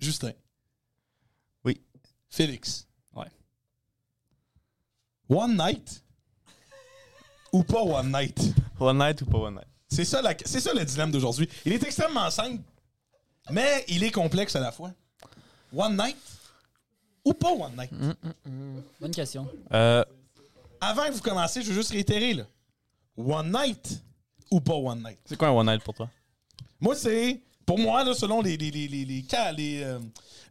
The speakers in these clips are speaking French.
Justin. Oui. Félix. Ouais. One night ou pas one night? One night ou pas one night? C'est ça, la- c'est ça le dilemme d'aujourd'hui. Il est extrêmement simple, mais il est complexe à la fois. One night ou pas one night? Bonne question. Euh, Avant que vous commenciez, je veux juste réitérer, là. One night ou pas one night? c'est quoi un one night pour toi? Moi, c'est. Pour moi, là, selon les, les, les, les, les, ca- les, euh,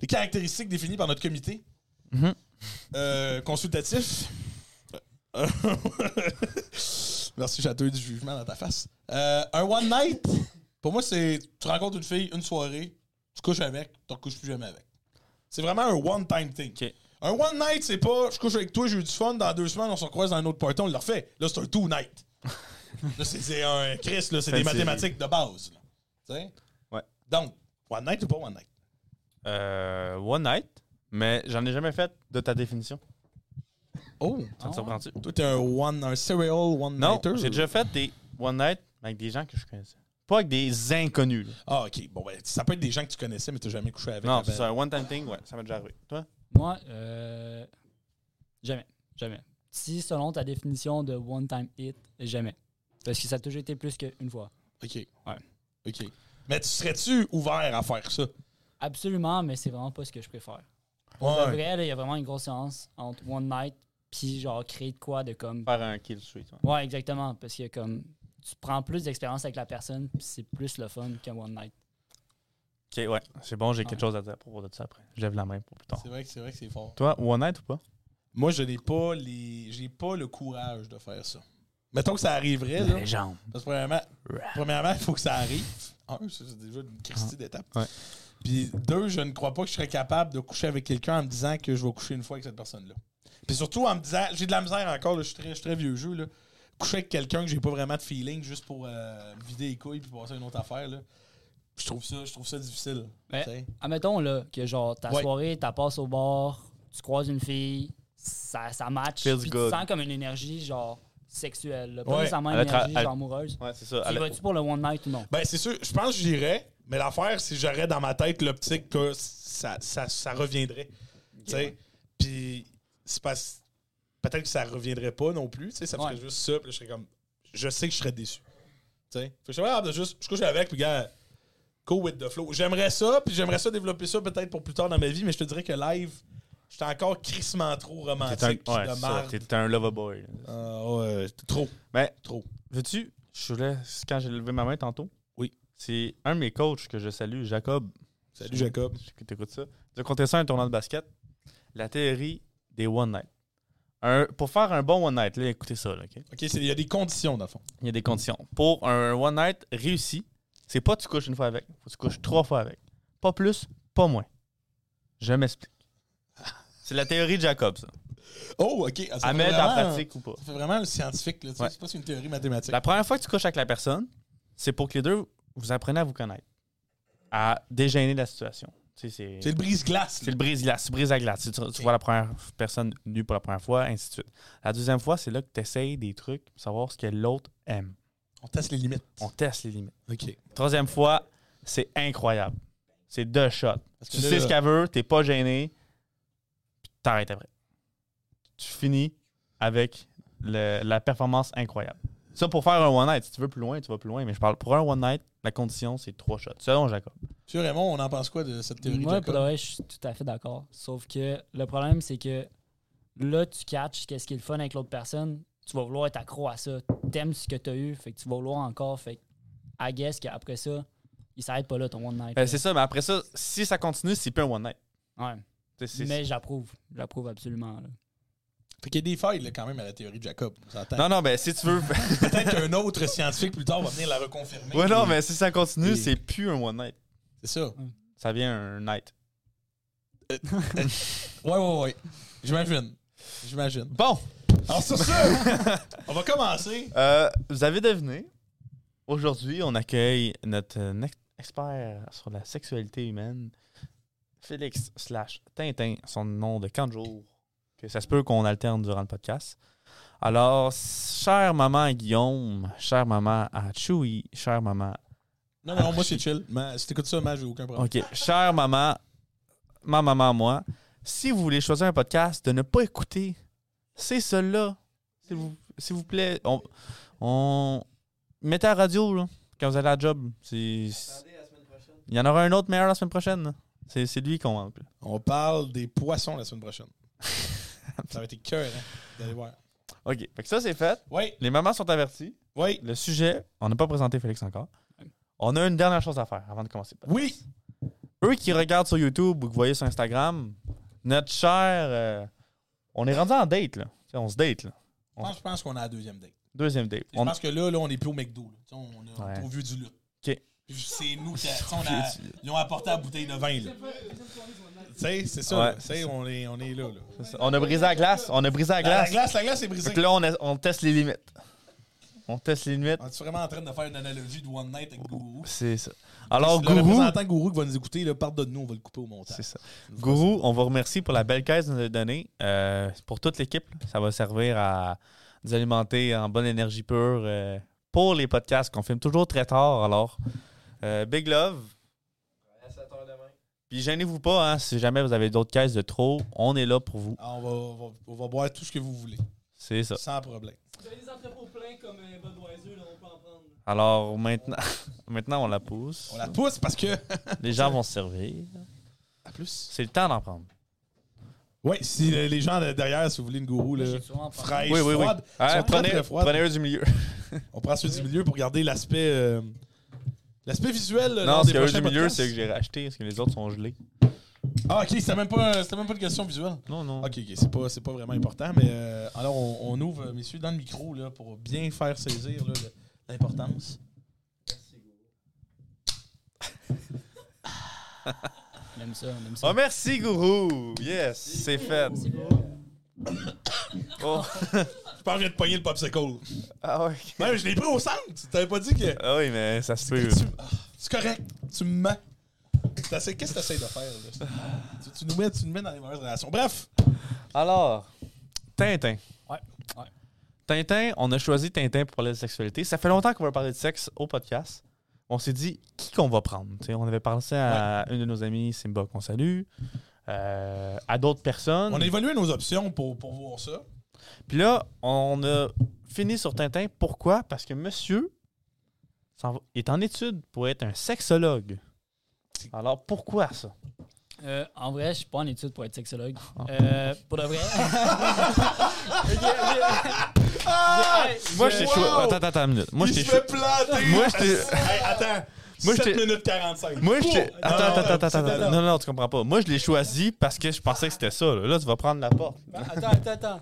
les caractéristiques définies par notre comité Mhm. euh, consultatif. Euh, Merci, Château, du jugement dans ta face. Euh, un one night, pour moi, c'est. Tu rencontres une fille une soirée, tu couches avec, tu ne couches plus jamais avec. C'est vraiment un one-time thing. Ok. Un one night, c'est pas je couche avec toi, j'ai eu du fun, dans deux semaines, on se croise dans un autre party, on le refait. Là, c'est un two night. là, c'est- c'est un Chris, là, c'est des Fait que c'est- mathématiques de base. là. Tu sais? Ouais. Donc, one night ou pas one night? Euh, one night, mais j'en ai jamais fait de ta définition. Oh! Ça Ah te ouais? surprend-tu? Toi, t'es un one, un serial one Non, nighter? j'ai déjà fait des one night avec des gens que je connaissais. Pas avec des inconnus. là. Ah, ok. Bon, ben, ça peut être des gens que tu connaissais, mais t'as jamais couché avec. Non, avant. c'est ça, un one time thing, ouais, ça m'est déjà arrivé. Toi? Moi, euh, jamais. Jamais. Si, selon ta définition de one-time hit, jamais. Parce que ça a toujours été plus qu'une fois. Ok. Ouais. Ok. Mais tu serais-tu ouvert à faire ça? Absolument, mais c'est vraiment pas ce que je préfère. Pour de vrai, là, il y a vraiment une grosse séance entre one night puis genre créer de quoi de comme. Faire un kill street. ouais. Ouais, exactement. Parce que comme tu prends plus d'expérience avec la personne, puis c'est plus le fun qu'un one night. Ok, ouais, c'est bon, j'ai Ouais. quelque chose à dire à propos de ça après. Je lève la main pour plus tard. C'est vrai que c'est vrai que c'est fort. Toi, one night ou pas? Moi, je n'ai pas les. J'ai pas le courage de faire ça. Mettons que ça arriverait, là. légende. Parce que premièrement, premièrement, il faut que ça arrive. Un, ça, c'est déjà une christie d'étape. Ouais. Puis deux, je ne crois pas que je serais capable de coucher avec quelqu'un en me disant que je vais coucher une fois avec cette personne-là. Puis surtout en me disant, j'ai de la misère encore, là, je suis très, je suis très vieux jeu. Là. Coucher avec quelqu'un que j'ai pas vraiment de feeling juste pour euh, me vider les couilles puis passer à une autre affaire. Là. Je trouve ça, je trouve ça difficile. Ouais. tu sais. Admettons là, que genre ta Ouais. soirée, ta passe au bar, tu croises une fille, ça, ça match, Feels puis tu good. sens comme une énergie genre sexuelle, là, pas Ouais. nécessairement une Elle a tra- énergie elle- genre amoureuse. Ouais, c'est ça. Tu y Allez. vas-tu pour le one night ou non? Ben, c'est sûr, je pense que j'irais, mais l'affaire, c'est que j'aurais dans ma tête l'optique que ça, ça, ça reviendrait. Tu sais, puis c'est pas. Peut-être que ça reviendrait pas non plus, tu sais, ça me Ouais. ferait juste ça, puis là, je serais comme. Je sais que je serais déçu. Tu sais, Fait que je serais capable de juste. Je couche avec, puis gars, go with the flow. J'aimerais ça, puis j'aimerais ça développer ça peut-être pour plus tard dans ma vie, mais je te dirais que live, j'étais encore crissement trop T'es un, romantique, puis ouais, de c'est ça, merde. t'es un loverboy. là. Ah, ouais, trop, Mais trop. Ben, Veux-tu, je voulais, quand j'ai levé ma main tantôt, Oui. c'est un de mes coachs que je salue, Jacob. Salut, Jacob. Que t'écoutes ça. Il a compté ça à un tournant de basket. La théorie des one night. Un- pour faire un bon one night, là, écoutez ça, là, OK? Ok, c'est- il y a des conditions, dans le fond. Il y a des conditions. Pour un one night réussi, c'est pas tu couches une fois avec, faut que tu couches trois fois avec. Pas plus, pas moins. Je m'explique. C'est la théorie de Jacob, ça. Oh, ok. ah, ça à fait mettre en vraiment- pratique ou pas. Ça fait vraiment le scientifique, là. tu sais, Ouais. C'est pas une théorie mathématique. La première fois que tu couches avec la personne, c'est pour que les deux, vous appreniez à vous connaître, à dégêner la situation. Tu sais, C'est C'est le brise-glace. c'est là. le brise-glace, tu brises la glace. Tu, tu vois la première personne nue pour la première fois, ainsi de suite. La deuxième fois, c'est là que tu essayes des trucs pour savoir ce que l'autre aime. On teste les limites. On teste les limites. OK. Troisième fois, c'est incroyable. C'est deux shots. Parce que Tu là, sais ce qu'elle veut, t'es pas gêné, puis t'arrêtes après. Tu finis avec le- la performance incroyable. Ça, pour faire un one night, si tu veux plus loin, tu vas plus loin, mais je parle pour un one night, la condition, c'est trois shots, selon Jacob. Monsieur Raymond, on en pense quoi de cette théorie, Moi, Jacob? pour le vrai, je suis tout à fait d'accord. Sauf que le problème, c'est que là, tu catches qu'est-ce qui est le fun avec l'autre personne. Tu vas vouloir être accro à ça. T'aimes ce que t'as eu, fait que tu vas vouloir encore. Fait que, I guess qu'après ça, il s'arrête pas là, ton one night. Ben, c'est ça, mais après ça, si ça continue, c'est plus un one night. Ouais. C'est- c'est- Mais j'approuve. J'approuve absolument. là. Fait qu'il y a des failles, là, quand même, à la théorie de Jacob. On s'entend. Non, non, ben si tu veux. Peut-être qu'un autre scientifique, plus tard, va venir la reconfirmer. ouais, non, mais si ça continue, Et- c'est plus un one night. C'est ça. Ça vient un night. Ouais, ouais, ouais. J'imagine. J'imagine. Bon, Alors, sur ça, on va commencer. euh, vous avez deviné. Aujourd'hui, on accueille notre euh, next- expert sur la sexualité humaine, Félix slash Tintin, son nom de 40 jours, que ça se peut qu'on alterne durant le podcast. Alors, chère maman à Guillaume, chère maman à Chewy, chère maman... Non, non, moi, c'est chill. Mais si t'écoutes ça, moi, j'ai aucun problème. OK, chère maman ma maman, moi, si vous voulez choisir un podcast de ne pas écouter, c'est celui-là. S'il vous, s'il vous plaît, on, on- mettez à la radio là, quand vous allez à la job. C'est- c'est- Il y en aura un autre meilleur la semaine prochaine. C'est c'est lui qu'on manque. là. On parle des poissons la semaine prochaine. ça va être cœur, hein, d'aller voir. OK. Fait que ça, c'est fait. Oui, Les mamans sont averties. oui, Le sujet, on n'a pas présenté Félix encore. On a une dernière chose à faire avant de commencer. oui. eux qui regardent sur YouTube ou que vous voyez sur Instagram, notre cher. euh, on est rendu en date, là. Tu sais, on se date, là. Je pense, je pense qu'on a la deuxième date. Deuxième date. Je On- pense que là, là, on n'est plus au McDo. là. Tu sais, On, est- on est Ouais. au vieux du lutte. OK. Puis C'est nous qui a- tu sais, on a- ils ont apporté la bouteille de vin. là. Tu sais, c'est ça. Ouais. là. Tu sais, on est, on est là. là. On a brisé la glace. On a brisé la La, glace. la glace, la glace est brisée. Fait que là, on, a- on teste les limites. On teste les limites. On est Ah, vraiment en train de faire une analogie de One Night avec Gourou. C'est ça. Alors, le Gourou. représentant Gourou qui va nous écouter, là, pardonne-nous, on va le couper au montage. C'est ça. Gourou, on vous remercie pour la belle caisse de données. Euh, pour toute l'équipe, là. ça va servir à nous alimenter en bonne énergie pure euh, pour les podcasts qu'on filme toujours très tard. Alors, euh, big love. Puis gênez-vous pas, hein, si jamais vous avez d'autres caisses de trop, on est là pour vous. Ah, on, va, on va- on va boire tout ce que vous voulez, C'est ça. sans problème. Vous avez des entrepôts pleins comme euh, Budweiser, là, on peut en prendre. Alors maintenant, maintenant on la pousse. On la pousse parce que. Les gens vont se servir. À plus. C'est le temps d'en prendre. Oui, si euh, les gens euh, derrière, si vous voulez une Gourou, là, J'ai souvent pensé- fraîche, Oui, oui, oui. froide. Hein, sont très, prenez, très froides. prenez eux du milieu. On prend ceux du milieu pour garder l'aspect. euh, L'aspect visuel. euh, non, lors ce des qu'il y a eux prochains du milieu, podcasts. c'est que j'ai racheté, parce que les autres sont gelés. Ah, ok, c'était même, pas, c'était même pas une question visuelle. Non, non. Ok, ok, c'est pas, c'est pas vraiment important, mais euh, alors on, on ouvre, euh, messieurs, dans le micro là, pour bien faire saisir là, le- l'importance. On aime ça, on aime ça. Oh, merci, Gourou! Yes, c'est fait. Oh. Je pense que je viens de pogner le popsicle. Ah, ouais. Même, je l'ai pris au centre. Tu t'avais pas dit que. Ah oui, mais ça se peut. Tu- ah, C'est correct. Tu me mens. T'essaies- Qu'est-ce que tu essaies de faire? Là? Tu, tu nous mets, tu nous mets dans les mauvaises relations. Bref, Alors, Tintin. Ouais, ouais. Tintin, on a choisi Tintin pour parler de sexualité. Ça fait longtemps qu'on veut parler de sexe au podcast. On s'est dit, qui qu'on va prendre? Tu sais, on avait pensé à une de nos amies, Simba, qu'on salue, euh, à d'autres personnes. on a évalué nos options pour, pour voir ça. Puis là, on a fini sur Tintin. Pourquoi? Parce que monsieur s'en va- est en étude pour être un sexologue. Alors, pourquoi ça? Euh, en vrai, je suis pas en étude pour être sexologue. Euh, pour de vrai. Ok, ok. Ah! Hey, Moi, je- je t'ai Wow! choi- Attends, attends, attends, une minute. Moi, je Il t'ai se choi- fait planter. Moi, je t'ai- Hey, attends. Moi, je 7 t'ai- minutes 45. Moi, je Pouh! t'ai- Non, Attends, non, attends, attends, c'est attends. énorme. Non, non, tu comprends pas. Moi, je l'ai choisi parce que je pensais que c'était ça. Là, Là, tu vas prendre la porte. Attends, attends, attends.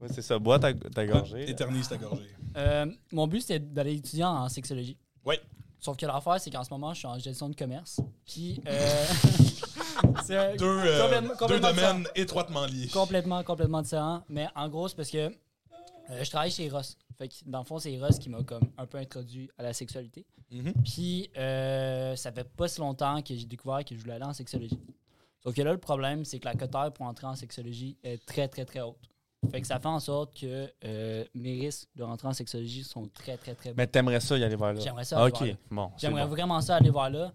Ouais, c'est ça. Bois ta, ta gorgée. là. Éternise ta gorgée. Euh, mon but, c'était d'aller étudier en sexologie. Oui. Sauf que l'affaire, c'est qu'en ce moment, je suis en gestion de commerce. Puis. euh, c'est Deux, euh, Complètement- deux complètement domaines étroitement liés. complètement, complètement différent. Mais en gros, c'est parce que euh, je travaille chez Ross. Fait que, dans le fond, c'est Ross qui m'a comme un peu introduit à la sexualité. Mhm. Puis, euh, ça fait pas si longtemps que j'ai découvert que je voulais aller en sexologie. Sauf que là, le problème, c'est que la cotère pour entrer en sexologie est très, très, très haute. Fait que ça fait en sorte que euh, mes risques de rentrer en sexologie sont très, très, très bas. Mais t'aimerais ça y aller vers là. J'aimerais ça. Ah, aller Ok, voir là. bon. c'est J'aimerais bon. vraiment ça aller voir là.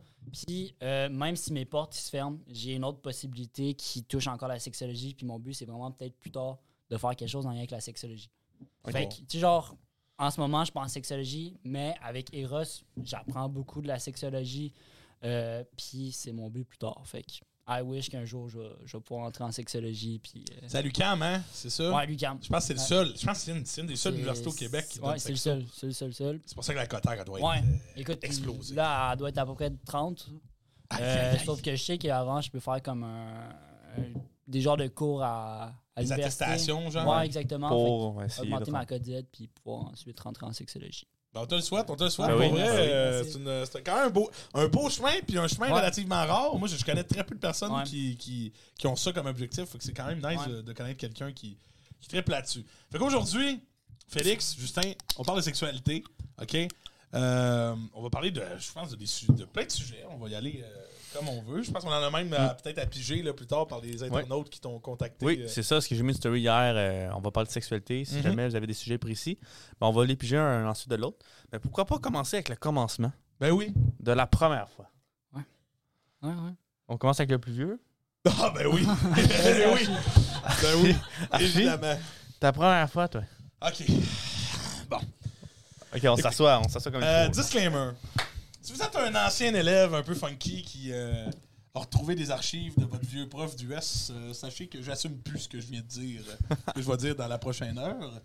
Puis, euh, même si mes portes ils se ferment, j'ai une autre possibilité qui touche encore la sexologie. Puis, mon but, c'est vraiment peut-être plus tard de faire quelque chose en lien avec la sexologie. Ok. Fait que, tu sais, genre, en ce moment, je pense sexologie, mais avec Eros, j'apprends beaucoup de la sexologie. euh, puis c'est mon but plus tard. Fait que, I wish qu'un jour, je vais, je vais pouvoir entrer en sexologie. Puis. euh, C'est à l'UQAM, hein? C'est ça? ouais, Lucam. Je pense que c'est le Ouais. seul. Je pense que c'est une, c'est une des seules C'est- universités au Québec qui donne Ouais, c'est le section. seul. C'est le seul, seul. C'est pour ça que la cotère, elle doit être. Ouais. euh, Écoute, explosé. là, elle doit être à peu près de 30. Aïe, Euh, aïe, aïe. sauf que je sais qu'avant, je peux faire comme un, un- des genres de cours à, à Les l'université. attestations, genre. Ouais, exactement. Pour Fait que, essayer de augmenter faire- ma codette puis pouvoir ensuite rentrer en sexologie. Ben, on te le souhaite, on te le souhaite. Ben pour oui, vrai, ben oui. euh, c'est une- c'est quand même un beau, un beau chemin, puis un chemin Ouais. relativement rare. Moi, je, je connais très peu de personnes Ouais. qui, qui, qui ont ça comme objectif. Fait que c'est quand même nice Ouais. euh, de connaître quelqu'un qui, qui triple là-dessus. Fait qu'aujourd'hui, Félix, Justin, on parle de sexualité, OK? Euh, on va parler de, je pense, de, des su- de plein de sujets. On va y aller euh, comme on veut. Je pense qu'on en a même euh, peut-être à piger là, plus tard par les internautes qui t'ont contacté. Oui, euh, c'est ça, ce que j'ai mis une story hier. euh, on va parler de sexualité. Si Mhm. jamais vous avez des sujets précis, ben, on va les piger un ensuite de l'autre. Mais pourquoi pas commencer avec le commencement ben oui. de la première fois? Ouais, ouais. On commence avec le plus vieux. Ah, ben oui. ben oui. Ben oui. Archie, Évidemment. ta première fois, toi. OK. Bon. Ok, on s'assoit, on s'assoit comme Euh, il faut. disclaimer. Si vous êtes un ancien élève un peu funky qui euh, a retrouvé des archives de votre vieux prof d'US, euh, sachez que j'assume plus ce que je viens de dire, euh, que je vais dire dans la prochaine heure.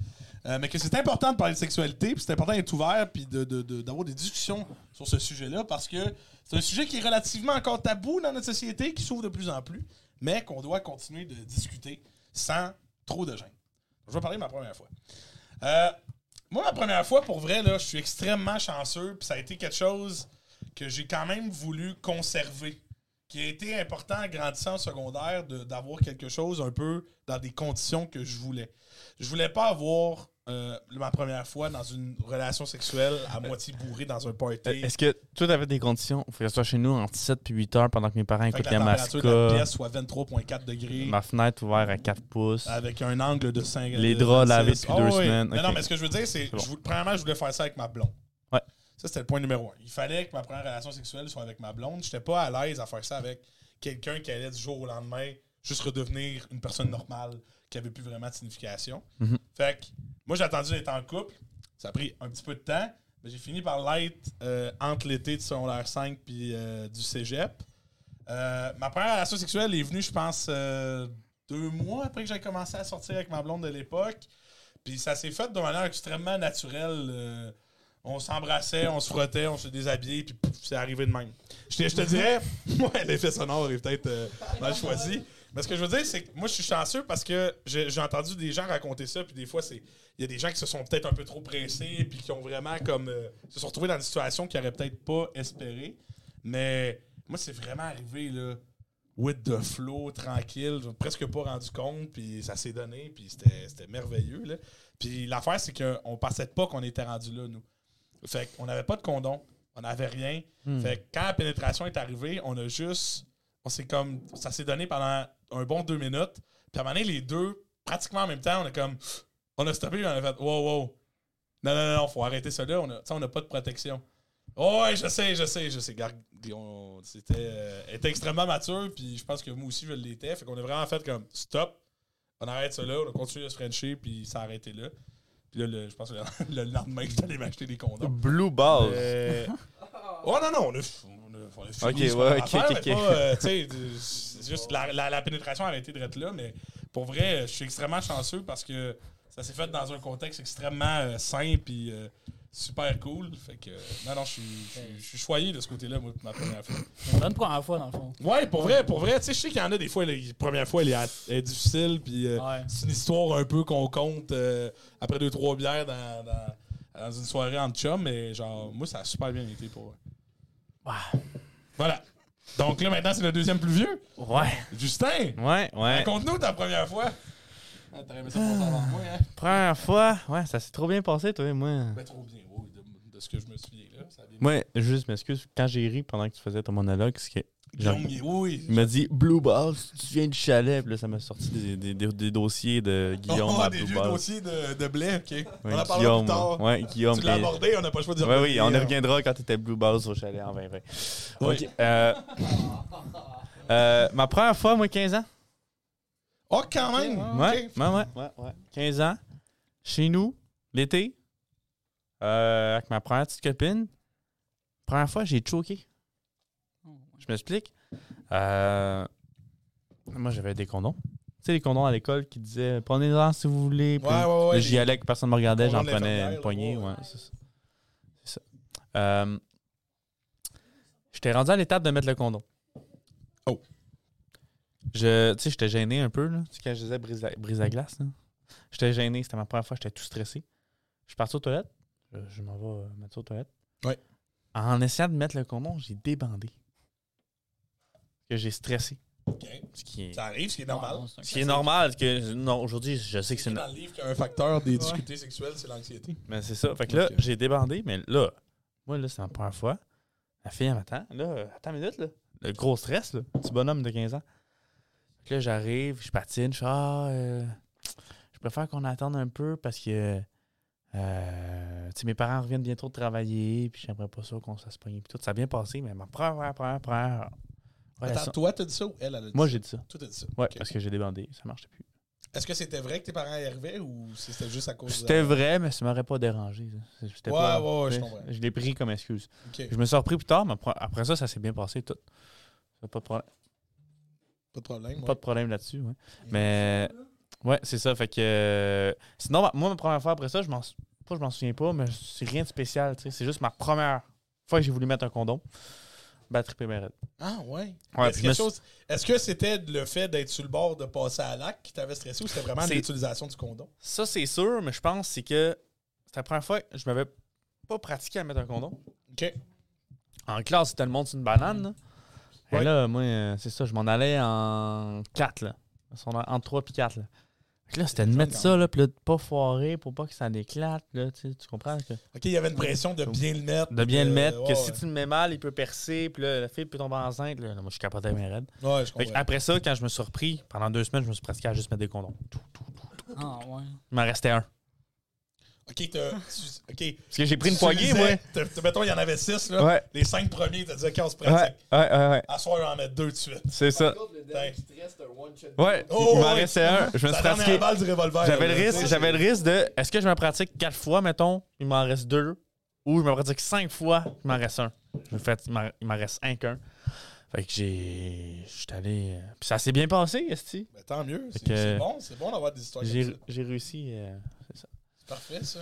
Euh, mais que c'est important de parler de sexualité, puis c'est important d'être ouvert, puis de- de- de- d'avoir des discussions sur ce sujet-là, parce que c'est un sujet qui est relativement encore tabou dans notre société, qui s'ouvre de plus en plus, mais qu'on doit continuer de discuter sans trop de gêne. Je vais parler de ma première fois. Euh, moi, la première fois, pour vrai, là, je suis extrêmement chanceux. Puis ça a été quelque chose que j'ai quand même voulu conserver. Qui a été important en grandissant au secondaire de- d'avoir quelque chose un peu dans des conditions que je voulais. Je voulais pas avoir euh, ma première fois dans une relation sexuelle à moitié bourrée dans un party. Euh, Est-ce que toi, t'avais des conditions? Faut que je sois chez nous entre 7 puis 8 heures pendant que mes parents Fait que écoutent la la température de la masca. pièce soit 23,4 degrés. Ma fenêtre ouverte à 4 pouces. Avec un angle de 5 Les draps lavés depuis deux semaines. Non, non, Ok. mais ce que je veux dire, c'est. C'est bon. je vou- Premièrement, je voulais faire ça avec ma blonde. Ouais. Ça, c'était le point numéro un. Il fallait que ma première relation sexuelle soit avec ma blonde. J'étais pas à l'aise à faire ça avec quelqu'un qui allait du jour au lendemain juste redevenir une personne normale qui avait plus vraiment de signification. Mhm. Fait que moi, j'ai attendu d'être en couple. Ça a pris un petit peu de temps. Mais j'ai fini par l'être euh, entre l'été de secondaire 5 puis euh, du cégep. Euh, ma première relation sexuelle est venue, je pense, euh, deux mois après que j'ai commencé à sortir avec ma blonde de l'époque. Puis ça s'est fait de manière extrêmement naturelle. Euh, on s'embrassait, on se frottait, on se déshabillait, puis pouf, c'est arrivé de même. Je te, je te dirais, moi, l'effet sonore est peut-être euh, mal choisi. Mais ce que je veux dire, c'est que moi, je suis chanceux parce que j'ai j'ai entendu des gens raconter ça, puis des fois, c'est il y a des gens qui se sont peut-être un peu trop pressés, puis qui ont vraiment comme euh, se sont retrouvés dans des situations qu'ils n'auraient peut-être pas espéré. Mais moi, c'est vraiment arrivé, là, with the flow, tranquille, presque pas rendu compte, puis ça s'est donné, puis c'était c'était merveilleux, là. Puis l'affaire, c'est qu'on pensait pas qu'on était rendu là, nous. Fait qu'on n'avait pas de condom, on n'avait rien. Fait que quand la pénétration est arrivée, on a juste. On s'est comme. Ça s'est donné pendant un bon deux minutes. Puis à un moment donné, les deux, pratiquement en même temps, on a comme. On a stoppé et on a fait Wow, wow. Non, non, non, non, faut arrêter ça là. On a, tu sais, on n'a pas de protection. Oh, ouais, je sais, je sais, je sais. Garde, on- C'était euh, elle était extrêmement mature, puis je pense que moi aussi, je l'étais. Fait qu'on a vraiment fait comme stop, on arrête ça là, on a continué de se frencher, puis ça a arrêté là. Puis là, le- je pense que le, le lendemain, je suis allé m'acheter des condoms. Blue balls. Euh, Oh non, non, on a, on a- on a fini, Ok, c'est pas grave ouais, ok, affaire, ok, mais ok. pas, euh, tu sais, de- c'est juste la, la- la pénétration a arrêté de être là, mais pour vrai, je suis extrêmement chanceux parce que ça s'est fait dans un contexte extrêmement euh, sain puis euh, super cool. Fait que, euh, non, non, je suis- je suis- je suis choyé de ce côté-là, moi, pour ma première fois. Une bonne première fois, dans le fond. Ouais, pour vrai, pour vrai, tu sais, je sais qu'il y en a des fois, la première fois, elle est, à- elle est difficile, puis euh, Ouais. c'est une histoire un peu qu'on compte euh, après deux, trois bières dans, dans- dans une soirée en chum, mais genre, moi, ça a super bien été pour eux. Voilà. Donc là, maintenant, c'est le deuxième plus vieux. Ouais. Justin, Ouais, ouais. raconte-nous ta première fois. Ah, T'aurais aimé ça pour avant moi, hein? Première fois, ouais, ça s'est trop bien passé, toi et moi. Ben, trop bien, oui, de, de ce que je me souviens, là. Ça a bien... Moi, juste m'excuse, quand j'ai ri pendant que tu faisais ton monologue, c'est que. genre, Guillaume, il- oui, il m'a dit Blue Balls, tu viens du chalet. Puis là, ça m'a sorti des, des- des- des dossiers de Guillaume on a à Oh, des Blue vieux Balls. dossiers de, de blé, OK. on Ouais, en parlera Guillaume. plus tard. Ouais, Guillaume. Tu l'as qui- abordé, on n'a pas le choix de Oui, oui, on y reviendra quand t'étais Blue Balls au chalet en 2020. Oui. Ok, euh, euh, ma première fois, moi, 15 ans. Oh, quand même! Ouais, ouais, ouais, Ah, ouais, ouais. 15 ans. Chez nous, l'été, euh, avec ma première petite copine. Première fois, j'ai choqué. Je m'explique. Euh, moi, j'avais des condoms. Tu sais, les condoms à l'école qui disaient prenez-en si vous voulez. Puis Ouais, ouais, ouais, J'y les- allais, que personne ne me regardait, j'en condoms de prenais l'infirmière, une poignée. là, ouais. Ouais, c'est ça. C'est ça. Euh, J'étais rendu à l'étape de mettre le condom. Oh. Je, tu sais, j'étais gêné un peu, là. Tu sais, quand je disais brise la, brise la glace, là. J'étais gêné, c'était ma première fois, j'étais tout stressé. Je suis parti aux toilettes. Je, je m'en vais euh, mettre ça aux toilettes. Ouais. En essayant de mettre le condom, j'ai débandé. Que j'ai stressé. OK. Ce qui est, Ça arrive, ce qui est normal. Non, c'est un ce qui est normal. parce Que, non, aujourd'hui, je sais que c'est. dans le livre qu'il y a un facteur des difficultés sexuelles, c'est l'anxiété. Mais c'est ça. Fait que là, Ok. j'ai débandé, mais là, moi, là, c'est la première fois. La fille, elle m'attend. Là, euh, attends une minute, là. Le gros stress, là. Petit bonhomme de 15 ans. Fait que là, j'arrive, je patine, je fais Ah, euh, je préfère qu'on attende un peu parce que. euh, tu sais, mes parents reviennent bientôt de travailler, puis j'aimerais pas ça qu'on se fasse pogner, puis tout. Ça a bien passé, mais ma première, première, première Attends, relation- toi, t'as dit Ben, ça ou elle, elle a dit Moi, ça? j'ai dit ça. Toi, t'as dit ça. Ouais, Ok. parce que j'ai débandé, ça marchait plus. Est-ce que c'était vrai que tes parents y arrivaient ou c'était juste à cause de. C'était vrai, mais ça m'aurait pas dérangé. ça. C'était Ouais, pas- ouais, ouais, je tu sais, comprends. Je l'ai pris comme excuse. Ok, Je me suis repris plus tard, mais après- après ça, ça s'est bien passé tout. Ça, Pas de, problème- pas de problème. ouais. pas de problème là-dessus. ouais. Mais ouais, c'est ça. Fait que euh, sinon, ma- moi, ma première fois après ça, je m'en sou- pas, je m'en souviens pas, mais c'est rien de spécial. tu sais. C'est juste ma première fois que j'ai voulu mettre un condom. Batterie pémérette. Ah, ouais. Ouais, Est-ce puis je quelque me suis- chose- Est-ce que c'était le fait d'être sur le bord de passer à la lac qui t'avait stressé ou c'était vraiment C'est- l'utilisation du condom? Ça, c'est sûr, mais je pense c'est que c'est la première fois que je m'avais pas pratiqué à mettre un condom. OK. En classe, c'était le monde sur une banane. là. Et Ouais. là, moi, euh, c'est ça, je m'en allais en 4, là. Son- En 3 puis 4, là. Fait que là, c'était de jeune mettre quand ça, là, puis là, de pas foirer pour pas que ça déclate, là, tu sais, tu comprends? que- OK, il y avait une pression de bien le mettre. de bien le euh, mettre, que ouais, si tu le mets mal, il peut percer, puis là, la fille peut tomber enceinte, là. Moi, je capotais mes raides. ouais. Ouais, je Fait que comprends. après ça, quand je me suis repris, pendant deux semaines, je me suis pratiqué à juste mettre des condoms. Tout, tout, tout. Ah, ouais. Il m'en restait un. OK, t'as- tu- OK. Parce que j'ai pris une tu poignée, lisais, moi. t'as- t'as- Mettons, il y en avait six, là. Ouais, Les cinq premiers, t'as dit, OK, on se pratique. ouais, ouais, ouais, ouais. À soir, on va en mettre deux de suite. C'est ça. Le dernier qui te reste, un one shot. Ouais, Oh, il m'en ouais. restait un. Je me Ça suis donne pratiqué. la balle du revolver. Ah, J'avais le là, tu risque, sais. j'avais le risque de est-ce que je me pratique quatre fois, mettons, il m'en reste deux, ou je me pratique cinq fois, il m'en reste un. En fait, il m'en- il m'en reste un qu'un. Fait que j'ai. J'étais allé. euh, Puis ça s'est bien passé, Esti. Mais tant mieux. C'est Fait que- c'est bon, c'est bon d'avoir des histoires comme ça. J'ai j'ai réussi. euh, C'est parfait, ça.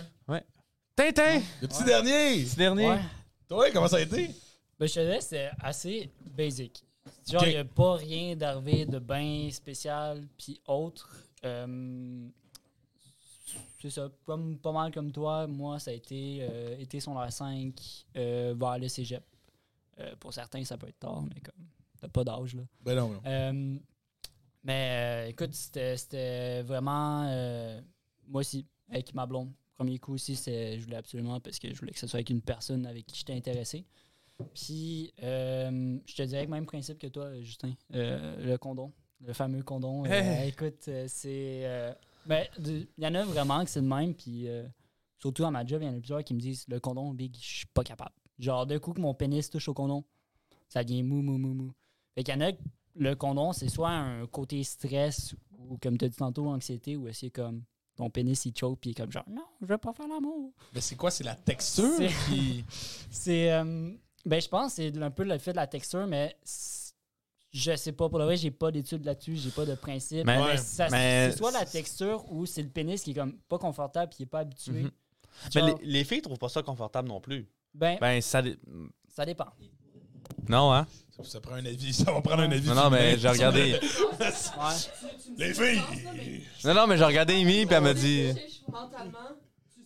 Tintin! Le petit dernier! Petit dernier. Ouais. Toi, comment ça a été? Ben, je te laisse, c'est assez basic. Genre, il Ok. n'y a pas rien d'arrivé de bien spécial, puis autre. Euh, c'est ça, comme, pas mal comme toi, moi, ça a été euh, été secondaire 5, euh, vers le cégep. Euh, pour certains, ça peut être tard, mais comme, t'as pas d'âge, là. Ben non, non. Euh, mais euh, écoute, c'était c'était vraiment. euh, moi aussi, avec ma blonde. Premier coup aussi, c'est- je voulais absolument parce que je voulais que ce soit avec une personne avec qui j'étais intéressé. Puis, euh, je te dirais le même principe que toi, Justin. Euh, le condom, le fameux condom. euh, Hey. écoute, euh, c'est. euh, ben, de- il y en a vraiment que c'est le même. Puis, euh, surtout à ma job, il y en a plusieurs qui me disent le condom, big, je suis pas capable. Genre, d'un coup que mon pénis touche au condom, ça devient mou, mou, mou, mou. Fait qu'il y en a le condom, c'est soit un côté stress ou, comme tu as dit tantôt, anxiété, ou c'est comme ton pénis il choke puis il est comme genre non, je veux pas faire l'amour. Mais c'est quoi? C'est la texture C'est- qui. C'est. euh, ben, je pense que c'est un peu le fait de la texture, mais c- je sais pas. Pour le vrai, j'ai pas d'études là-dessus, j'ai pas de principe. Mais- Ouais, ça- mais- c'est soit la texture ou c'est le pénis qui est comme pas confortable puis il est pas habitué. Mhm. Mais Genre, les, les filles trouvent pas ça confortable non plus. ben, Ben, ça. dé- ça dépend. Non, hein? Ça prend un avis. Ça va prendre un avis. Non, non, mais j'ai regardé. Ouais. Les filles! Non, non, mais j'ai regardé Amy, puis elle m'a dit. Mentalement,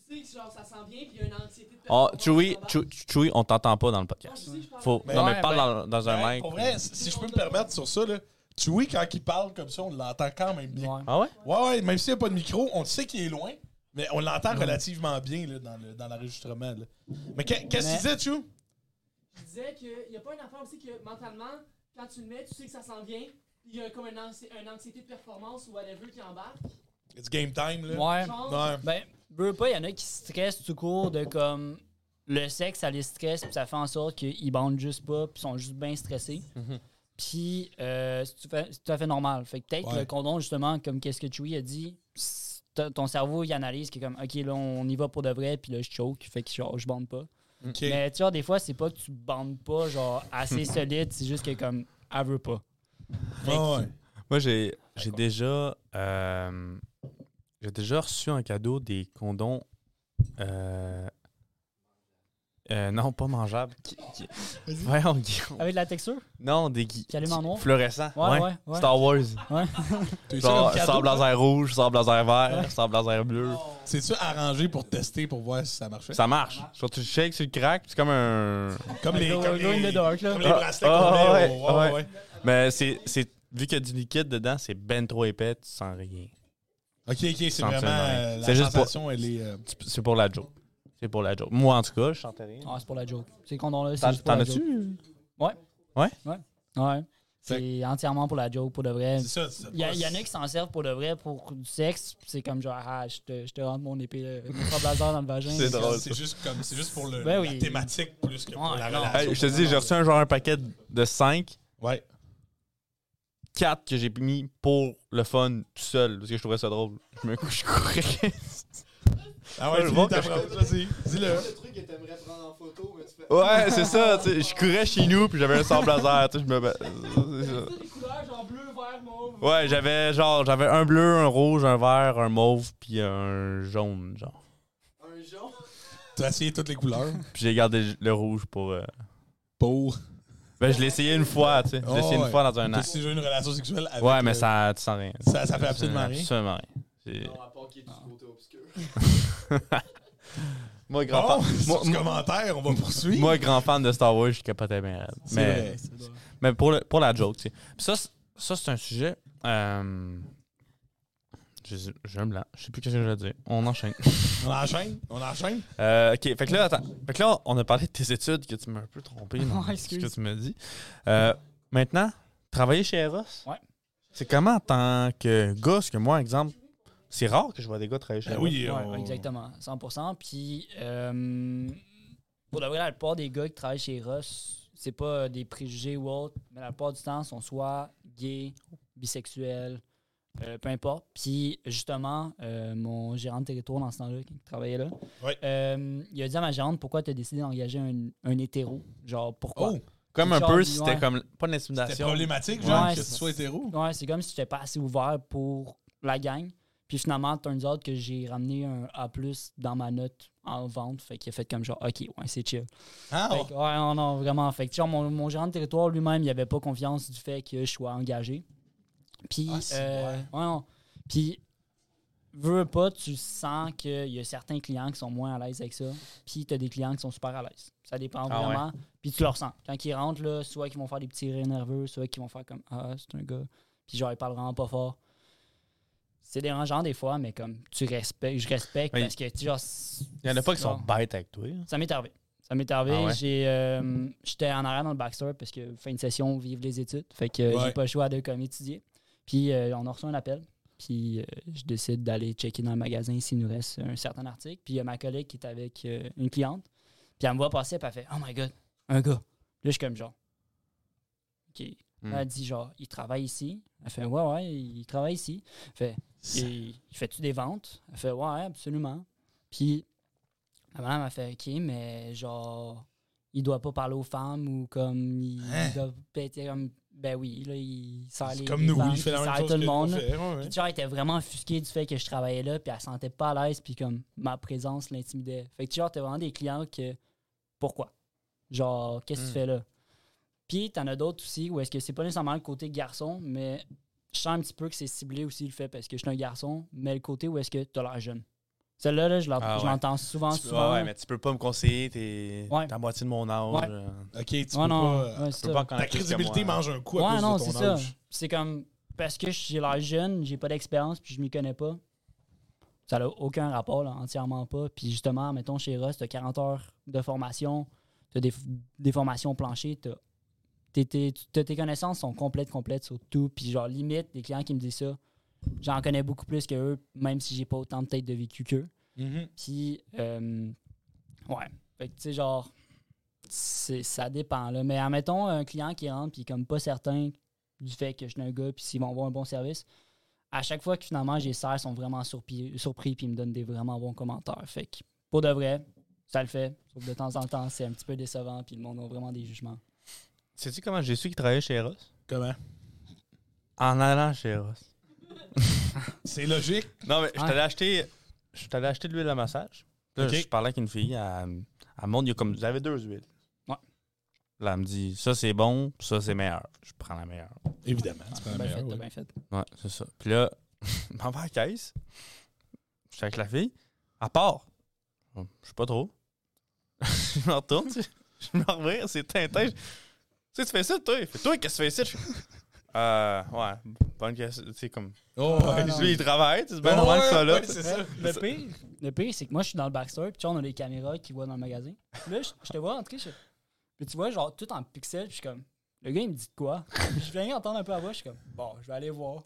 tu sais que genre, ça sent bien, puis il y a une anxiété de Oh, performance Chewy, qui s'en va. Chew- Chewy, on t'entend pas dans le Ah, je podcast. sais, je parle Faut... pas. non, mais Ouais, parle ben- dans, dans un Hey, mic. Pour vrai, si si je peux me permettre sur ça, là, tu oui, quand il parle comme ça, on l'entend quand même bien. Ouais. Ah ouais? Ouais, ouais, même s'il n'y a pas de micro, on sait qu'il est loin, mais on l'entend relativement bien là, dans le- dans l'enregistrement. là. mais qu'est- qu'est-ce Mais- qu'il disait, Chou? Je disais qu'il y a pas une affaire aussi que mentalement, quand tu le mets, tu sais que ça sent bien, puis il y a comme une, anxi- une anxiété de performance ou whatever qui embarque. It's game time, là. Ouais. Genre, Ouais. Ben, veux pas, il y en a qui stressent tout court de comme le sexe, ça les stresse, puis ça fait en sorte qu'ils bandent juste pas, puis sont juste bien stressés. Puis euh, c'est tout fait- c'est tout à fait normal. Fait que peut-être Ouais. le condom, justement, comme qu'est-ce que Chewy a dit, c'est- ton- ton cerveau, il analyse que comme, OK, là, on y va pour de vrai, puis là, je choke, fait que genre, je bande pas. Ok. Mais tu vois, des fois, c'est pas que tu bandes pas, genre, assez solide, c'est juste que comme, elle veut pas. Fait que- Ouais, ouais. Moi, j'ai j'ai D'accord. déjà, euh, j'ai déjà reçu en cadeau des condoms. euh, euh, non, pas mangeables. Qui- qui- voyons, Guillaume. Avec de la texture? Non, des gui- Qui allument en noir? fluorescents. Ouais, ouais, ouais. Star Wars. T'as eu ça Genre, comme cadeau, Oh, sable là? laser rouge, sable laser vert, sable laser bleu. C'est-tu arrangé pour tester, pour voir si ça marchait? Ça marche. Genre, tu le shakes, tu le craques, c'est comme un. Comme les, Go- comme go in les, the dark, là. comme les Ah, bracelets qu'on ah, met ouais, au- ouais, ouais. ouais. Mais c'est. c'est- Vu qu'il y a du liquide dedans, c'est ben trop épais, tu sens rien. Ok, ok, c'est Sans vraiment. absolument rien. euh, la C'est juste pour- sensation, elle est. euh, Tu- C'est pour la joke. C'est pour la joke. Moi, en tout cas, je sentais rien. Ah, c'est pour la joke. Ces condoms-là, c'est T'en juste pour t'en la joke. as-tu? Ouais. Fait- C'est entièrement pour la joke, pour de vrai. C'est ça. c'est- Il y, a- il y en a qui s'en servent pour de vrai, pour du sexe. pis C'est comme genre, ah, je te, je te rentre mon épée, euh, mon sabre laser dans le vagin. C'est C'est- drôle, C'est juste comme c'est juste pour le, Ben la oui. thématique plus que pour Ouais, la non. relation. Hey, je te dis, j'ai reçu un genre un paquet de 5. Ouais. 4 que j'ai mis pour le fun tout seul, parce que je trouvais ça drôle. Je me couche, je courais. Ah ouais, ouais, je finis vois ta que je- phrase. Vas-y, dis-le. Le truc que t'aimerais prendre en photo, mais tu fais. ouais, c'est ça, tu sais, je courais chez nous, puis j'avais un sable laser, tu sais, je me. c'est ça. des couleurs genre bleu, vert, mauve. Ouais, j'avais genre, j'avais un bleu, un rouge, un vert, un mauve, puis un jaune, genre. Un jaune. Tu as essayé toutes les couleurs. Puis j'ai gardé le rouge pour. euh, Pour. Ben, je l'ai essayé une fois, tu sais. Je l'ai Oh, essayé ouais. une fois dans un T'as an. si j'ai une relation sexuelle avec. Ouais, mais euh, ça, tu sens rien. Ça, ça fait absolument rien. Absolument rien. C'est- Non, à part qu'il est du côté obscur. Moi, grand Bon, fan. Oh, sur Moi, ce commentaire, on va poursuivre. moi, grand fan de Star Wars, je capotais bien. raide. C'est Mais, vrai. mais pour, le- pour la joke, tu sais. Puis Ça, c'est- ça c'est un sujet. euh, J'ai j'ai un blanc. Je sais plus ce que je vais dire. On enchaîne. On enchaîne, on enchaîne. Euh, ok, fait que là, attends. Fait que là, on a parlé de tes études que tu m'as un peu trompé dans Ouais, ce que excuse. tu m'as dit. Euh, maintenant, travailler chez Eros. Ouais. C'est comment en tant que gars, parce que moi, exemple, c'est rare que je vois des gars travailler chez Ben Eros. oui, Ouais, on- exactement, 100%. Puis, euh, pour de vrai, la plupart des gars qui travaillent chez Ross, c'est pas des préjugés ou autre, mais la plupart du temps, sont soit gays, bisexuels, euh, peu importe. Puis, justement, euh, mon gérant de territoire dans ce temps-là, qui travaillait là, Ouais. euh, il a dit à ma gérante pourquoi tu as décidé d'engager un, un hétéro Genre, pourquoi Oh, Comme un Genre, peu, si ouais. c'était comme. Pas c'est d'intimidation. problématique, genre, Ouais, que tu c'est- sois hétéro. Ouais, c'est comme si j'étais pas assez ouvert pour la gang. Puis finalement, turns out que j'ai ramené un A dans ma note en vente. Fait qu'il a fait comme genre, OK, ouais, c'est chill. Ah, Fait que, ben, ouais, non, non, vraiment. Fait que, genre, mon, mon gérant de territoire lui-même, il avait pas confiance du fait que je sois engagé. Puis, Ah, c'est euh, vrai. ouais, non. Puis, veux veux pas, tu sens qu'il y a certains clients qui sont moins à l'aise avec ça. Puis, tu as des clients qui sont super à l'aise. Ça dépend Ah ouais. vraiment. Puis, tu le ressens. Quand ils rentrent, là, soit qu'ils vont faire des petits rires nerveux, soit qu'ils vont faire comme Ah, c'est un gars. Puis, genre, ils parlent vraiment pas fort. C'est dérangeant des fois, mais comme tu respectes, je respecte Oui. parce que, tu genre. Il y en a pas qui sont Non. bêtes avec toi. hein. Ça m'est arrivé. Ça m'est arrivé. Ah ouais? J'ai, euh, j'étais en arrière dans le backstore parce que fin de session, vive les études. Fait que euh, Ouais. j'ai pas le choix de comme étudier. Puis euh, on a reçu un appel. Puis euh, je décide d'aller checker dans le magasin s'il nous reste un certain article. Puis il y a ma collègue qui est avec euh, une cliente. Puis elle me voit passer, puis elle fait Oh my God, un gars. Là, je suis comme genre. OK. Mm. Hmm. Elle dit genre, il travaille ici. Elle fait Ouais, ouais, il travaille ici. Elle fait et il fait-tu des ventes? Elle fait Ouais, absolument. Puis la madame a fait Ok, mais genre, il doit pas parler aux femmes ou comme il Hein? doit péter comme. Ben oui, là, il sert C'est les. comme les nous, femmes, il fait la puis même sert chose. tout le que monde. nous, on fait, ouais, ouais. Puis genre, elle était vraiment offusquée du fait que je travaillais là, puis elle sentait pas à l'aise, puis comme ma présence l'intimidait. Fait que genre, t'as vraiment des clients que. Pourquoi? Genre, qu'est-ce que Hmm. tu fais là? Puis t'en as d'autres aussi où est-ce que c'est pas nécessairement le côté garçon, mais je sens un petit peu que c'est ciblé aussi le fait parce que je suis un garçon, mais le côté où est-ce que t'as l'air jeune. Celle-là, là, je l'ent- Ah je ouais. l'entends souvent, Tu peux- souvent. ouais, ouais, mais tu peux pas me conseiller. T'es Ouais. t'es à moitié de mon âge. Ouais. euh, Ok, tu peux Ouais, non, pas. euh, ouais, Tu c'est peux ça. pas quand Ta crédibilité mange un coup à Ouais, cause non, de c'est ton ça. âge. C'est comme parce que j'ai l'air jeune, j'ai pas d'expérience, puis je m'y connais pas. Ça n'a aucun rapport, là, entièrement pas. Puis justement, mettons chez Ross, t'as 40 heures de formation, t'as des, des formations planchées, t'as tes, tes- t'as- tes connaissances sont complètes, complètes sur tout. Puis genre, limite, des clients qui me disent ça, j'en connais beaucoup plus que eux, même si j'ai pas autant de tête de vécu qu'eux. Mhm. Puis, euh, ouais. Fait que, tu sais, genre, c'est- ça dépend, là. Mais admettons un client qui rentre, puis comme pas certain du fait que je suis un gars, puis s'ils vont avoir un bon service, à chaque fois que finalement j'ai sers, ils sont vraiment surpris, surpris puis ils me donnent des vraiment bons commentaires. Fait que, pour de vrai, ça le fait. Sauf que de temps en temps, c'est un petit peu décevant, puis le monde a vraiment des jugements. Sais-tu comment j'ai su qu'il travaillait chez Eros? Comment En allant chez Eros. C'est logique. Non, mais je Ouais. t'allais acheter. Je t'allais acheter de l'huile à massage. Puis Là, Ok. je parlais avec une fille. Elle, elle montre, il y a comme. Vous avez deux huiles. Ouais. Là, elle me dit, ça c'est bon, ça c'est meilleur. Je prends la meilleure. Évidemment. C'est pas la Bien meilleure, Ben, fait, t'as Ah, ouais. bien fait. Ouais, c'est ça. Puis là, je m'en vais à la caisse. Je suis avec la fille. À part. Je sais pas trop. je me retourne. tu sais. Je me reviens, c'est Tintin. Je- Tu sais, tu fais ça, toi. Fais toi, qu'est-ce que tu fais ici? Je fais, Euh, ouais, bonne question. Tu sais, comme. Oh, ben, ouais. Lui, il travaille, tu sais, c'est bien normal que ça là. Ouais, c'est Ben, ça. Le pire, le pire, c'est que moi, je suis dans le backstore, puis tu sais, on a les caméras qui voient dans le magasin. Puis Là, je, je te vois entrer, je... puis tu vois, genre, tout en pixels, puis je suis comme, le gars, il me dit de quoi? Puis je viens entendre un peu à voix, je suis comme, bon, je vais aller voir.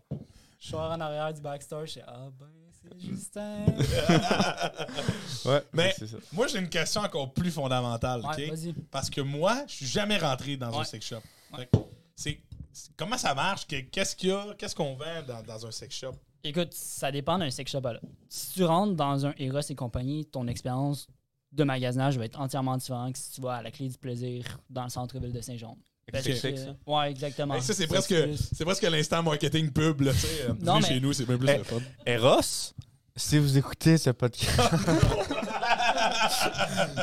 Je sors en arrière du backstore, je suis, ah ben, c'est Justin. Ouais, Mais- c'est ça. Moi, j'ai une question encore plus fondamentale, ok Ouais, vas-y. Parce que moi, je suis jamais rentré dans un Ouais. sex shop. Fait que C'est Comment ça marche? Que- Qu'est-ce qu'il y a? Qu'est-ce qu'on vend dans, dans un sex shop? Écoute, ça dépend d'un sex shop à l'autre. Si tu rentres dans un Eros et compagnie, ton expérience de magasinage va être entièrement différente que si tu vas à la clé du plaisir dans le centre-ville de Saint-Jean. ben, Parce Sex, que- sex, ça. Ouais, exactement. hein? Hey, ça, c'est Ça, presque, plus- c'est presque l'instant marketing pub. Là, tu sais, euh, Non, tu sais, mais- Chez nous, c'est bien plus Eh. le fun. Eros, si vous écoutez ce podcast.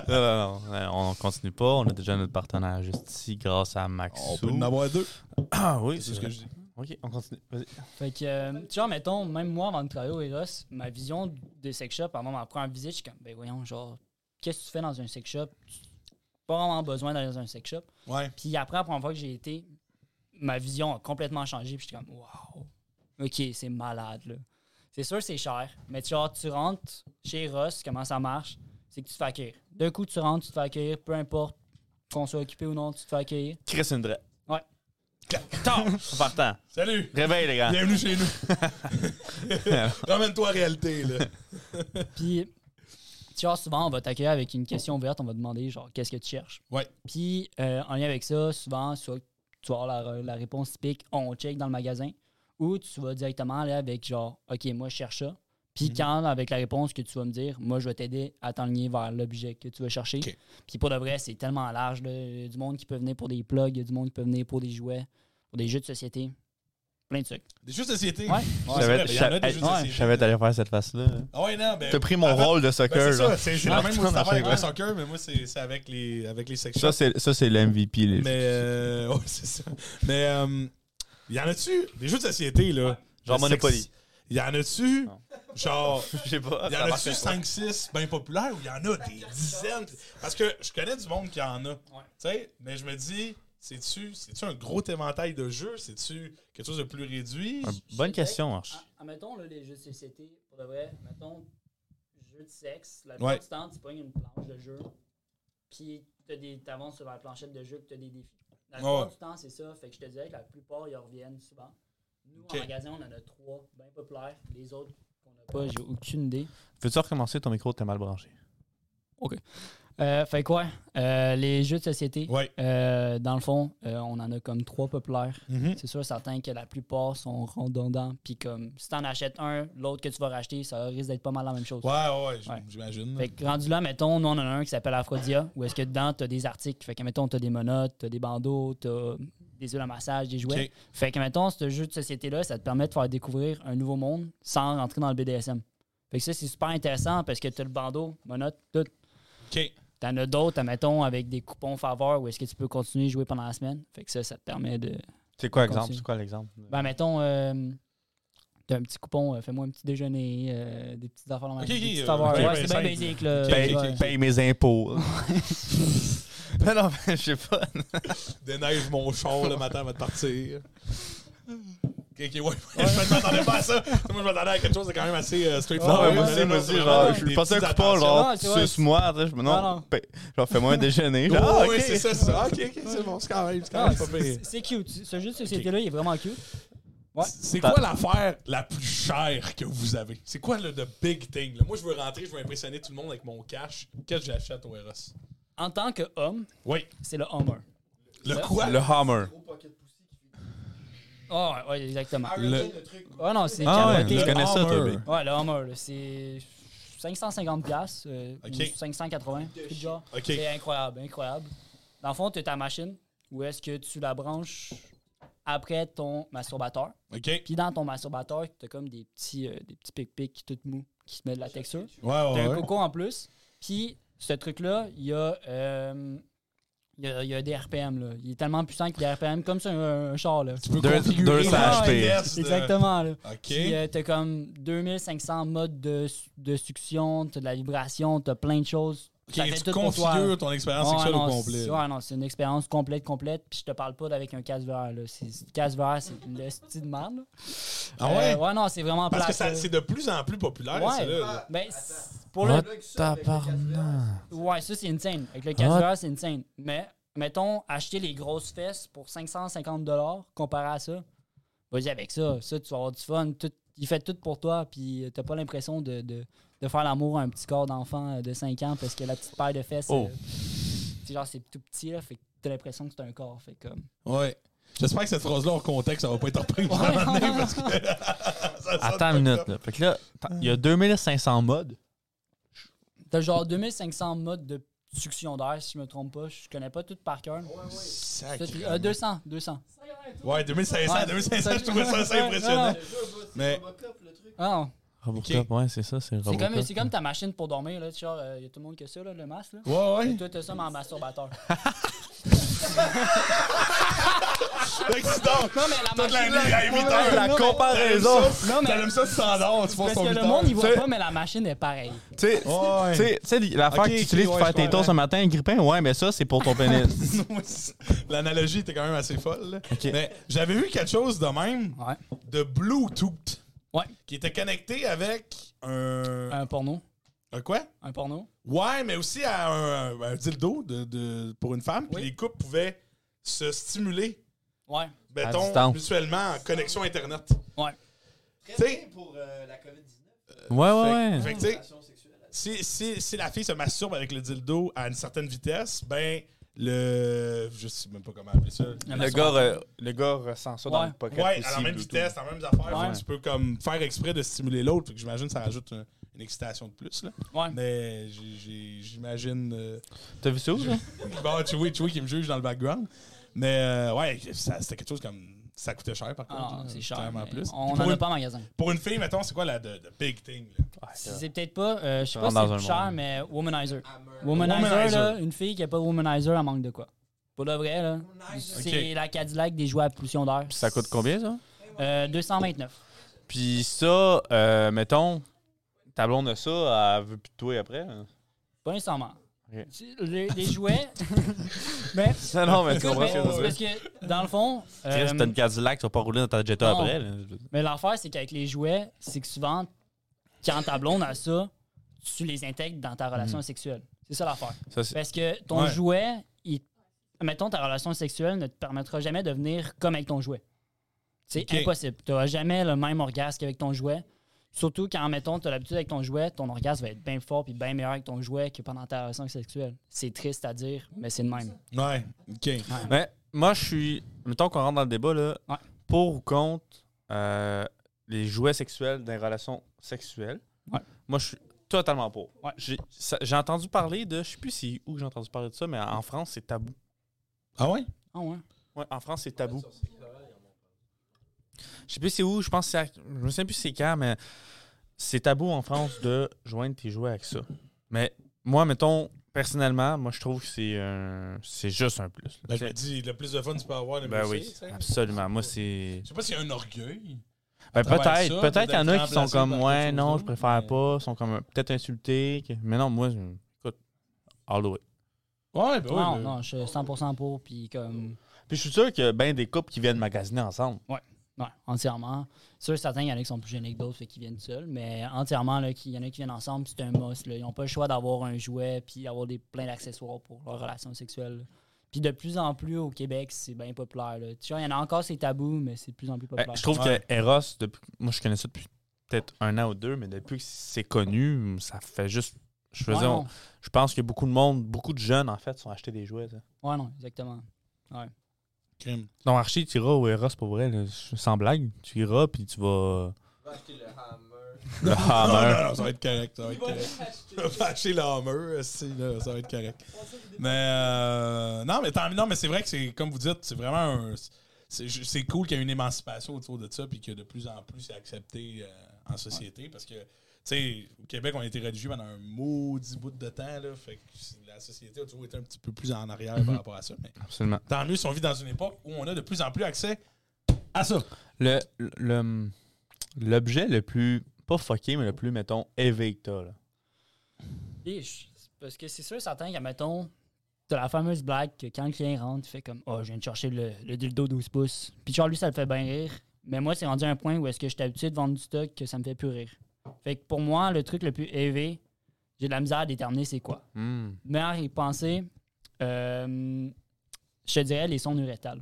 non, non, non, non, on continue pas. On a déjà notre partenaire juste ici grâce à Max. On peut en avoir deux. Ah oui, C'est ce que je dis. Ok, on continue. Vas-y. Fait que, euh, tu vois, mettons, même moi, avant de travailler au Eros, ma vision des sex shops, avant ma première visite, je suis comme, ben voyons, genre, qu'est-ce que tu fais dans un sex shop? Tu- Pas vraiment besoin d'aller dans un sex shop. Ouais. Puis après, la première fois que j'ai été, ma vision a complètement changé. Puis j'étais comme, wow, ok, c'est malade, là. C'est sûr, c'est cher, mais tu, genre, tu rentres chez Ross, comment ça marche? C'est que tu te fais accueillir. D'un coup, tu rentres, tu te fais accueillir, peu importe qu'on soit occupé ou non, tu te fais accueillir. Chris une drette. Ouais. Tant, partant. Salut! Réveil, les gars. Bienvenue chez nous. Ramène-toi à la réalité. Là. Puis, tu vois, souvent, on va t'accueillir avec une question ouverte, on va demander, genre, qu'est-ce que tu cherches? Ouais. Puis, euh, en lien avec ça, souvent, soit tu vas avoir la, la réponse typique, on check dans le magasin, ou tu vas directement aller avec, genre, OK, moi, je cherche ça. Puis, Mhm. quand, avec la réponse que tu vas me dire, moi, je vais t'aider à t'enligner vers l'objet que tu vas chercher. OK. Puis, pour de vrai, c'est tellement large. là. Il y a du monde qui peut venir pour des plugs, il y a du monde qui peut venir pour des jouets, pour des jeux de société, plein de trucs. Des jeux de société. Ouais. c'est vrai, il y en a des Je jeux de ouais, société. savais que t'allais faire cette face-là. Ah ouais, non, ben, T'as pris mon avant- rôle de ben, c'est soccer, ça, là. c'est- j'ai la Ah, même tu moustache t'en avec fais le quoi? hein, soccer, mais moi, c'est c'est avec les, avec les sex shops. Ça, c'est, ça, c'est l'MVP. les- Mais, euh, ouais, c'est ça. Mais, euh, y en a-tu des jeux de société, là? Genre Monopoly. Y en a-tu, Non. genre, Je sais pas. y ça en marche a-tu pas. 5-6 bien populaires ou y en a des dizaines? Parce que je connais du monde qui en a. Tu sais, mais je me dis, c'est-tu c'est-tu un gros éventail de jeux? C'est-tu quelque chose de plus réduit? Euh, Bonne question, Arch. Ah, mettons, là, les jeux de société, pour de vrai, mettons, jeux de sexe, la Ouais. plupart du temps, tu pognes une planche de jeu, puis t'as des- t'avances sur la planchette de jeu, puis t'as des défis. La plupart Ouais. du temps, c'est ça, fait que je te dirais que la plupart, ils reviennent souvent. Nous, Ok. en magasin, on en a trois, bien populaires, les autres qu'on n'a pas, j'ai aucune idée. Veux-tu recommencer ton micro? T'es mal branché. Euh, fait quoi? les jeux de société, Ouais. euh, dans le fond, euh, on en a comme trois populaires. Mhm. C'est sûr, certain que la plupart sont redondants. Puis comme si t'en achètes un, l'autre que tu vas racheter, ça risque d'être pas mal la même chose. Ouais, ouais, ouais, j- Ouais. j'imagine. Fait que rendu là, mettons, nous on en a un qui s'appelle Aphrodia, où est-ce que dedans, t'as des articles. Fait que mettons, t'as des monotes, t'as des bandeaux, t'as des huiles à massage, des jouets. Ok. Fait que mettons, ce jeu de société-là, ça te permet de faire découvrir un nouveau monde sans rentrer dans le BDSM. Fait que ça, c'est super intéressant parce que t'as le bandeau, monote, tout. OK. T'en as d'autres, mettons, avec des coupons faveur où est-ce que tu peux continuer à jouer pendant la semaine. Fait que ça, ça te permet de. C'est quoi Continue. l'exemple? C'est quoi l'exemple? Ben, mettons, euh, t'as un petit coupon, euh, fais-moi un petit déjeuner, euh, des petites affaires dans ma Ok, vie, ok, des petites euh, affaires. ok, Ouais, ben, c'est bien simple. basique, là. Ok, Paye, ok, Ouais. ok. paye mes impôts. ben non, ben, je sais pas. Déneige mon char le matin avant de partir. Ok, ok, ouais, ouais, je m'attendais pas à ça. Moi, je m'attendais à quelque chose de quand même assez euh, Non, straightforward. mais moi Vous aussi, allez moi me aussi, dire, genre, euh, je des lui passais un petites coupon, genre, Non, c'est vrai, suce-moi, tu sais, je- non, Non, non. paye- genre, fais-moi un déjeuner, genre, Oh, Ah, ok. oui, c'est ça, c'est ça. Ok, ok, c'est bon, c'est quand même, c'est quand Ah, même pas pire. c'est- C'est cute. Ce jeu de société-là, il est vraiment cute. ouais. C'est quoi l'affaire la plus chère que vous avez? C'est quoi le the big thing? là? Moi, je veux rentrer, je veux impressionner tout le monde avec mon cash. Qu'est-ce que j'achète au Eros? En tant qu'homme, Oui. c'est le Hummer. Le Le- quoi? Le Hammer. Gros pocket pussy qui fait. Ah, ouais, ouais, exactement. Ah, Le- le truc. Ouais, non, c'est Ah ouais, capoté. tu connais ça, toi, Hammer. Big. Ouais, le Hummer, là, c'est 550$, piastres, euh, Ok. ou 580, quelque chose de genre. Ok. C'est incroyable, incroyable. Dans le fond, tu as ta machine où est-ce que tu la branches après ton masturbateur. Ok. Ouais, Puis dans ton masturbateur, tu as comme des petits, euh, des petits pic-pics tout mous qui te mettent de la texture. T'as ouais, un ouais. coco en plus. Puis ce truc-là, il y, a, euh, il y a, il y a des RPM. Là. Il est tellement puissant qu'il y a des RPM comme sur un, un char. Là. Tu peux Deux- configurer 200 la HP. vitesse de- Exactement. Là. Ok. Puis euh, t'as comme 2500 modes de, su- de succion, t'as de la vibration, t'as plein de choses. Ok, Ça fait tu tout pour toi, là. configures ton expérience Ouais, sexuelle au non, complet. c'est- ouais, non, c'est une expérience complète, complète. Puis je te parle pas d'avec un casque VR. Là. C'est- le casque VR, c'est le style de merde. là. Ah ouais? Euh, ouais, non, c'est vraiment Parce que plate, ça- là. c'est de plus en plus populaire, Ouais. ça, là. Ah, Ben, attends. c'est- pour What le, Plug ça avec le tabarnak. Ouais, ça, c'est insane. Avec le What? casse c'est insane. Mais, mettons, acheter les grosses fesses pour 550 comparé à ça, vas-y avec ça. Ça, tu vas avoir du fun. Tout- il fait tout pour toi, puis euh, t'as pas l'impression de, de- de faire l'amour à un petit corps d'enfant euh, de 5 ans parce que la petite paire de fesses, Oh. euh, c'est genre, c'est tout petit, là, fait que t'as l'impression que c'est un corps. Fait que, comme, Ouais. J'espère que cette phrase-là, hors contexte, ça va pas être reprise. Ouais, à un moment donné, ouais. parce que- ça sonne Attends une pas minute, comme- là. Fait que là, t'as- il y a 2500 modes. T'as genre 2500 modes de succion d'air, si je me trompe pas. Je connais pas tout par cœur. Ouais, ouais. Ça, tu- Sacrément. euh, 200, 200. Ça, y en a un truc. Ouais, 2500, Ouais. 2500, je trouvais ça assez Ouais, impressionnant. non, Le jeu va, Mais- c'est Robocop, le truc. Ah non. Robocop, ouais, c'est ça, c'est C'est Robocop. comme, c'est comme ta machine pour dormir, là. tu sais, Genre, il y a tout le monde qui a ça, là, le masque, là. Ouais, ouais. Et toi, t'as ça, mais en masturbateur. Accident. Non, mais la Toute la machine. nuit à 8 Ah, heures. la comparaison! Non, mais. T'aimes ça, tu t'endors, tu passes Parce ton que 8 le heures. monde, il voit C'est- pas, mais la machine est pareille. Tu sais, Ouais. tu sais- tu sais, l'affaire Ok, que ok, tu utilises pour ouais, faire je tes tours ce comprends. matin, grippin, ouais, mais ça, c'est pour ton pénis. L'analogie était quand même assez folle. là. Ok. Mais j'avais vu quelque chose de même Ouais. de Bluetooth. Ouais. Euh. Qui était connecté avec un. Un porno. Un quoi? Un porno. Ouais, mais aussi à un, un dildo de, de- pour une femme. Puis Oui. les couples pouvaient se stimuler, Ouais. À mettons, distance. mutuellement en connexion Internet. Très T'sais- bien pour euh, la COVID-19. ouais, ouais, Ah Fait- ouais. fait que, tu sais, Relation sexuelle. si, si, si la fille se masturbe avec le dildo à une certaine vitesse, ben le. Je sais même pas comment appeler ça. Le gars, euh, le gars ressent ça dans Ouais. le pocket. Ouais, aussi, à la même Bluetooth. vitesse, à la même affaire. Ouais. fait que Tu peux comme faire exprès de stimuler l'autre. Fait que j'imagine que ça ajoute un- une excitation de plus. Là. Ouais. Mais j'ai- j'ai- j'imagine. euh, T'as vu ça où, ça? bon, Chewie, Chewie qui me juge dans le background. Mais euh, ouais, ça- c'était quelque chose comme. Ça coûtait cher par contre. Ah non, là, c'est cher. clairement mais plus. On pour, en a une, pas en magasin. pour une fille, mettons, c'est quoi la de, de big thing? là? Si c'est peut-être pas, euh, je sais pas si Dans c'est un plus cher, monde. mais womanizer. Hammer. Womanizer, Womanizer. là, une fille qui a pas de womanizer, elle manque de quoi. Pour le vrai, là. Womanizer. C'est Ok. la Cadillac des jouets à pollution d'air. Puis ça coûte combien, ça? Euh, 229. Puis ça, euh, mettons, ta blonde a ça, elle veut plus de toi après. hein. Pas nécessairement. Ok. Tu- Les, les jouets. mais. Non, non, mais tu Écoute, comprends mais ce que je veux dire. parce que, dans le fond. Chris, euh, t'as une Cadillac, tu vas pas rouler dans ta Jetta non. après. là. Mais l'affaire, c'est qu'avec les jouets, c'est que souvent, quand ta blonde a ça, tu les intègres dans ta Mhm. relation sexuelle. C'est ça l'affaire. Ça, c'est- Parce que ton Ouais. jouet, il- mettons, ta relation sexuelle ne te permettra jamais de venir comme avec ton jouet. C'est Ok. impossible. Tu n'auras jamais le même orgasme qu'avec ton jouet. Surtout quand, mettons, tu as l'habitude avec ton jouet, ton orgasme va être bien fort puis bien meilleur avec ton jouet que pendant ta relation sexuelle. C'est triste à dire, mais c'est le même. Ouais, ok. Mais moi, je suis. Mettons qu'on rentre dans le débat, là. Ouais. Pour ou contre euh, les jouets sexuels dans les relations sexuelles. Ouais. Moi, je suis totalement pour. Ouais. J'ai ça- j'ai entendu parler de. Je sais plus si où j'ai entendu parler de ça, mais en France, c'est tabou. Ah ouais? Ah ouais? Ouais, en France, c'est tabou. Je sais plus c'est où, je pense que c'est à- je me souviens plus c'est quand, mais c'est tabou en France de joindre tes jouets avec ça. Mais moi, mettons, personnellement, moi je trouve que c'est un- c'est juste un plus. là. Ben, je me dis, le plus de fun tu peux avoir, le Ben mieux oui, c'est, tu sais. absolument. Moi, c'est. Je sais pas s'il y a un orgueil. Ben, travers ça, peut-être, peut-être d'être qu'il y en a qui sont remplacé comme, par quelque ouais, chose non, d'autre, je préfère mais- pas, sont comme euh, peut-être insultés. que- Mais non, moi, je- écoute, all the way. Ouais, ben non, oui. non, je suis 100% pour. Puis comme. Puis je suis sûr qu'il y a ben des couples qui viennent magasiner ensemble. Ouais, entièrement. Sûr, certains, il y en a qui sont plus gênés que d'autres, fait qu'ils viennent seuls. Mais entièrement, là, qu'il- il y en a qui viennent ensemble, puis c'est un must. là. Ils n'ont pas le choix d'avoir un jouet puis avoir des, plein d'accessoires pour leur relation sexuelle. là. Puis de plus en plus au Québec, c'est bien populaire. là. Tu sais, il y en a encore, c'est tabou, mais c'est de plus en plus Ben, populaire. je trouve Ouais. que Eros, depuis- moi, je connais ça depuis peut-être un an ou deux, mais depuis que c'est connu, ça fait juste. Je, veux ouais, dire, non. je pense que beaucoup de monde, beaucoup de jeunes, en fait, sont achetés des jouets. ça. Ouais, non, exactement. Crime. Donc, Archie, tu iras au Eros pour vrai, là, sans blague. Tu iras, puis tu vas. Va acheter le Hammer. Le hammer. Ah, Non, non, non, ça va être correct. Ça va Il être va correct. juste acheter. Fâcher l'hammer, si, là, ça va être correct. On sait que des- Mais euh, non, mais tant- non, mais c'est vrai que c'est comme vous dites, c'est vraiment un- c'est ju- c'est cool qu'il y ait une émancipation autour de ça, puis que de plus en plus c'est accepté euh, en société, parce que tu sais, au Québec, on a été religieux pendant un maudit bout de temps, là, fait que c'est- la société a toujours été un petit peu plus en arrière par Mhm. rapport à ça. Mais Absolument. tant mieux si on vit dans une époque où on a de plus en plus accès à ça. Le, le- l'objet le plus. Pas fucké, mais le plus, mettons, éveillé que t'as, là. Ish. C'est Parce que c'est sûr, certains, que, mettons, t'as la fameuse blague que quand le client rentre, il fait comme Oh, je viens de chercher le, le dildo 12 pouces. Puis genre, lui, ça le fait bien rire. Mais moi, c'est rendu à un point où est-ce que je suis habitué de vendre du stock que ça me fait plus rire. Fait que pour moi, le truc le plus élevé, j'ai de la misère à déterminer c'est quoi. Hmm. Mais à y penser, euh, je te dirais les sondes urétales.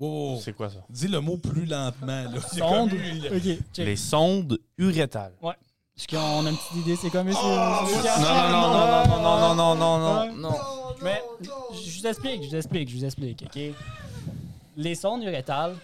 Oh, C'est quoi ça? dis le mot plus lentement. Là. C'est Sonde. comme Euh, une- Ok, Les sondes urétales. Est-ce qu'on a une petite idée, c'est comme ici? Oh, c'est- moi, Non, non, non, non, non, non, non, non, non, non, non. Mais je vous explique, je vous explique, je vous explique, OK? les sondes urétales,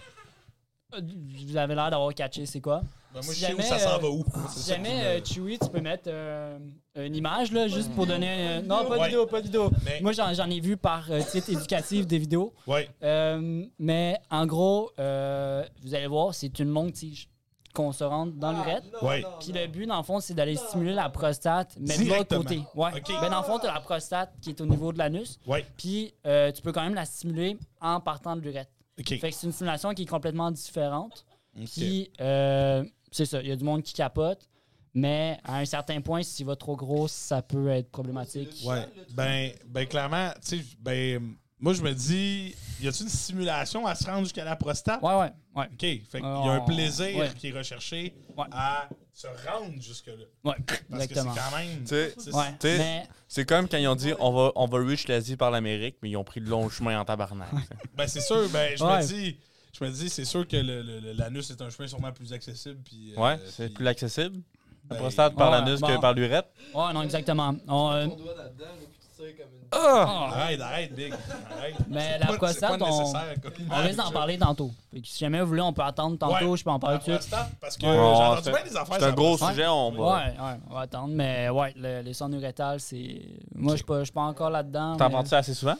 euh, vous avez l'air d'avoir catché, c'est quoi? Ben, moi, Si je sais où jamais, ça s'en va où. C'est Si ça qui jamais, me- euh, Chewie, tu peux mettre euh, une image, là, juste pour donner... un- non, pas de Ouais. vidéo, pas de vidéo. Mais- Moi, j'en j'en ai vu par euh, titre éducatif des vidéos. Ouais. Euh, mais en gros, euh, vous allez voir, c'est une longue tige qu'on se rentre dans l'urètre. Ouais. Puis le but, dans le fond, c'est d'aller stimuler la prostate, mais de l'autre Directement. côté. Ouais. Ok. Ben, dans le fond, tu as la prostate qui est au niveau de l'anus. Ouais. Puis euh, tu peux quand même la stimuler en partant de l'urètre. OK. Fait que c'est une stimulation qui est complètement différente. Ok. Puis euh, c'est ça, il y a du monde qui capote. Mais à un certain point, s'il va trop gros, ça peut être problématique. Ouais. Ben, ben clairement, tu sais, ben, moi, je me dis, y a-t-il une stimulation à se rendre jusqu'à la prostate? Ouais, ouais, ouais. OK. Fait qu'il y a un Oh, plaisir ouais. qui est recherché Ouais. à se rendre jusque-là. Ouais, Parce exactement. que c'est quand même. Tu sais, c'est- Ouais, T'sais, mais c'est comme quand ils ont dit on va, on va reach l'Asie par l'Amérique, mais ils ont pris le long chemin en tabarnak. t'sais. Ben, c'est sûr. Ben, je Ouais. me dis, je me dis, c'est sûr que le- le- le- l'anus est un chemin sûrement plus accessible. Puis, euh, Ouais, c'est puis- plus accessible. La ben, prostate par Ouais, l'anus bon. que par l'urette. ouais, non, exactement. On, euh, Ton doigt là-dedans, là, puis tu tires comme une. ah! Arrête, arrête, Big. Arrête. Mais C'est la pas- c'est prostate, pas on- nécessaire comme on risque d'en parler tantôt. Fait que si jamais vous voulez, on peut attendre tantôt, Ouais. je peux en parler La tout de suite. prostate, parce que Ouais, j'ai entendu c'est- bien des affaires. C'est sur un la gros prostate. sujet, on Ouais, va. ouais, on va attendre, mais ouais, le- les sondes urétales, c'est. Moi, je suis pas- je suis pas encore là-dedans. T'en mais- parles-tu assez souvent?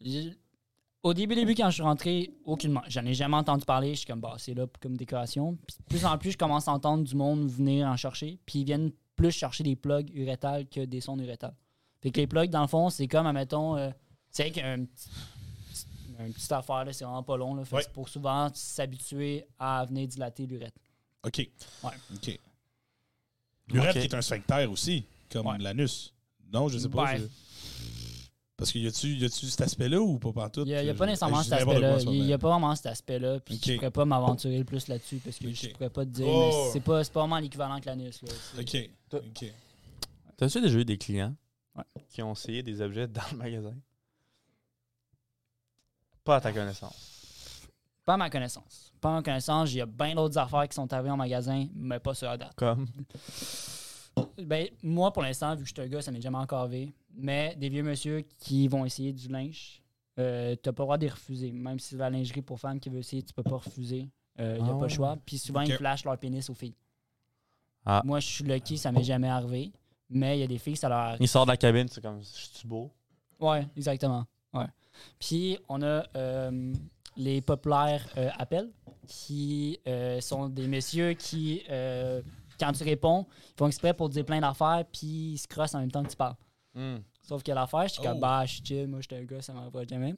J'ai- Au début, début, quand je suis rentré, aucunement. J'en ai jamais entendu parler. Je suis comme, bah, c'est là comme décoration. Puis de plus en plus, je commence à entendre du monde venir en chercher. Puis ils viennent plus chercher des plugs urétales que des sondes urétales. Fait que les plugs, dans le fond, c'est comme, admettons, euh, c'est avec un petit. petit- une petite affaire, là, c'est vraiment pas long. Là, Fait que Ouais. c'est pour souvent s'habituer à venir dilater l'urètre. OK. Ouais. OK. L'urètre Ok. qui est un sphincter aussi, comme Ouais. l'anus. Non, je sais pas. Ben. je- Parce qu'il y a-tu y a-tu cet aspect-là ou pas partout? Il n'y a, il y a euh, Je- pas nécessairement je dis cet n'importe aspect-là. quoi, ça, Il n'y a mais- pas vraiment cet aspect-là. Puis Ok. je ne pourrais pas m'aventurer le plus là-dessus parce que je Ok. pourrais pas te dire. Oh. mais c'est pas, c'est pas vraiment l'équivalent que l'anus. là. C'est- OK. OK. T'as-tu déjà eu des clients Ouais. qui ont essayé des objets dans le magasin? Pas à ta connaissance. Pas à ma connaissance. Pas à ma connaissance. Il y a bien d'autres affaires qui sont arrivées en magasin, mais pas sur la date. Comme. Ben, moi, pour l'instant, vu que je suis un gars, ça m'est jamais encore arrivé. Mais des vieux monsieur qui vont essayer du linge, euh, t'as pas le droit de les refuser. Même si c'est de la lingerie pour femmes qui veut essayer, tu peux pas refuser. Il n'y a Ah pas le ouais. choix. Puis souvent, ils Ok. flashent leur pénis aux filles. Ah. Moi, je suis lucky, ça m'est jamais arrivé. Mais il y a des filles, ça leur arrive. Il sort de la cabine, c'est comme, je suis beau. Ouais, exactement. Ouais. Puis on a euh, les populaires euh, appels qui euh, sont des messieurs qui, euh, quand tu réponds, ils font exprès pour te dire plein d'affaires puis ils se crossent en même temps que tu parles. Sauf que l'affaire, je suis Oh. comme, bah, je suis chill, moi, j'étais un gars, ça m'arrivera jamais.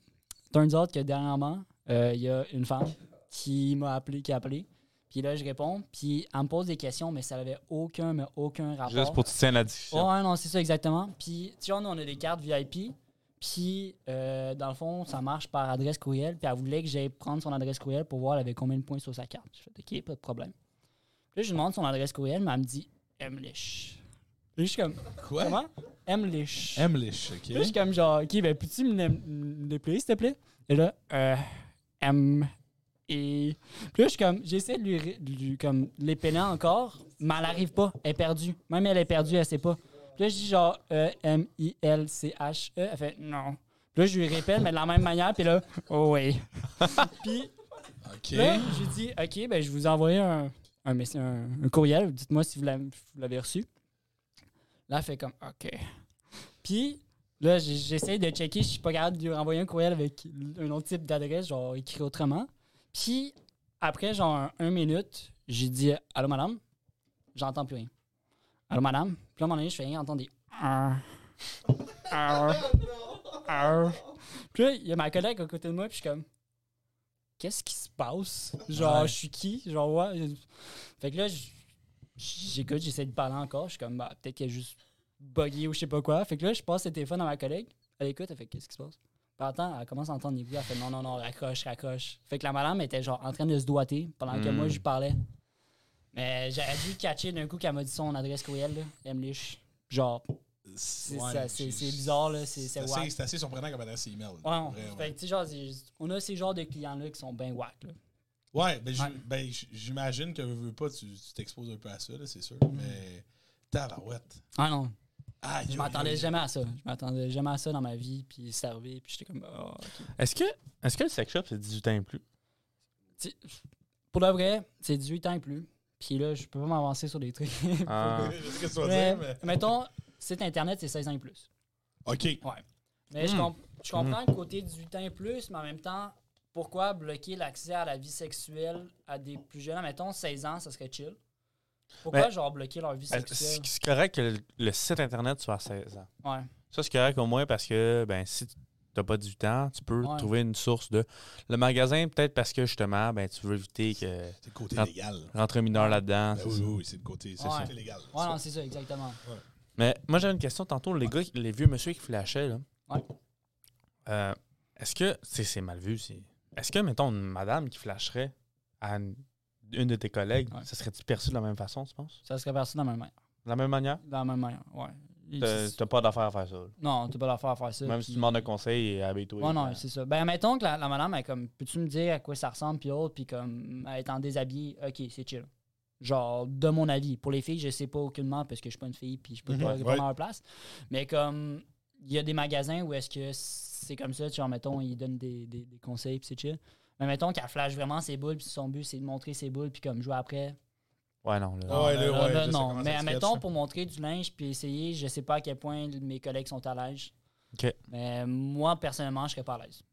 Turns out que dernièrement, euh, il y a une femme qui m'a appelé, qui a appelé. Puis là, je réponds, puis elle me pose des questions, mais ça n'avait aucun, mais aucun rapport. Ah, Juste pour que tu tiennes la discussion. Ouais, non, c'est ça exactement. Puis, tu vois, nous, on a des cartes VIP. Puis, euh, dans le fond, ça marche par adresse courriel. Puis, elle voulait que j'aille prendre son adresse courriel pour voir elle avait combien de points sur sa carte. Je fais, OK, pas de problème. Là, je lui demande son adresse courriel, mais elle me dit Emlich. Là, je suis comme, Quoi? comment Emlich. Emlish, OK. Là, je suis comme, genre, OK, ben, peux-tu me me- me déplier, s'il te plaît Et là, euh, M. Et. Puis là, je suis comme, j'essaie de lui, ré- de lui comme, l'épeler encore, mais elle n'arrive pas. Elle est perdue. Même elle est perdue, elle sait pas. Puis là, je dis genre E, E-M-I-L-C-H-E. E. Elle fait non. Puis là, je lui répète, mais de la même manière. Puis là, oh oui. puis OK. là, j'ai dit, OK, ben, je vous ai envoyé un, un, mess- un- un courriel. Dites-moi si vous l'avez vous l'avez reçu. Là, elle fait comme OK. Puis là, j'ai- j'essaie de checker. Je suis pas capable de lui renvoyer un courriel avec un autre type d'adresse, genre écrit autrement. Puis après, genre, un minute, j'ai dit Allô, madame. J'entends plus rien. Allô, madame. Puis là, à un moment donné, je fais rien entendre des Ah. Ah. Ah. Puis là, il y a ma collègue à côté de moi, puis je suis comme Qu'est-ce qui se passe Genre, Ouais. je suis qui Genre, ouais. Fait que là, je- j'écoute, j'essaie de parler encore. Je suis comme, bah, peut-être qu'elle est juste buggée ou je sais pas quoi. Fait que là, je passe le téléphone à ma collègue. Elle écoute, elle fait, qu'est-ce qui se passe? Puis attends, elle commence à entendre des bruits. Elle fait, non, non, non, raccroche, raccroche. Fait que la madame était genre en train de se doiter pendant que Hmm. moi, je lui parlais. Mais j'aurais dû catcher d'un coup qu'elle m'a dit son adresse courriel, là, Emlich. Genre, c'est Ouais, ça, c'est- j'ai- c'est bizarre, là, c'est- c'est assez- wack. C'est assez surprenant comme adresse email. ouais, là, on- vraiment. fait que, tu sais, genre, c'est- on a ces genres de clients-là qui sont ben whack, là. Ouais, ben, j'im- Ouais. ben, j- Mm. j'imagine que veux, veux pas, tu tu t'exposes un peu à ça, là, c'est sûr. Mais tabarouette. Ah non. Ah, Je m'attendais jamais à ça. Je m'attendais jamais à ça dans ma vie. Puis c'est arrivé. Puis j'étais comme. Ah, ok. Est-ce que, est que le sex shop, c'est 18 ans et plus? Tu- Pour de vrai, c'est 18 ans et plus. Puis là, je peux pas m'avancer sur des trucs. Ah. Je sais ce que tu vas mais, dire, mais. mettons, site internet, c'est 16 ans et plus. Ok. Mais je, Hmm. comp- je comprends le côté 18 ans et plus, mais en même temps, pourquoi bloquer l'accès à la vie sexuelle à des plus jeunes? Mettons, 16 ans, ça serait chill. Pourquoi, Ben, genre, bloquer leur vie Ben, sexuelle? C'est c'est correct que le, le site internet soit à 16 ans. Ouais. Ça, c'est correct au moins parce que ben si tu n'as pas du temps, tu peux Ouais. trouver une source de. Le magasin, peut-être parce que justement, ben tu veux éviter que C'est le côté Ah. légal. rentre un mineur là-dedans. Ben c'est oui, ça. oui, oui, c'est le côté, c'est Ouais. le côté légal. Ouais, non, c'est ça, exactement. Mais moi, j'avais une question tantôt. Les, gars, les vieux monsieur qui flashaient, là. Ouais. Euh, Est-ce que. C'est c'est mal vu. c'est- Est-ce que, mettons, une madame qui flasherait à une, une de tes collègues, Ouais. ça serait-tu perçu de la même façon, tu penses Ça serait perçu dans ma main. De la même manière Dans la même manière, ouais. T'as t'as pas d'affaire à faire ça. là. Non, t'as pas l'affaire à faire ça. Même si tu demandes un conseil, habille-toi. Ouais, non, c'est ça. Ben, mettons que la, la madame, elle, comme, peux-tu me dire à quoi ça ressemble, puis autre, puis comme, elle est en déshabillé, ok, c'est chill. Genre, de mon avis. Pour les filles, je sais pas aucunement, parce que je suis pas une fille, puis je peux Mhm. pas Ouais. répondre à leur place. Mais comme, il y a des magasins où est-ce que c'est comme ça, genre, mettons, ils donnent des, des- des conseils, puis c'est chill. Mais mettons qu'elle flash vraiment ses boules, puis son but, c'est de montrer ses boules, puis comme, jouer après. Ouais, non. là. Ah ouais, là, Là, ouais, là, là, ça Euh, non, commence à mais être admettons sketch, pour montrer du linge puis essayer, je sais pas à quel point mes collègues sont à l'aise. Ok. Mais moi, personnellement, je serais pas à l'aise.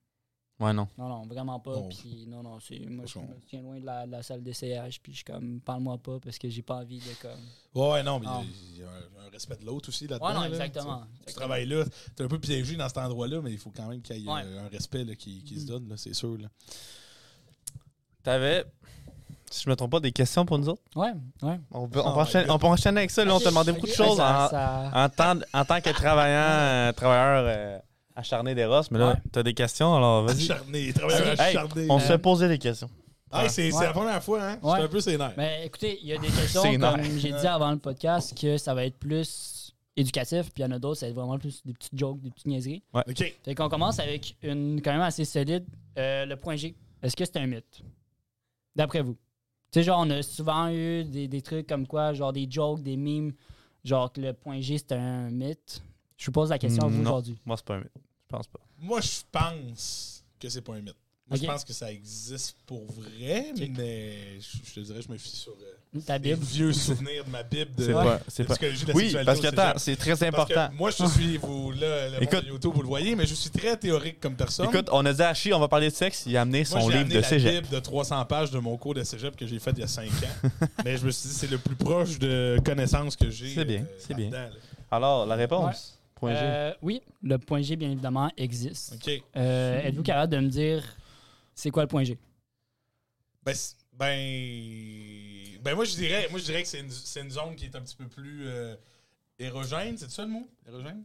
Ouais, non. Non, non, vraiment pas. Non. Puis non, non, c'est moi, je Cochon. me tiens loin de la, de la salle d'essayage. Puis je suis comme, parle-moi pas parce que j'ai pas envie de comme. Ouais, ouais, non, mais Ah. il y a un- un respect de l'autre aussi là-dedans. Ouais, non, là, exactement. tu sais. Tu travailles là, t'es un peu piégé dans cet endroit-là, mais il faut quand même qu'il y ait Ouais. euh, un respect là, qui, qui se Mhm. donne, là, c'est sûr. Là. T'avais, si je me trompe pas, des questions pour nous autres? Ouais, ouais. On peut, Oh on my peut, enchaîner, God. on peut enchaîner avec ça. Là, on t'a demandé beaucoup de choses hein. en, Ça- ça- en tant, en tant que travaillant, euh, travailleur euh, acharné des Ross. Mais là, Ouais. t'as des questions, alors vas-y. Acharné, travailleur Hey, acharné. On Euh, se fait poser des questions. Ah, c'est c'est Ouais. la première fois, hein? Ouais. J'étais un peu sénère. Mais écoutez, il y a des questions, C'est comme nice. j'ai dit avant le podcast, que ça va être plus éducatif. Puis il y en a d'autres, ça va être vraiment plus des petites jokes, des petites niaiseries. OK. Fait qu'on commence avec une quand même assez solide. Euh, le point G. Est-ce que c'est un mythe? D'après vous. Tu sais, genre, on a souvent eu des, des trucs comme quoi, genre des jokes, des mimes, genre que le point G c'est un mythe. Je vous pose la question à vous Non. aujourd'hui. Moi, c'est pas un mythe. Je pense pas. Moi, je pense que c'est pas un mythe. Moi, Ok. je pense que ça existe pour vrai, Ok. mais je, je te dirais, je me fie sur euh, Ta les Bible. vieux souvenirs de ma Bible de, C'est pas. de C'est pas. psychologie de la Oui, sexualité parce que au cégep. attends, c'est très Parce que important. moi, je suis, vous, là, le monde Écoute. de YouTube, vous le voyez, mais je suis très théorique comme personne. Écoute, on a dit à Chi, on va parler de sexe. Il a amené son Moi, j'ai livre amené de la cégep. Bible de 300 pages de mon cours de cégep que j'ai fait il y a 5 ans. mais je me suis dit, c'est le plus proche de connaissances que j'ai. C'est bien, euh, c'est bien. là-dedans, Alors, la réponse. Point G. Euh, oui, le point G, bien évidemment, existe. là. OK. Euh, Êtes-vous capable de me dire c'est quoi le point G? Ben, c- ben, ben moi, je dirais, moi, je dirais que c'est une, c'est une zone qui est un petit peu plus euh, érogène. C'est ça le mot? Érogène?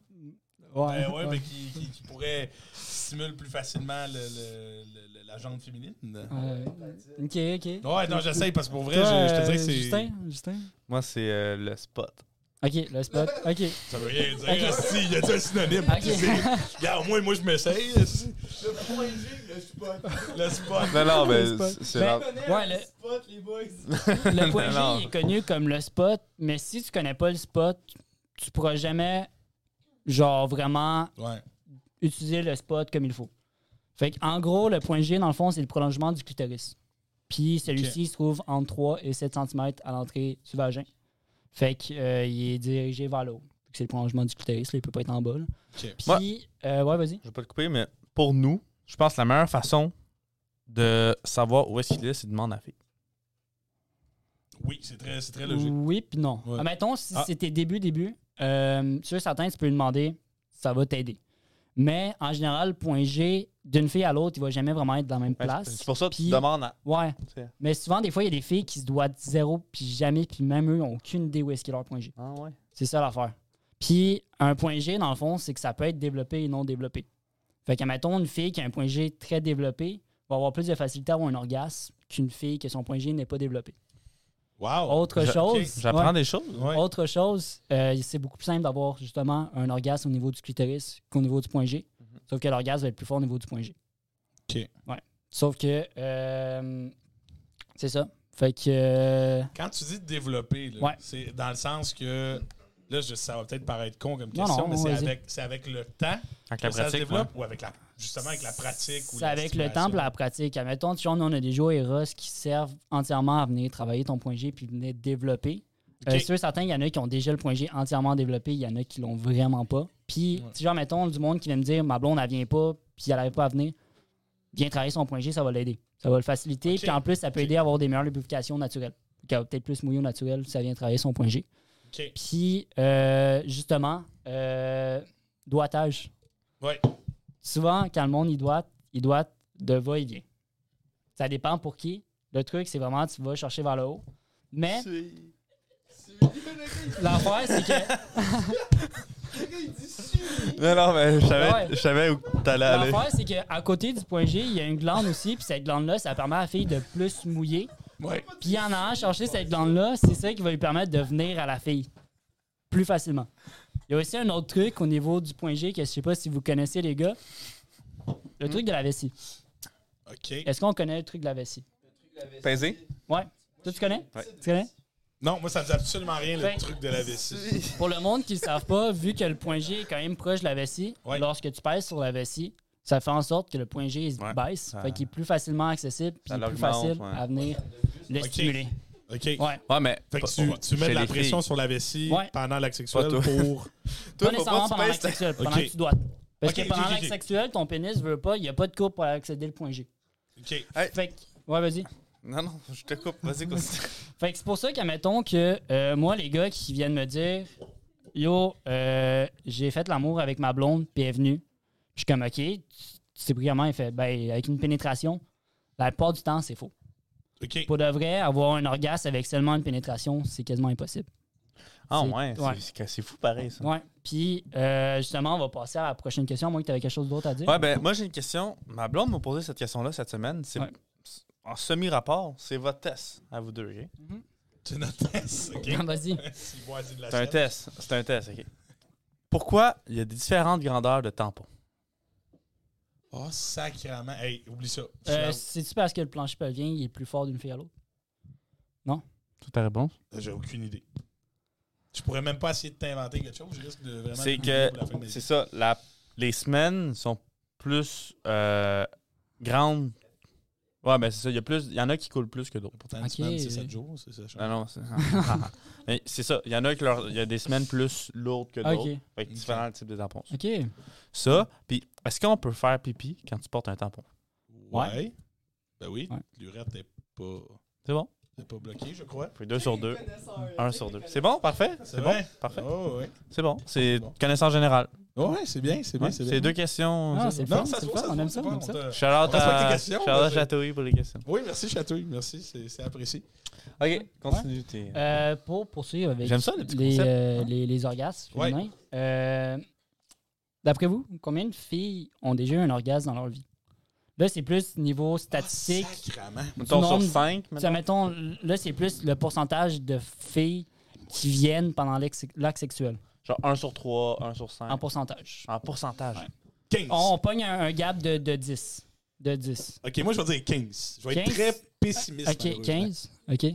Ben ouais, mais qui, qui- qui pourrait stimuler plus facilement le- le- le- le- la jambe féminine. Euh, ok, ok. Ouais, non, j'essaye parce que pour vrai, Toi, je, je te dirais euh, que c'est. Justin, Justin? Moi, c'est euh, le spot. Ok, le spot. Ok. Ça veut rien dire. Ok. Si, il y a un synonyme. Ok. C'est- Regarde, moi, moi je m'essaye. Le point G, là, je suis pas. Le spot. Ben Non, non, mais Le spot. c'est- c'est. la- Ben, Ouais, Ouais, le- le spot, les boys. Le point G Non. il est connu comme le spot, mais si tu connais pas le spot, tu pourras jamais, genre, vraiment Ouais. utiliser le spot comme il faut. Fait que, en gros, le point G, dans le fond, c'est le prolongement du clitoris. Puis celui-ci se trouve entre 3 et 7 cm à l'entrée du vagin. Fait que, euh, il est dirigé vers le haut. Fait que C'est le prolongement du clitoris, là, il peut pas être en bas. là. Ok. Puis, Moi- euh, ouais, vas-y. Je vais pas le couper, mais pour nous, je pense que la meilleure façon de savoir où est-ce qu'il est, c'est de demander à la fille. Oui, c'est très, c'est très logique. Oui, puis non. Ouais. Ah, mettons, si Ah. c'était début, début, euh, sûr, certain, tu peux lui demander, ça va t'aider. Mais en général, le point G, d'une fille à l'autre, il va jamais vraiment être dans la même Ouais, place. C'est pour ça que tu Puis- demandes à. Ouais. C'est- Mais souvent, des fois, il y a des filles qui se doivent zéro, puis jamais, puis même eux, n'ont aucune idée où est-ce qu'il est leur point G. Ah ouais. C'est ça l'affaire. Puis un point G, dans le fond, c'est que ça peut être développé et non développé. Fait que, mettons, une fille qui a un point G très développé va avoir plus de facilité à avoir un orgasme qu'une fille que son point G n'est pas développé. Wow. Autre Je- chose. J'apprends ouais. des choses. Ouais. Autre chose, euh, c'est beaucoup plus simple d'avoir justement un orgasme au niveau du clitoris qu'au niveau du point G. Sauf que l'orgasme va être plus fort au niveau du point G. Mhm. OK. Ouais. Sauf que euh, c'est ça. Fait que euh, Quand tu dis développer, là, Ouais. c'est dans le sens que Là, je- ça va peut-être paraître con comme Non, question, non, mais c'est vas-y. avec, c'est avec le temps Avec que ça la se pratique, ouais. développe ou avec la, justement avec la pratique ou C'est avec le temps temple et la pratique. Admettons, tu vois, nous, on a des joueurs Eros qui servent entièrement à venir travailler ton point G puis venir développer. Ok. Euh, sûr, certains, il y en a qui ont déjà le point G entièrement développé, il y en a qui l'ont vraiment pas. Puis, Ouais. tu genre, mettons, du monde qui vient me dire ma blonde, elle vient pas, puis elle n'arrive pas à venir, viens travailler son point G, ça va l'aider. Ça va le faciliter, Ok. puis en plus, ça peut Ok. aider à avoir des meilleures lubrifications naturelles. Qu'elle va peut-être plus mouiller au naturel, ça vient travailler son point G. OK. Puis, euh, justement, euh, doigtage. Ouais. Souvent, quand le monde, il doit, il doit de va-et-vient. Ça dépend pour qui. Le truc, c'est vraiment, tu vas chercher vers le haut. Mais l'affaire, c'est que, Non, non, mais je Ouais. savais, je savais où t'allais aller. l'affaire, c'est que à côté du point G, il y a une glande aussi. Puis cette glande-là, ça permet à la fille de plus mouiller. Ouais. Puis il y en a un, chercher cette glande-là, c'est ça qui va lui permettre de venir à la fille plus facilement. Il y a aussi un autre truc au niveau du point G que je sais pas si vous connaissez, les gars. Le truc de la vessie. OK. Est-ce qu'on connaît le truc de la vessie? Pesé? Toi, tu connais? Ouais. Tu connais? Non, moi, ça me dit absolument rien, le Ben, truc de la vessie. Pour le monde qui ne le savent pas, vu que le point G est quand même proche de la vessie, Ouais. lorsque tu pèses sur la vessie, ça fait en sorte que le point G il se Ouais. baisse. Ça- Fait qu'il est plus facilement accessible puis Ça il est plus l'augmente, facile ouais. à venir le Ok. stimuler. OK. Ouais. Ouais, mais. Fait que tu, tu mets Chez de la les pression filles. sur la vessie Ouais. pendant l'acte sexuel toi. pour... Toi, pas faut nécessairement pas pendant que l'acte tu pèses. sexuel, pendant Ok. que tu dois. Parce Ok, que pendant ok, l'acte ok. sexuel, ton pénis veut pas, il n'y a pas de courbe pour accéder le point G. OK. Fait que, ouais, vas-y. Non, non, je te coupe. Vas-y, continue. Fait que c'est pour ça qu'admettons que euh, moi, les gars qui viennent me dire Yo, euh, j'ai fait l'amour avec ma blonde, puis elle est venue. Je suis comme OK, tu tu sais pris comment? Il fait Ben, avec une pénétration. La plupart du temps, c'est faux. OK. Pour de vrai, avoir un orgasme avec seulement une pénétration, c'est quasiment impossible. Ah, C'est- ouais, ouais. c'est- c'est c'est fou pareil, ça. Ouais. Puis, euh, justement, on va passer à la prochaine question, à moins que tu avais quelque chose d'autre à dire. Ouais, ben moi j'ai une question. Ma blonde m'a posé cette question-là cette semaine. C'est Ouais. en semi-rapport, c'est votre test à vous deux. ok? C'est notre test. OK. Vas-y. S'il boit du de la C'est un chatte. test. C'est un test, ok. Pourquoi il y a des différentes grandeurs de tampons? Oh, sacrément. Hey, oublie ça. Euh, C'est-tu parce que le plancher pelvien il est plus fort d'une fille à l'autre? Toute ta réponse? J'ai aucune idée. Je pourrais même pas essayer de t'inventer quelque chose. Je risque de vraiment. C'est t'oublier que pour la fin de ma vie. c'est ça. la- les semaines sont plus euh, grandes. Ouais, ben c'est ça. Il y a plus. Il y en a qui coulent plus que d'autres. Pourtant, Ok. une semaine, c'est 7 jours. C'est ça. je Ah non, c'est Mais c'est ça. Il y en a qui leur- il y a des semaines plus lourdes que d'autres. Ok. Fait que Ok. différents types de tampons. OK. Ça, puis est-ce qu'on peut faire pipi quand tu portes un tampon? crois. Ouais. Ben oui, Ouais. l'urette n'est pas, C'est bon. est pas bloquée, je crois. Fait deux sur deux. Un sur deux. C'est bon, parfait. C'est bon, vrai? parfait. Oh, ouais. C'est bon. C'est Bon. connaissance générale. Oh, ouais, c'est bien, c'est bien, Ouais, c'est C'est bien. deux questions. Ah, c'est le Non, fun, ça se c'est le voit, fun, se on aime ça, voit, on aime on ça. t'a- Shout-out On respecte les à, questions, shout-out là, à c'est- Chatouille pour les questions. Oui, merci, Chatouille. Merci, c'est c'est apprécié. OK, continue, tes... Euh, pour poursuivre avec J'aime ça, les petits les, concepts. euh, les, les orgasmes Ouais. féminins, euh, d'après vous, combien de filles ont déjà eu un orgasme dans leur vie? Là, c'est plus niveau statistique. Oh, sacrément. Mettons nombre- sur 5. Tu sais, mettons, là, c'est plus le pourcentage de filles qui viennent pendant l'ex- l'acte sexuel, Genre 1 sur 3, 1 sur en 5. pourcentage. En pourcentage. 15. On, on pogne un, un gap de, de 10. De 10. Ok, moi, je vais dire 15. Je vais être 15? très pessimiste. OK, malheureusement. 15. OK.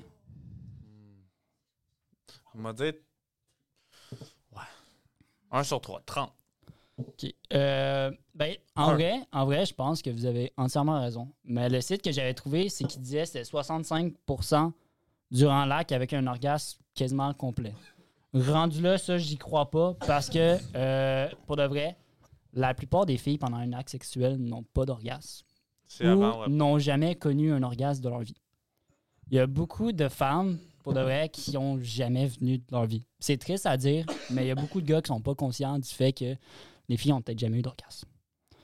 On m'a dit... Ouais. 1 sur 3, 30. OK. Euh, ben, en, Un. vrai, en vrai, je pense que vous avez entièrement raison. Mais le site que j'avais trouvé, c'est qu'il disait que c'était 65 durant l'acte avec un orgasme quasiment complet. Rendu là, ça, j'y crois pas parce que, euh, pour de vrai, la plupart des filles pendant un acte sexuel n'ont pas d'orgasme C'est avant, ou ouais. n'ont jamais connu un orgasme de leur vie. Il y a beaucoup de femmes, pour de vrai, qui n'ont jamais venu de leur vie. C'est triste à dire, mais il y a beaucoup de gars qui sont pas conscients du fait que les filles ont peut-être jamais eu d'orgasme.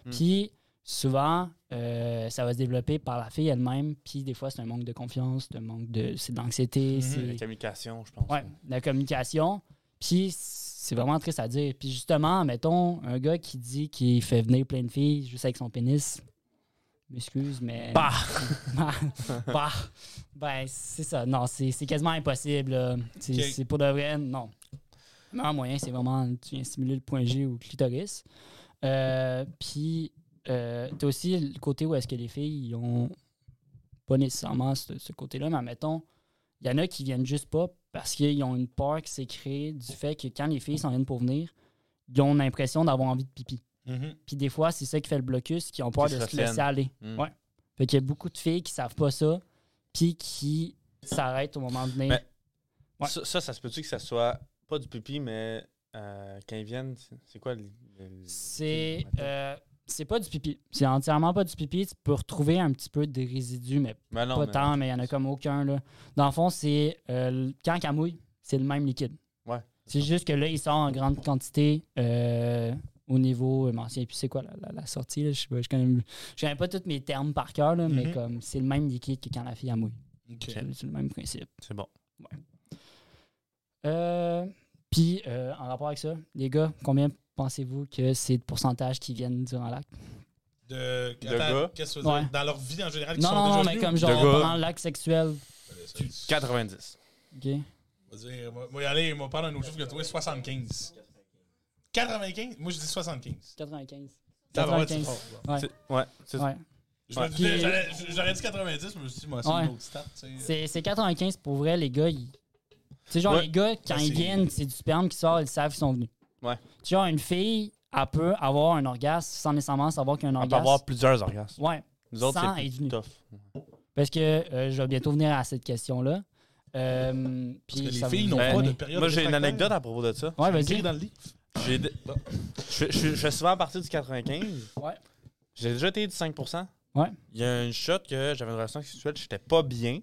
Hmm. Puis souvent, euh, ça va se développer par la fille elle-même, puis des fois, c'est un manque de confiance, c'est un manque de, c'est de Hmm, l'anxiété, c'est- La communication, je pense. Mhm. Ouais, la communication. Puis c'est vraiment triste à dire. Puis justement, mettons, un gars qui dit qu'il fait venir plein de filles juste avec son pénis, je m'excuse, mais. Bah! Bah! Bah! Ben, c'est ça. Non, c'est c'est quasiment impossible. là. C'est Ok. c'est pour de vrai, non. Le meilleur moyen, c'est vraiment, tu viens stimuler le point G ou le clitoris. Euh, puis, euh, t'as aussi le côté où est-ce que les filles, ils ont pas nécessairement ce, ce côté-là, mais mettons, il y en a qui viennent juste pas Parce qu'ils ont une peur qui s'est créée du fait que quand les filles s'en viennent pour venir, ils ont l'impression d'avoir envie de pipi. Mhm. Puis des fois, c'est ça qui fait le blocus, qui ont peur Qui de se se laisser referment. aller. Mm. Ouais. Fait qu'il y a beaucoup de filles qui savent pas ça, puis qui s'arrêtent au moment de venir. Mais- Ouais. Ça, ça, ça se peut-tu que ça soit pas du pipi, mais euh, quand ils viennent, c'est- c'est quoi le. le- C'est le- euh, c'est pas du pipi. C'est entièrement pas du pipi. Tu peux retrouver un petit peu des résidus, mais Mais non, pas mais- tant, mais il y en a comme aucun. Là. Dans le fond, c'est euh, le- quand qu'elle mouille, c'est le même liquide. Ouais. C'est juste que là, il sort en grande quantité euh, au niveau mention. Et puis c'est quoi la, la- la sortie? là? Je sais pas, je connais, je connais pas tous mes termes par cœur, là, mais Mhm. comme c'est le même liquide que quand la fille elle mouille. Ok. C'est- C'est le même principe. C'est bon. Euh, puis euh, en rapport avec ça, les gars, combien pensez-vous que c'est de pourcentage qui viennent durant l'acte? De, De attends, gars. qu'est-ce que tu veux dire? Ouais. Dans leur vie en général, qui Non, sont non, déjà non, mais venus? comme genre De gars. pendant l'acte sexuel. Ça, tu- 90. OK? On va dire, moi, moi, allez, on va prendre un autre chiffre que toi, 75. 95? Moi, je dis 75. 95. Ça va, c'est 95. fort. Ouais. C'est- Ouais. c'est- Ouais. Je me Ouais. disais, Puis- j'allais- J'aurais dit 90, mais je me suis dit, moi, c'est Ouais. une autre stat. tu sais. C'est c'est 95 pour vrai, les gars. Ils... C'est genre, Ouais. les gars, quand Ça, ils c'est- viennent, c'est du sperme qui sort, ils savent qu'ils sont venus. Ouais. Tu vois, une fille, elle peut avoir un orgasme sans nécessairement savoir qu'il y a un On peut orgasme. avoir plusieurs orgasmes. Ouais, Nous autres, Cent c'est et plus demi. tough. parce que euh, je vais bientôt venir à cette question-là. Euh, puis Parce que les ça va filles vous n'ont pas amener. de période Moi, j'ai une réfractaire. anecdote à propos de ça. Ouais, Écrit vas-y. dans le livre. J'ai de- Je, je- je fais souvent partie du 95. Ouais. J'ai déjà été du 5%. Ouais. Il y a une shot que j'avais une relation sexuelle, j'étais pas bien.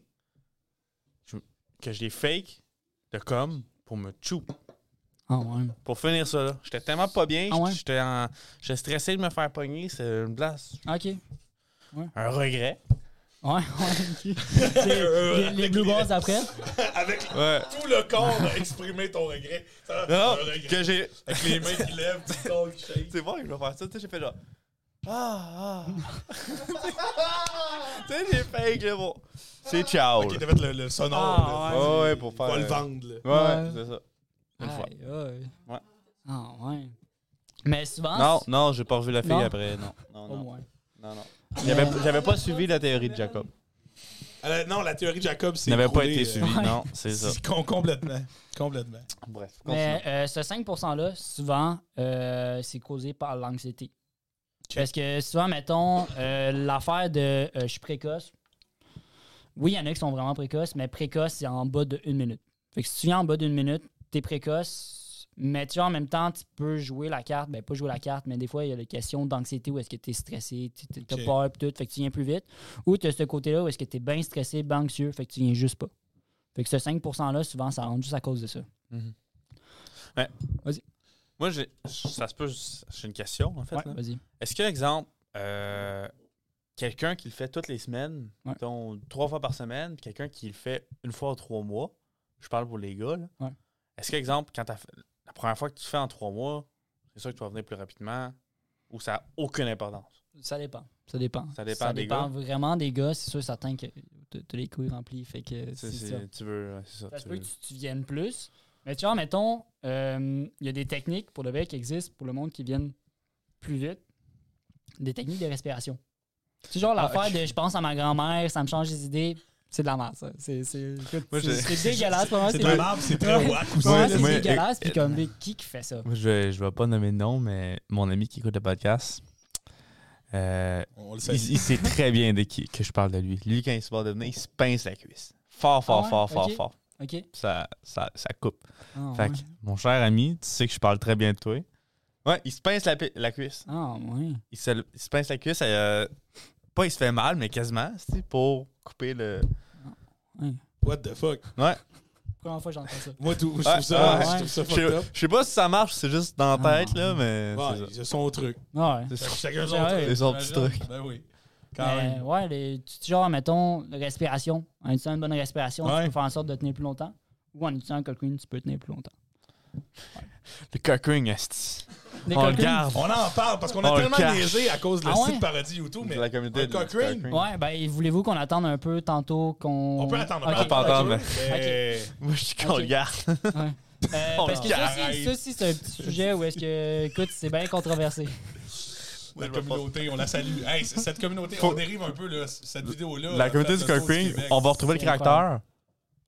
Je- que j'ai fake de com pour me chou. Ah ouais. Pour finir ça, là. J'étais tellement pas bien. Ah ouais? J'étais en- j'étais stressé de me faire pogner. C'est une blase. OK. Un regret. Ouais, ouais. ok. Euh, les, les Blue Balls après. Avec Ouais. tout le corps a exprimé ton regret. Ça, Non, un regret. Ah! que j'ai. Avec les mains qui lèvent, tout le corps qui shake. C'est bon, il va faire ça. Tu sais, j'ai fait là. Ah, ah. tu sais, j'ai fake, là, bon. C'est ciao. Ok, là. t'as fait le, le sonore. Ah, là. Ouais, ouais, pour Faut faire. le vendre, là. Ouais, ouais, c'est ça. Une fois. Aïe, aïe. Ouais. Ah ouais. Mais souvent. Non, non, j'ai pas revu la fille Ah, Non. après. Non, non, Au non. moins. non, non. J'avais, j'avais pas suivi la théorie de Jacob. Euh, non, la théorie de Jacob, c'est. N'avait pas écroulé, été euh, suivi. Ouais. Non, c'est ça. c'est com- complètement. Complètement. Bref, Mais euh, ce 5%-là, souvent, euh, c'est causé par l'anxiété. Parce que souvent, mettons, euh, l'affaire de euh, je suis précoce. Oui, il y en a qui sont vraiment précoces, mais précoce, c'est en bas de une minute. Fait que si tu viens en bas d'une minute, t'es précoce, mais tu vois, en même temps, tu peux jouer la carte. Ben, pas jouer la carte, mais des fois, il y a la question d'anxiété où est-ce que t'es stressé, tu- t'as Ok. peur, pis tout. Fait que tu viens plus vite. Ou t'as ce côté-là où est-ce que t'es bien stressé, bien anxieux, fait que tu viens juste pas. Fait que ce 5%-là, souvent, ça rentre juste à cause de ça. Moi, j'ai, ça se peut, j'ai une question, en fait. Ouais, là. vas-y. Est-ce que, exemple, euh, quelqu'un qui le fait toutes les semaines, Ouais. mettons, trois fois par semaine, puis quelqu'un qui le fait une fois ou trois mois, je parle pour les gars, là. Ouais. Est-ce que, exemple, quand t'as fait- la première fois que tu fais en trois mois, c'est sûr que tu vas venir plus rapidement ou ça n'a aucune importance? Ça dépend. Ça dépend. Ça dépend des gars. vraiment des gars. C'est sûr, certain que t'as t'as les couilles remplies. Fait que C'est, c'est ça. c'est- Tu veux, ouais, c'est ça, Ça tu se peut veux- que tu, tu viennes plus. Mais tu vois, mettons, euh, il y a des techniques pour le bec qui existent pour le monde qui viennent plus vite. Des techniques de respiration. C'est genre Ah, l'affaire ok. de je pense à ma grand-mère, ça me change les idées. C'est de la merde, ça. C'est c'est- écoute, Moi, c'est- je- c'est dégueulasse. pour moi, C'est C'est de la marbre, c'est très Ouais. wack aussi. pour moi, Ouais, c'est moi, dégueulasse. Puis euh, comme, mais qui qui fait ça? Moi, je vais, je vais pas nommer de nom, mais mon ami qui écoute le podcast, euh, On le il, sait. il sait très bien de qui que je parle de lui. Lui, quand il se bat devenir, il se pince la cuisse. Fort, fort, Ah ouais? fort, fort, Ok. fort. OK? Ça, ça, ça coupe. Ah, fait que, ouais. mon cher ami, tu sais que je parle très bien de toi. Ouais, il se pince la, pi- la cuisse. Ah, ouais. Il se, il se pince la cuisse. euh, pas il se fait mal, mais quasiment, tu sais, pour couper le. What the fuck? Première fois que j'entends ça. Moi, tout, je Ouais, trouve ça, ouais. je trouve ça Je fucked sais- up. je sais pas si ça marche, c'est juste dans la Ah. tête, là, mais. Ouais, c'est ça. ils ont son truc. Ah, ouais. C'est ça. Chacun Ouais, son truc. c'est son petit j'imagine. truc. Ben oui. Quand Mais, même. ouais, les, tu- tu- genre, mettons, respiration. En utilisant une bonne respiration, Ouais. tu peux faire en sorte de tenir plus longtemps. Ou en utilisant un cocoon, tu peux tenir plus longtemps. Le cockring, esti. Oh, Les On le cocoons- garde. On en parle parce qu'on On a le tellement cache. niaisé à cause de la Ah ouais? site parodie YouTube, mais De la communauté un de- cock du ring? cock ring. Ouais, ben, voulez-vous qu'on attende un peu tantôt qu'on. on peut attendre. Ok. On peut attendre, mais- mais- Moi, je dis qu'on Ok. le garde. Euh, On parce le que ça, c'est- garde. ça, aussi, c'est un petit sujet où est-ce que, écoute, c'est bien controversé. La communauté, on la salue. Hey, c- cette communauté, Faut- on dérive un peu, là, c- cette vidéo-là. La communauté du Cock cockring, on va retrouver le C'est caractère.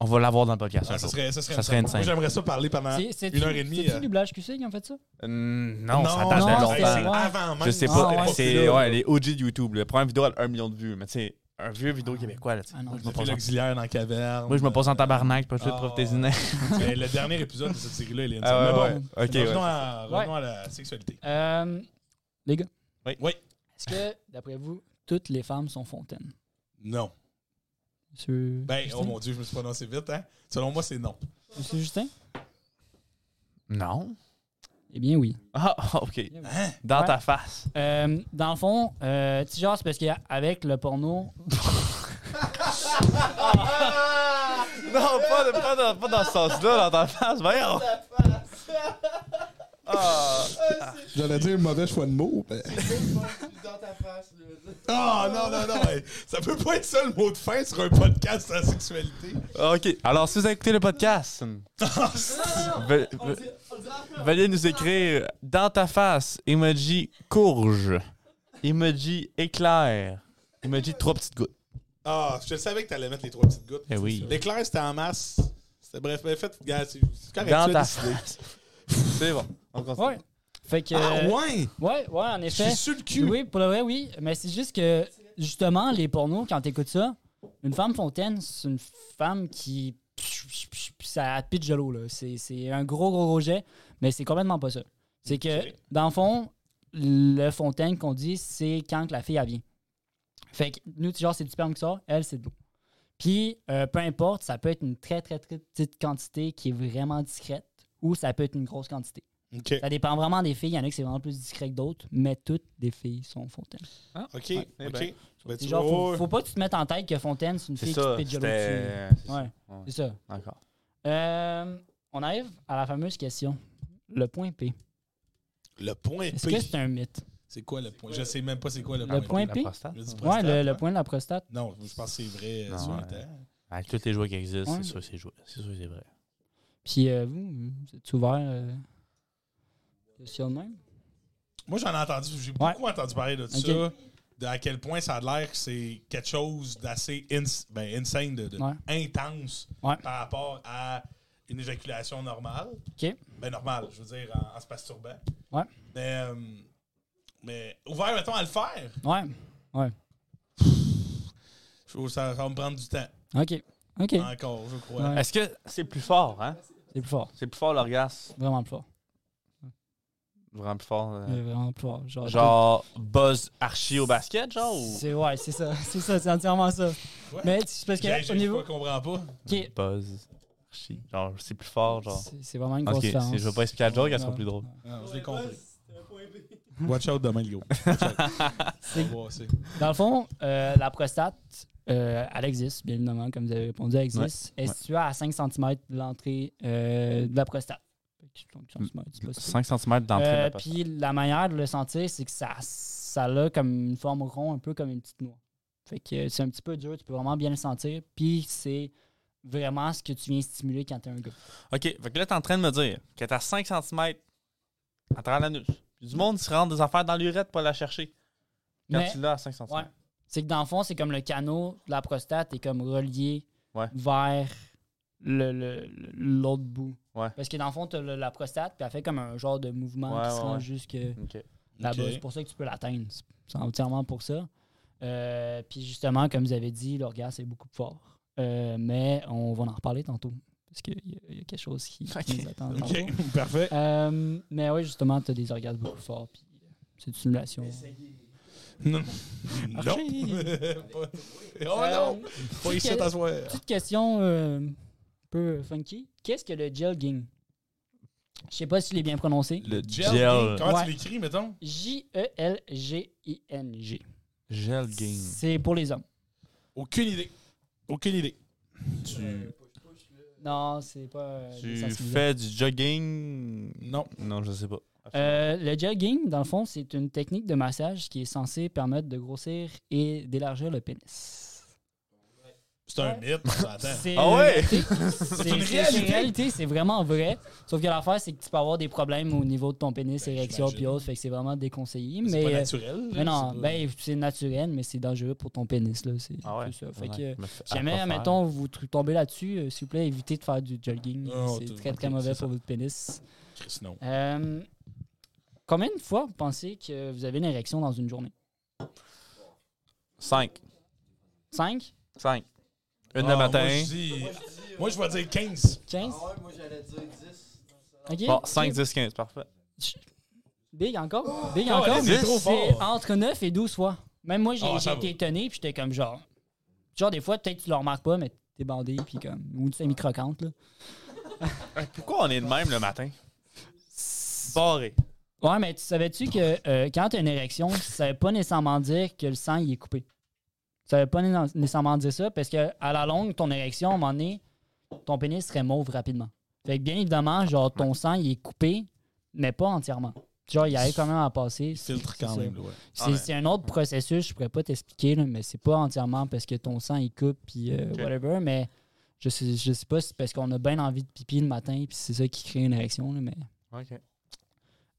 On va l'avoir dans le podcast. Ah, un ça jour. serait, ça serait, Ça serait insane. insane. Moi, j'aimerais ça parler pendant. C'est- C'est-tu Ah, une heure et demie, c'est-tu euh. doublage QC qui ont fait ça? Euh, non, Non, ça date non, de Hey, c'est- longtemps. c'est avant même. Je sais ça, pas. c'était Ah, ouais. c'est là. ouais, les OG de YouTube. La première vidéo, elle a un million de vues. Mais tu sais, un vieux vidéo québécois, là, tu sais. Ah non, Moi, je J'ai me fait pose en- l'auxiliaire dans la caverne. Moi, je me pose en tabarnak, pas tout Ah, prof tes ouais. Mais le dernier épisode de cette série-là, il est Ah, insane. ouais, Mais bon, ouais. Ok, revenons, ouais. à, revenons à la sexualité. Euh, les gars. Oui. Oui. Est-ce que, d'après vous, toutes les femmes sont fontaines? Non. Monsieur, Ben, Justin? oh mon Dieu, je me suis prononcé vite, hein? Selon moi, c'est non. Monsieur Justin? Non. Eh bien, oui. Ah, ok. Hein? Dans Ouais. ta face. Euh, dans le fond, euh, tu sais, genre, c'est parce qu'avec le porno, Non, pas, de- pas dans, pas dans ce sens-là, dans ta face. Voyons. Ah. J'allais dire mauvais choix de mots. mais- Dans ta face, là. Oh non, non, non. hey, ça peut pas être ça le mot de fin sur un podcast sur la sexualité. Ah, Ok. Alors, si vous écoutez le podcast, ve- On ve- dit- on dit après, veuillez nous écrire dans ta face, emoji courge, emoji éclair, emoji trois petites gouttes. Ah, je savais que t'allais mettre les trois petites gouttes. Eh oui. L'éclair, c'était en masse. C'était bref, mais faites, gars, c'est c'est correct. Dans tu ta as décidé. face. C'est bon. On continue. ouais. Fait que. euh, Ah ouais! ouais, ouais, en Je effet. suis sur le cul. Oui, pour le vrai, oui. Mais c'est juste que, justement, les pornos, quand t'écoutes ça, une femme fontaine, c'est une femme qui. Ça pitch de l'eau, là. C'est c'est un gros, gros, gros jet, mais c'est complètement pas ça. C'est que, Ok. dans le fond, le fontaine qu'on dit, c'est quand que la fille, elle vient. Fait que nous, tu- genre, c'est du sperme qui sort, elle, c'est de l'eau. Puis, euh, peu importe, ça peut être une très, très, très petite quantité qui est vraiment discrète ou ça peut être une grosse quantité. Ok. Ça dépend vraiment des filles. Il y en a qui c'est vraiment plus discret que d'autres, mais toutes les filles sont fontaines. Ok. Ouais. Eh Ok. ben. Ben, tu C'est genre, vois, faut, faut pas que tu te mettes en tête que Fontaine, c'est une C'est fille ça. qui se pitche de l'eau C'était. dessus. c'est ça. Ouais, c'est ça. D'accord. Euh, on arrive à la fameuse question. Le point P. Le point Est-ce que P. c'est un mythe? C'est quoi le point? Je sais même pas c'est quoi le Le point. point La P? prostate. Je dis Ouais, prostate, le, le hein? point de la prostate. Non, je pense que c'est vrai. euh, Non, sur le ouais. temps. Ah, Avec tous les joueurs qui existent, Ouais. c'est sûr que c'est joué. C'est sûr que c'est vrai. Puis euh, vous, vous êtes ouvert euh, question de même? Moi, j'en ai entendu, j'ai Ouais. beaucoup entendu parler de Ok. ça, de à quel point ça a l'air que c'est quelque chose d'assez ins- ben, insane, de, de Ouais. intense Ouais. par rapport à une éjaculation normale. OK. Ben, normale, je veux dire, en, en se masturbant. Ouais. Mais, euh, mais ouvert, mettons, à le faire, Ouais. je trouve que ça ça va me prendre du temps OK. OK. encore, je crois. Ouais. Est-ce que c'est plus fort, hein? C'est plus fort. C'est plus fort l'orgasme. Vraiment plus fort. Vraiment plus fort. euh, Euh, Vraiment plus fort. Genre. Genre buzz archi au basket, genre? Ou... C'est ouais, c'est ça. C'est ça, c'est entièrement ça. Ouais. Mais c'est parce J'ai- que j'ai- au niveau. Je comprends pas. OK. Buzz archi. Genre, c'est plus fort, genre. C'est- C'est vraiment une Ok, grosse différence. c'est- je vais pas expliquer la joke, elle sera Ouais. plus drôle. Non, je Ah, Ouais, l'ai compris. boss, c'est un point B. Watch out demain, Léo. Watch out. On va voir, c'est- Dans le fond, euh, la prostate, euh, elle existe, bien évidemment, comme vous avez répondu, elle existe. Elle ouais. est située à 5 cm de l'entrée euh, de la prostate. Donc, Mm, 5 centimètres, c'est pas si pire. 5 cm d'entrée de Euh, la porte. Puis la manière de le sentir, c'est que ça, ça a comme une forme rond, un peu comme une petite noix. Fait que c'est un petit peu dur, tu peux vraiment bien le sentir. Puis c'est vraiment ce que tu viens stimuler quand t'es un gars. Ok, fait que là, t'es en train de me dire que t'as 5 cm à travers l'anus. Puis du monde se rentre des affaires dans l'urette pour la chercher. Quand Mais- tu l'as à 5 cm. Ouais. C'est que dans le fond, c'est comme le canot de la prostate est comme relié Ouais. vers le- le- le- l'autre bout. Ouais. Parce que dans le fond, tu la prostate, puis elle fait comme un genre de mouvement Ouais, qui se ouais, rend ouais. jusque Ok. là-bas. Ok. C'est pour ça que tu peux l'atteindre. C'est- C'est entièrement pour ça. Euh, puis justement, comme vous avez dit, l'orgasme est beaucoup plus fort. Euh, mais on va en reparler tantôt. Parce qu'il y, a- il y a quelque chose qui, qui Ok. nous attend. tantôt. Ok, parfait. Euh, mais oui, justement, tu as des orgasmes beaucoup plus forts. Puis c'est une simulation. Non. Non. Pas- Euh, oh non! Pas ici à t'asseoir. Petite question euh, un peu funky. Qu'est-ce que le gelging? Je sais pas si je l'ai bien prononcé. E Le Gel. gel. Comment Ouais. tu l'écris, mettons? J-E-L-G-I-N-G. Gel game. C'est pour les hommes. Aucune idée. Aucune idée. Euh, Non, c'est pas. euh, des Tu sensibilités. fais du jogging. Non. Non, je sais pas. Euh, le gelging, dans le fond, c'est une technique de massage qui est censée permettre de grossir et d'élargir le pénis. C'est un mythe, on s'entend. C'est Ah ouais? c'est- C'est une une réalité. réalité, c'est vraiment vrai. Sauf que l'affaire, c'est que tu peux avoir des problèmes au niveau de ton pénis, Ben, érection, j'imagine. puis autres. Fait que c'est vraiment déconseillé. C'est Mais, pas euh, naturel. mais non, c'est pas- ben, c'est naturel, mais c'est dangereux pour ton pénis. Là. C'est Ah ouais. c'est ça. Ouais. Fait que, Je me fais- si jamais, à pas mettons, vous tr- tombez là-dessus, euh, s'il vous plaît, évitez de faire du jogging. Non, c'est t'es- très, très Ah, ok, mauvais c'est pour votre pénis. Chris, non. Euh, combien de fois vous pensez que vous avez une érection dans une journée? faire. Cinq. Cinq? Cinq. Une Ah, le Moi, matin. je dis- Moi, je dis. euh, moi, je vais dire 15. 15? Ah ouais, moi, j'allais dire 10. Ok. Bon, 5, 10, 15, parfait. Big encore? Big Ah, encore? c'est mais trop c'est fort. entre 9 et 12 fois. Même moi, j'ai Ah, j'ai ça été va. étonné, puis j'étais comme genre. Genre, des fois, peut-être tu le remarques pas, mais t'es bandé, puis comme. Ou tu t'es mis croquante, là. Pourquoi on est de même le matin? Barré. Ouais, mais tu savais-tu que euh, quand t'as une érection, ça veut pas nécessairement dire que le sang il est coupé. Ça veut pas né- nécessairement dire ça, parce que à la longue, ton érection, à un moment donné, ton pénis serait mauve rapidement. Fait que bien évidemment, genre, ton sang il est coupé, mais pas entièrement. Genre, il arrive quand même à passer. Il filtre C'est quand ça. même. là, ouais. C'est Ah ouais. c'est un autre processus, je pourrais pas t'expliquer, là, mais c'est pas entièrement parce que ton sang il coupe puis euh, Ok. whatever, mais je sais, je sais pas si c'est parce qu'on a bien envie de pipi le matin puis c'est ça qui crée une érection. là, mais... OK.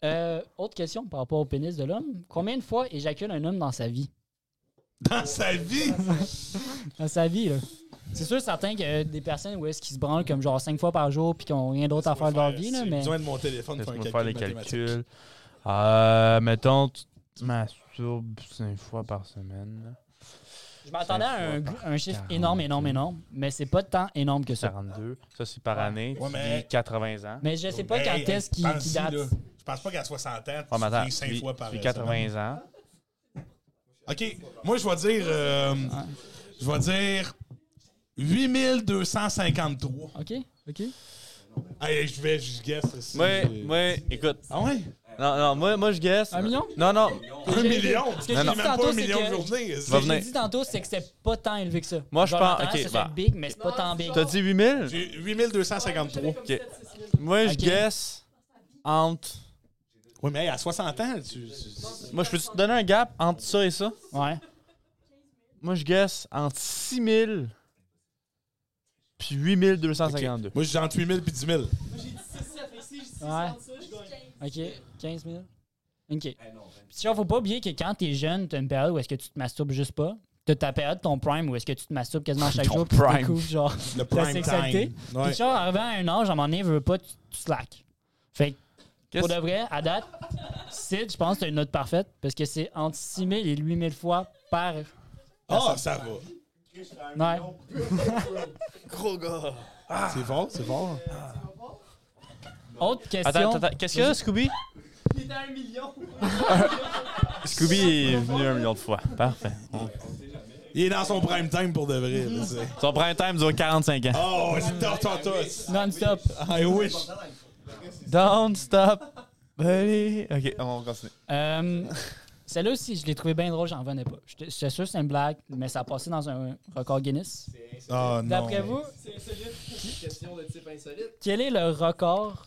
Euh, autre question par rapport au pénis de l'homme. Combien de fois éjacule un homme dans sa vie? Dans sa vie, Dans sa vie, là. C'est sûr, certain qu'il y a des personnes où est-ce qu'ils se branlent comme genre cinq fois par jour puis qu'ils n'ont rien d'autre à faire de leur vie, là, J'ai mais besoin de mon téléphone pour Laisse-moi faire, faire un les calcul mathématique. calculs. Euh, mettons, tu te masturbes 5 fois par semaine. je m'attendais à un, Cinq fois un chiffre quarante. énorme, énorme, énorme, mais c'est pas tant énorme que ça. 42. Ça, c'est par année. Ouais, tu mais- dis 80 ans. Mais je sais pas Hey, quand hey, est-ce qu'il pense-y, qu'il date. là. Je pense pas qu'à 60 ans, Ouais, Ah, mais attends, tu fais 5 tu- fois par tu fais semaine. 80 ans. OK. Moi, je vais dire. euh, Je vais dire. 8253. Ok, ok. Hey, je vais, je guess. c'est- Moi, moi, écoute. Ah ouais? Non, non, moi, moi je guess. Un million? Non, non. Un j'ai- million! Ce que j'ai dit même tantôt, pas un c'est million que- de journées. Ce que j'ai venir. dit tantôt, c'est que c'est pas tant élevé que ça. Moi, je Genre, pense- j'entends, ok, ça bah. fait big, mais c'est pas Non, tant c'est big. T'as dit 8000? J'ai 8253. Comme Ok. 7, 6 000. Moi, Ok. je guess entre. Oui, mais hey, à 60 ans, tu. tu- Moi, je peux te donner un gap entre ça et ça? Ouais. Moi, je guess entre 6000 puis 8252. Moi, j'ai entre 8000 et 10 000. Moi, j'ai dit 6, 7. Fait que si je dis 6, Ouais. ça, je gagne. OK. 15 000. OK. Puis genre, faut pas oublier que quand t'es jeune, t'as une période où est-ce que tu te masturbes juste pas. T'as ta période, ton prime, où est-ce que tu te masturbes quasiment chaque Ton jour. Puis tu prime. découvres, genre. Le La prime sexualité. time. Ouais. Puis genre, arrivé à un âge, à un moment donné, veux pas, tu, tu slack. Fait que, Qu'est-ce- pour de vrai, à date, Sid, je pense que t'as une note parfaite parce que c'est entre 6 000 et 8 000 fois par. Ah, ça va. Ouais. Gros gars! C'est fort, c'est fort. Autre question. Attends, attends, attends. qu'est-ce qu'il y a, Scooby? Il était à 1 million. Scooby est venu un million de fois. Parfait. Il est dans son prime time pour de vrai. là, c'est- Son prime time dure 45 ans. Oh, c'est tort, tort, tort. Non-stop. I wish. Don't stop, buddy. Ok, on continue. Euh, Celle-là aussi, je l'ai trouvé bien drôle, j'en revenais pas. J'étais j'étais sûr que c'est une blague, mais ça a passé dans un record Guinness. Ah non. D'après vous, C'est insolite. Question de type insolite. quel est le record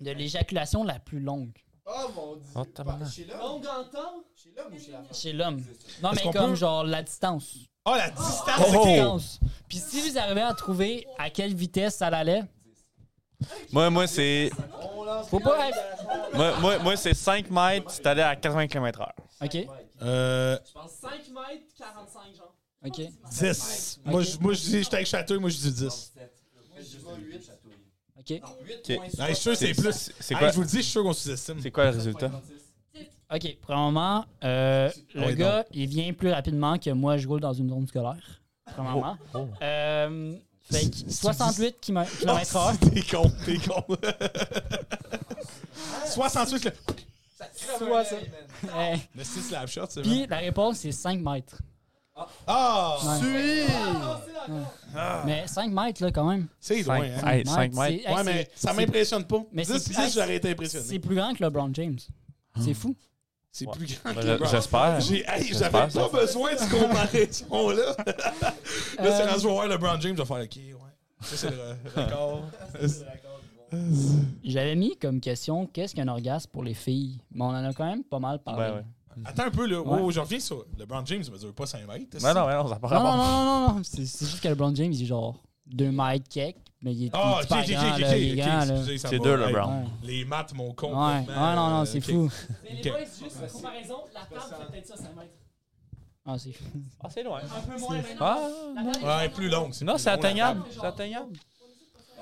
de l'éjaculation la plus longue Oh mon dieu. Oh, tabarnak. Chez l'homme. Longue en temps. Chez l'homme ou chez la femme? chez l'homme? Non, Est-ce mais qu'on comme peut- genre la distance. Oh, la distance. La Oh! distance. Puis si vous arrivez à trouver à quelle vitesse ça allait, Moi, moi, c'est. On lance. faut pas être. Moi, moi, moi, c'est 5 mètres, c'est allé à 80 km/h. Ok, Euh, Je pense 5 mètres, 45 genre. ok. 10. Moi, je moi, je dis, j'étais avec Château, moi, je dis 10. Moi, je dis 8. Ok, Hey, je suis sûr, c'est plus. C'est Hey, quoi, je vous le dis, je suis sûr qu'on sous-estime. c'est quoi le résultat? ok. Premièrement, euh, le Ah oui, gars, il vient plus rapidement que moi, je roule dans une zone scolaire. Premièrement. Oh. Euh, fait que 68 km/h. Oh, T'es con, t'es con. 68, le, Soit ça. Eh, le 6 slap shot, c'est vrai. Puis la réponse, c'est 5 mètres. Ah! Ouais. Mais 5 mètres, là, quand même. C'est loin, hein? Hey, 5 c'est- mètres. hey, Ouais, c'est- mais ça c'est- m'impressionne pas. Mais 10, c'est- 10, j'aurais été impressionné. Ah. C'est plus grand que LeBron James. C'est fou. C'est Ouais. plus grand que Ben, le je- Bronx. J'espère. J'ai- hey, J'espère, J'avais ça. pas besoin de cette comparaison-là. Là, c'est Euh, rendu voir LeBron James, je vais faire OK, ouais. Ça, c'est le re- record. J'avais mis comme question qu'est-ce qu'un orgasme pour les filles. Mais on en a quand même pas mal parlé. Ouais, ouais. Attends un peu, là. Ouais. Oh, je reviens sur. LeBron James ne mesure pas 5 mètres. Ben Non, non, mais non, ça n'a pas Non, non, rapport. non, non, non. C'est c'est juste que LeBron James, il est genre 2 mètres cake, mais il est Ah, il ok, est ok, pas grand, ok, là, il est grand, ok, là. excusez, ça C'est va. deux, Hey, LeBron. Ouais. Les maths m'ont con. Ouais, ouais, non, non, c'est fou. Mais Ok. les boys, juste Ouais, pour comparaison, la table fait peut-être ça 5 mètres. Ah, c'est fou. Ah, c'est loin. Un peu moins maintenant. Ah, La non. table est Ouais, vraiment plus longue. Non, plus c'est long, la atteignable. table. C'est atteignable.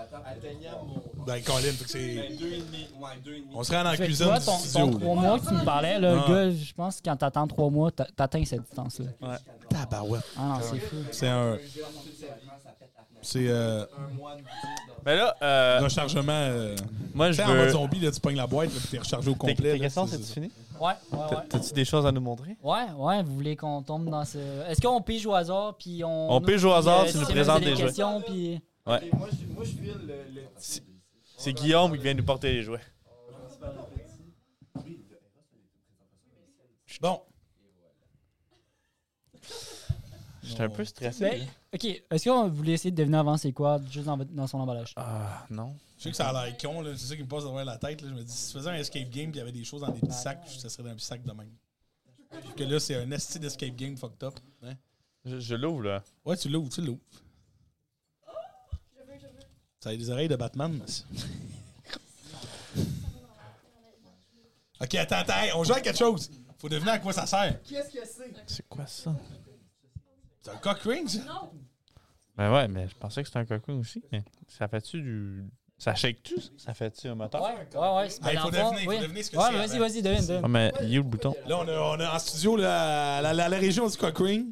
Atteignable, table. mon. Ben, Colin, fait que c'est. Ben, deux et demi. Ouais, deux et demi. On se rend dans la Fait que cuisine tu vois, du ton, studio. ton là. trois mois que tu me parlais, là, Ah. le gars, je pense que quand t'attends trois mois, t'a- t'atteins cette distance-là. Tabarouette. Ah non, c'est fou. C'est un. C'est. euh, Un mois de visite. Mais là, euh, Rechargement. euh, moi, je Faire en mode veux. zombie, là, tu pognes la boîte, là, puis t'es rechargé au Tes complet. tes là, questions, c'est- c'est-tu fini? Ouais, ouais, T'as- ouais. T'as-tu des choses à nous montrer? Ouais, ouais, vous voulez qu'on tombe dans ce. Est-ce qu'on pige au hasard, puis on. On pige au hasard, Euh, tu nous c'est- présentes c'est des jouets. questions, puis. Ouais. Et Moi, je- moi, je file le- le. C'est- C'est Guillaume qui vient nous porter les jouets. Bon. J'étais un peu stressé. Mais- Ben, Ok, est-ce que vous voulez essayer de deviner avant c'est quoi, juste dans, votre- dans son emballage? Ah, non. Je sais que ça a l'air con, là. c'est ça qui me passe derrière la tête. Là. Je me dis, si tu faisais un escape game et il y avait des choses dans des petits sacs, ça serait dans un petit sac de même. Parce que là, c'est un esti d'escape game fucked up. Je, je l'ouvre, là. Ouais, tu l'ouvres, tu l'ouvres. Ça a des oreilles de Batman. mais c'est- ok, attends, attends, hey, on joue à quelque chose. Faut deviner à quoi ça sert. Qu'est-ce que c'est? C'est quoi ça? C'est un cock ring, ça? Non! Ben ouais, mais je pensais que c'était un cocoon aussi. Mais ça fait-tu du. Ça shake-tu? ça? Ça fait-tu un moteur? Ouais, ouais, ouais. c'est- Hey, dans Ah. Ben, faut le fond, deviner, faut oui. deviner ce que Ouais, c'est ben. mais vas-y, avant. vas-y, devine, Ah, devine. mais il est où le bouton? Là, on a, on a en studio là, la, la, la région du cock ring.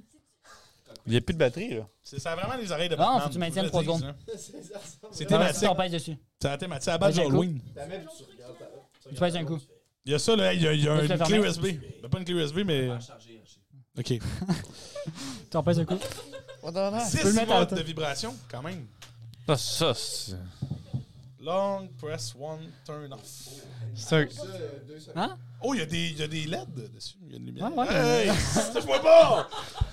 Il n'y a plus de batterie, là. C'est- Ça a vraiment des oreilles de Non, Batman. Ah, faut que tu faut maintiennes le trois dire, secondes. ça. C'est Ah, vas-y, thématique. on pèse dessus. C'est la thématique. C'est la badge Vas-y, un coup. Halloween. La même, tu regardes ta- tu Tu regardes pèses ta- un coup. Il y a ça, là. Il y a, il y a Laisse-le une clé fermer. USB. Ben, pas une clé USB, mais. Ah, chargé, chargé. OK. Tu en pèses un coup. Six Ah, peux le mettre à modes la de vibration, quand même. Ça, ça c'est. Long, press, one, turn off. C'est un. Ça, euh, deux secondes. Hein? Oh, il y, a des- il y a des LED dessus. Il y a une lumière. Ah, Euh, Ouais, ouais. Hey, je vois pas!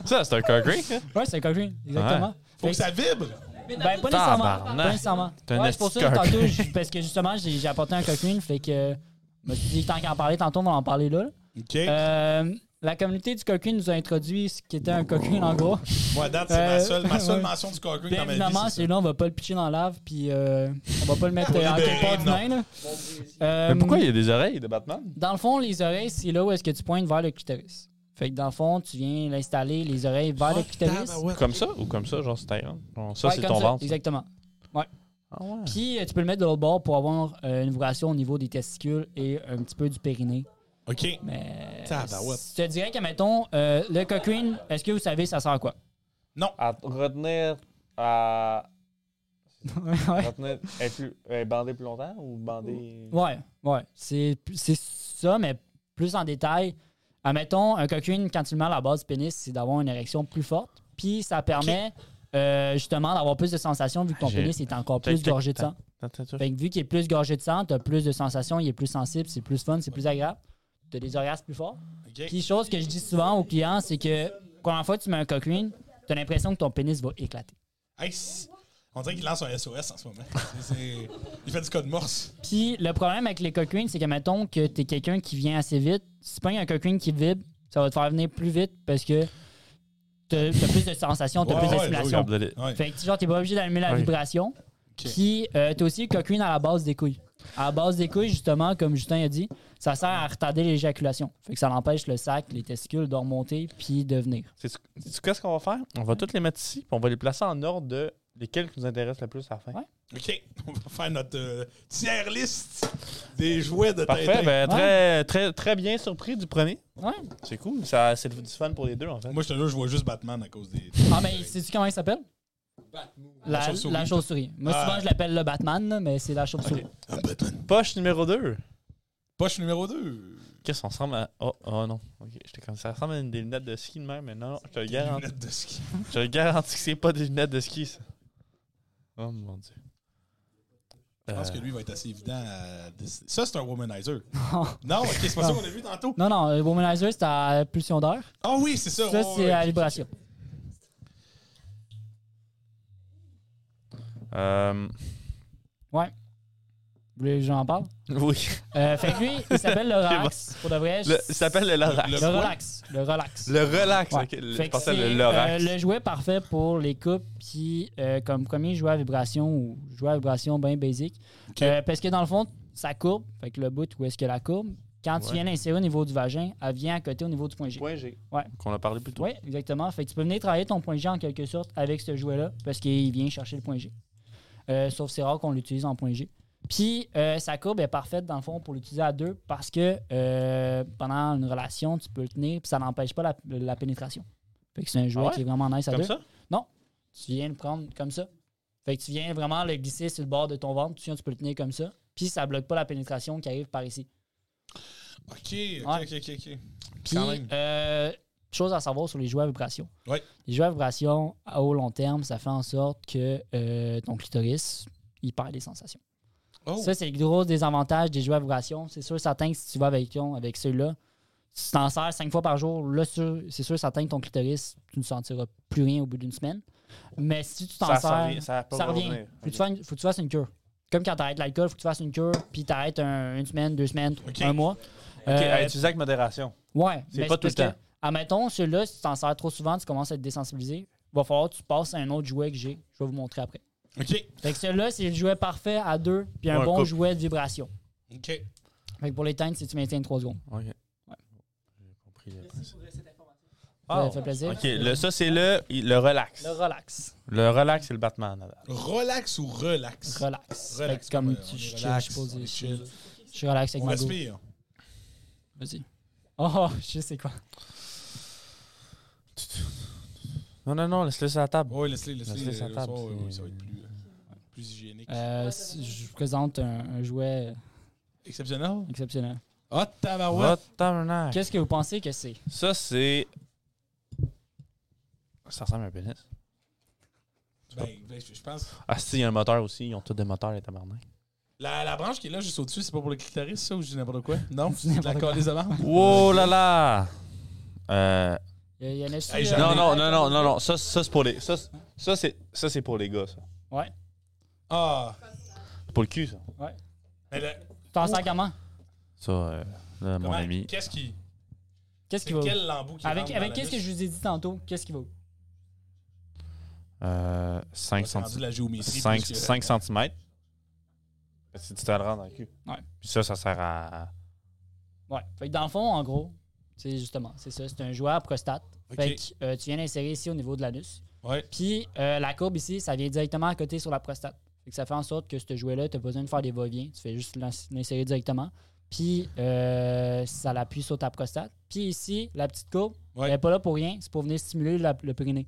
Ça, c'est un cocoon. hein. Ouais, c'est un coquerin, exactement. Faut que ça vibre! Mais Ben, pas nécessairement. Tabarnak. Pas nécessairement. T'es un Ouais, c'est pour ça que esti coquin. tantôt, je- parce que justement, j'ai j'ai apporté un coquerin, fait que. Je me suis dit, tant qu'en parler tantôt, on va en parler là. OK. Euh, la communauté du coquerin nous a introduit ce qui était un coquerin en gros. Moi, à date, c'est ma euh, seule, ma seule ouais. Ben, mention du cock ring Bien dans ma vie. évidemment, c'est ça. celui-là, on va pas le pitcher dans la lave, puis euh, on va pas le mettre Pour euh, en libérer, quelque part du non. nain. là. Mon Dieu, c'est- Euh, Mais pourquoi il y a des oreilles de Batman? Dans le fond, les oreilles, c'est là où est-ce que tu pointes vers le clitoris. Fait que dans le fond, tu viens l'installer, les oreilles vers Ah, le clitoris. Comme ça ou comme ça, genre c'est Iron? Genre, Ça, Ouais, c'est comme ton ventre. ça. Exactement. Ah ouais. Puis euh, tu peux le mettre de l'autre bord pour avoir euh, une vibration au niveau des testicules et un petit peu du périnée. OK. Mais Tabarouette. je te dirais que, mettons, euh, le coquine, est-ce que vous savez ça sert à quoi? À retenir. À. ouais, Retenir. Être plus, euh, bander plus longtemps ou bander. ouais. ouais. C'est c'est ça, mais plus en détail. Admettons, un coquine, quand tu le mets à la base du pénis, c'est d'avoir une érection plus forte. Puis ça permet euh, justement d'avoir plus de sensations vu que ton J'ai- pénis est encore Check, plus check, gorgé de sang. Attends, attends, Fait que vu qu'il est plus gorgé de sang, t'as plus de sensations, il est plus sensible, c'est plus fun, c'est plus agréable. T'as des orgasmes plus forts. OK. Puis chose que je dis souvent aux clients, c'est que quand la fois que tu mets un coquine, t'as l'impression que ton pénis va éclater. Hey, c- on dirait qu'il lance un SOS en ce moment. C'est- c'est- Il fait du code morse. Puis le problème avec les coquines, c'est que mettons que t'es quelqu'un qui vient assez vite, si tu pognes un coquine qui vibre, ça va te faire venir plus vite parce que t'as t'as plus de sensations, t'as Ouais, plus de ouais, stimulation. Regarde, allez. Ouais. Fait que genre, t'es pas obligé d'allumer la Ouais. vibration. Puis euh, t'as aussi le coquine à la base des couilles. À la base des couilles, justement, comme Justin a dit, ça sert à retarder l'éjaculation. Fait que ça l'empêche le sac, les testicules de remonter puis de venir. Sais-tu sais-tu qu'est-ce qu'on va faire? On va toutes les mettre ici, puis on va les placer en ordre de lesquels qui nous intéressent le plus à la fin. Ouais. OK. On va faire notre euh, tier list des jouets de Parfait, Tintin. ben, très, Ouais. très, très bien surpris du premier. Ouais. C'est cool, ça, c'est du fun pour les deux en fait. Moi, je te jure, je vois juste Batman à cause des. Ah, mais sais-tu comment il s'appelle? La, La chauve-souris. la chauve-souris. Moi, Ah. souvent, je l'appelle le Batman, là, mais c'est la chauve-souris. Ah, Batman. Poche numéro 2. Poche numéro 2. Qu'est-ce qu'on ressemble à. Oh, oh non. Ok, j'étais comme ça. ressemble à une- des lunettes de ski de même, mais non, non, je te le Ah. garantis. Lunettes de ski. Je te le garantis que c'est pas des lunettes de ski, ça. Oh mon dieu. Je pense Euh, que lui va être assez évident à décider. Ça, c'est un womanizer. non, ok, c'est pas ça qu'on a vu tantôt. Non, non, le womanizer, c'est à pulsion d'air. Ah oui, c'est ça. Ça, ouais, c'est ouais. à vibration. euh, Ouais. Vous voulez que j'en parle? Oui. Euh, fait que lui, il s'appelle le relax. Pour de vrai, Le- il s'appelle le Lorax. le relax. Le relax. Le relax. Ouais. ok. Fait Je que pensais c'est, le euh, Lorax. le jouet parfait pour les couples qui, euh, comme premier jouet à vibration ou jouet à vibration bien basic. Euh, parce que dans le fond, ça courbe. Fait que le bout, où est-ce que la courbe? Quand tu Ouais. viens l'insérer au niveau du vagin, elle vient à côté au niveau du point G. Point G. Ouais. Qu'on a parlé plus tôt. Oui, exactement. Fait que tu peux venir travailler ton point G en quelque sorte avec ce jouet-là parce qu'il vient chercher le point G. Euh, sauf c'est rare qu'on l'utilise en point G. Puis euh, sa courbe est parfaite dans le fond pour l'utiliser à deux parce que euh, pendant une relation, tu peux le tenir puis ça n'empêche pas la, la pénétration. Fait que c'est un jouet Ah ouais? qui est vraiment nice à Comme deux. ça? Tu viens le prendre comme ça. Fait que tu viens vraiment le glisser sur le bord de ton ventre, tu, viens, tu peux le tenir comme ça. Puis ça bloque pas la pénétration qui arrive par ici. Ok, ok, Ouais. ok, ok, ok. Puis, Quand même. euh, chose à savoir sur les jouets à vibration. Ouais. Les jouets à vibration, à au long terme, ça fait en sorte que euh, ton clitoris, il perd des sensations. Oh. Ça, c'est le gros désavantage des jouets à vibration. C'est sûr, certain que si tu vas avec, avec ceux-là, si tu t'en sers cinq fois par jour, là, sûr- c'est sûr, certain que ton clitoris, tu ne sentiras plus rien au bout d'une semaine. Mais si tu t'en Ça, ça sers, revient. Ça, peut ça revient. revenir. faut que tu fasses une- faut que tu fasses une cure. Comme quand t'arrêtes l'alcool, faut que tu fasses une cure, puis t'arrêtes un- une semaine, deux semaines, Ok. un mois. Ok, Euh, à utiliser avec modération. Ouais, C'est mais pas tout parce le temps. que, Admettons, celui-là, si tu t'en sers trop souvent, tu commences à te désensibiliser. Il va falloir que tu passes à un autre jouet que j'ai. Je vais vous montrer après. Ok, Fait que celui-là, c'est le jouet parfait à deux, puis un Ouais, bon couple. jouet de vibration. ok. Fait que pour l'éteindre, si tu maintiens 3 secondes. Ok. Ouais. J'ai compris le Merci principe. pour euh, cette information. Ça Ah, fait plaisir. ok, le, ça c'est le, le relax. Le relax. Le relax, c'est le Batman. là. Relax ou relax? Relax. Relax, Fait que comme on est- on tu, est je, je- relax, je suppose, on est je- chill. je suis relax avec On ma go. respire. Vas-y. Oh, je sais quoi. Non, non, non, laisse-le sur la table. Oui, laisse-les, laisse-les. Laisse-les sur la le table, soir, c'est- oui, oui, ça va être plus, euh, plus hygiénique. Euh, si- je vous présente un, un jouet Exceptionnel? exceptionnel. Ah, tabarouette! What tabarnak. Qu'est-ce que vous pensez que c'est? Ça c'est. Ça ressemble à un pénis. Ben, ben, je je pense. Ah, si, il y a un moteur aussi. Ils ont tous des moteurs, les tabarnak. La, la branche qui est là juste au-dessus, c'est pas pour le clitoris, ça, ou je dis n'importe quoi? Non? Tu dis C'est de la n'importe quoi. calice de marde? Oh là là! Euh, Il y a- il y en a dessus, Hey, euh, j'en non, ai- non, non, non, non, non. Ça, ça c'est pour les. Ça, c'est- ça, c'est, ça, c'est pour les gars, ça. Ouais. Ah! Pour le cul, ça. Mais la- T'en sers comment? Ça, euh, là, mon comment- ami. Qu'est-ce qui. Qu'est-ce C'est qui va? quel lambeau qui Avec, rentre avec dans qu'est-ce que l'anus? je vous ai dit tantôt? Qu'est-ce qui va? Euh, 5 Ouais, c'est rendu de cm. la géométrie. 5, plus que- cm. Si tu te le rends dans le cul. Ouais. Puis ça, ça sert à. Ouais. Fait que dans le fond, en gros, c'est justement, c'est ça. C'est un jouet à prostate. Ok. Fait que euh, tu viens l'insérer ici au niveau de l'anus. Ouais. Puis euh, la courbe ici, ça vient directement à côté sur la prostate. Fait que ça fait en sorte que ce jouet-là, tu pas besoin de faire des va-viens. Tu fais juste l'ins- l'insérer directement. Puis euh, ça l'appuie sur ta prostate. Puis ici, la petite courbe, Ouais. elle n'est pas là pour rien. C'est pour venir stimuler la- le périnée.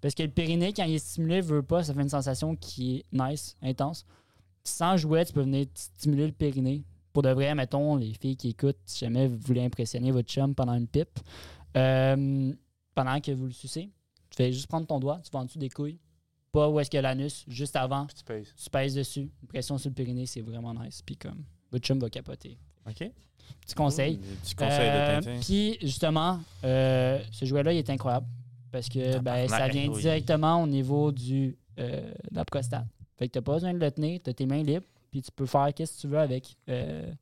Parce que le périnée, quand il est stimulé, veut pas, ça fait une sensation qui est nice, intense. Sans jouet, tu peux venir stimuler le périnée. Pour de vrai, mettons, les filles qui écoutent, si jamais vous voulez impressionner votre chum pendant une pipe, euh, pendant que vous le sucez, tu fais juste prendre ton doigt, tu vas en dessous des couilles, pas où est-ce que l'anus, juste avant, Puis tu pèses. tu pèses dessus, une pression sur le périnée, c'est vraiment nice. Puis comme, votre chum va capoter. OK. Petit conseil. Tu conseilles Euh, de Tintin. Puis justement, euh, ce jouet-là, il est incroyable parce que ben, Ah, Tabarnak, ça vient oui. directement au niveau du, euh, de la prostate. Fait que t'as pas besoin de le tenir, t'as tes mains libres, puis tu peux faire qu'est-ce que tu veux avec euh,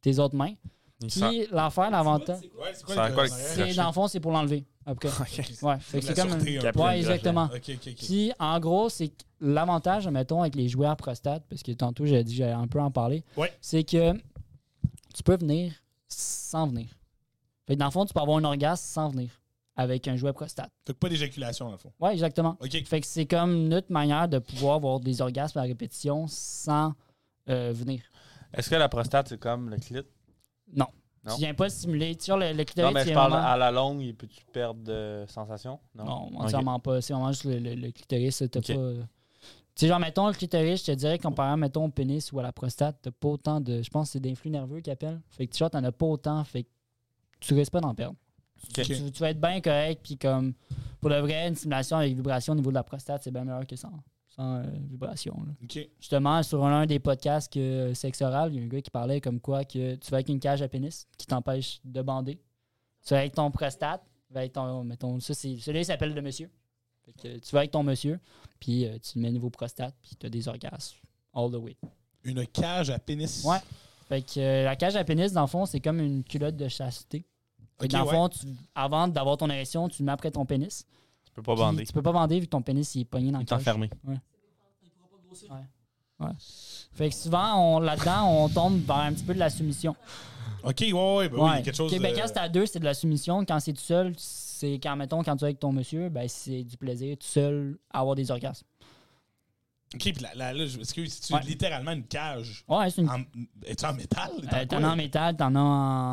tes autres mains. Il sent- Puis l'affaire, l'avantage, Ouais, c'est Ça a quoi quoi, le le- clitoris? c'est dans le fond, c'est pour l'enlever après. Ouais, fait que La c'est comme sûreté, un- un peu. Ouais, exactement. Ok, ok, ok. Puis, en gros, c'est que l'avantage, mettons, avec les joueurs prostate, parce que tantôt, j'ai dit que j'allais un peu en parler, Ouais. c'est que tu peux venir sans venir. Fait que dans le fond, tu peux avoir un orgasme sans venir avec un jouet prostate. Fait que pas d'éjaculation, dans le fond. Ouais, exactement. Ok. Fait que c'est comme une autre manière de pouvoir avoir des orgasmes à répétition sans euh, venir. Est-ce que la prostate, c'est comme le clit? Non. Non. Tu viens pas stimuler. Tu vois, le, le clitoris, Non, mais c'est je parle vraiment- à la longue, il peut-tu perdre de sensation? Non, Ok. entièrement pas. C'est vraiment juste le, le, le clitoris. là, T'as Ok. pas. Tu sais, genre, mettons, le clitoris, je te dirais, comparé, mettons, au pénis ou à la prostate, t'as pas autant de. Je pense que c'est d'influx nerveux qu'ils appellent. Fait que tu vois, t'en as pas autant. Fait que tu risques pas d'en perdre. Ok. Tu, tu vas être bien correct. Puis, comme, pour le vrai, une stimulation avec vibration au niveau de la prostate, c'est bien meilleur que sans, sans euh, vibration. là. Ok. Justement, sur un des podcasts que euh, Sexe Oral, il y a un gars qui parlait comme quoi que tu vas avec une cage à pénis qui t'empêche de bander. Tu vas avec ton prostate, tu vas avec ton. Mettons, ça, c'est, celui-là, il s'appelle le monsieur. Fait que, euh, tu vas avec ton monsieur, puis euh, tu le mets niveau prostate, puis tu as des orgasmes. All the way. Une cage à pénis. Ouais. Fait que euh, la cage à pénis, dans le fond, c'est comme une culotte de chasteté. Fait Ok, que dans le ouais. fond, tu- avant d'avoir ton érection, tu le mets après ton pénis. Tu peux pas Puis bander. Tu peux pas bander vu que ton pénis il est pogné dans Il le est enfermé. Fait que souvent, on, là-dedans, on tombe vers un petit peu de la soumission. Ok, ouais, ouais, ben oui, il y a quelque chose. Ok, ben, de- quand c'est à deux, c'est de la soumission. Quand c'est tout seul, c'est quand, mettons, quand tu es avec ton monsieur, ben, c'est du plaisir, tout seul, avoir des orgasmes. Ok, puis là, là, là, je m'excuse, c'est Ouais. littéralement une cage. Ouais, c'est une. En... Es-tu en métal? T'es en euh, quoi? t'en as en métal, t'en as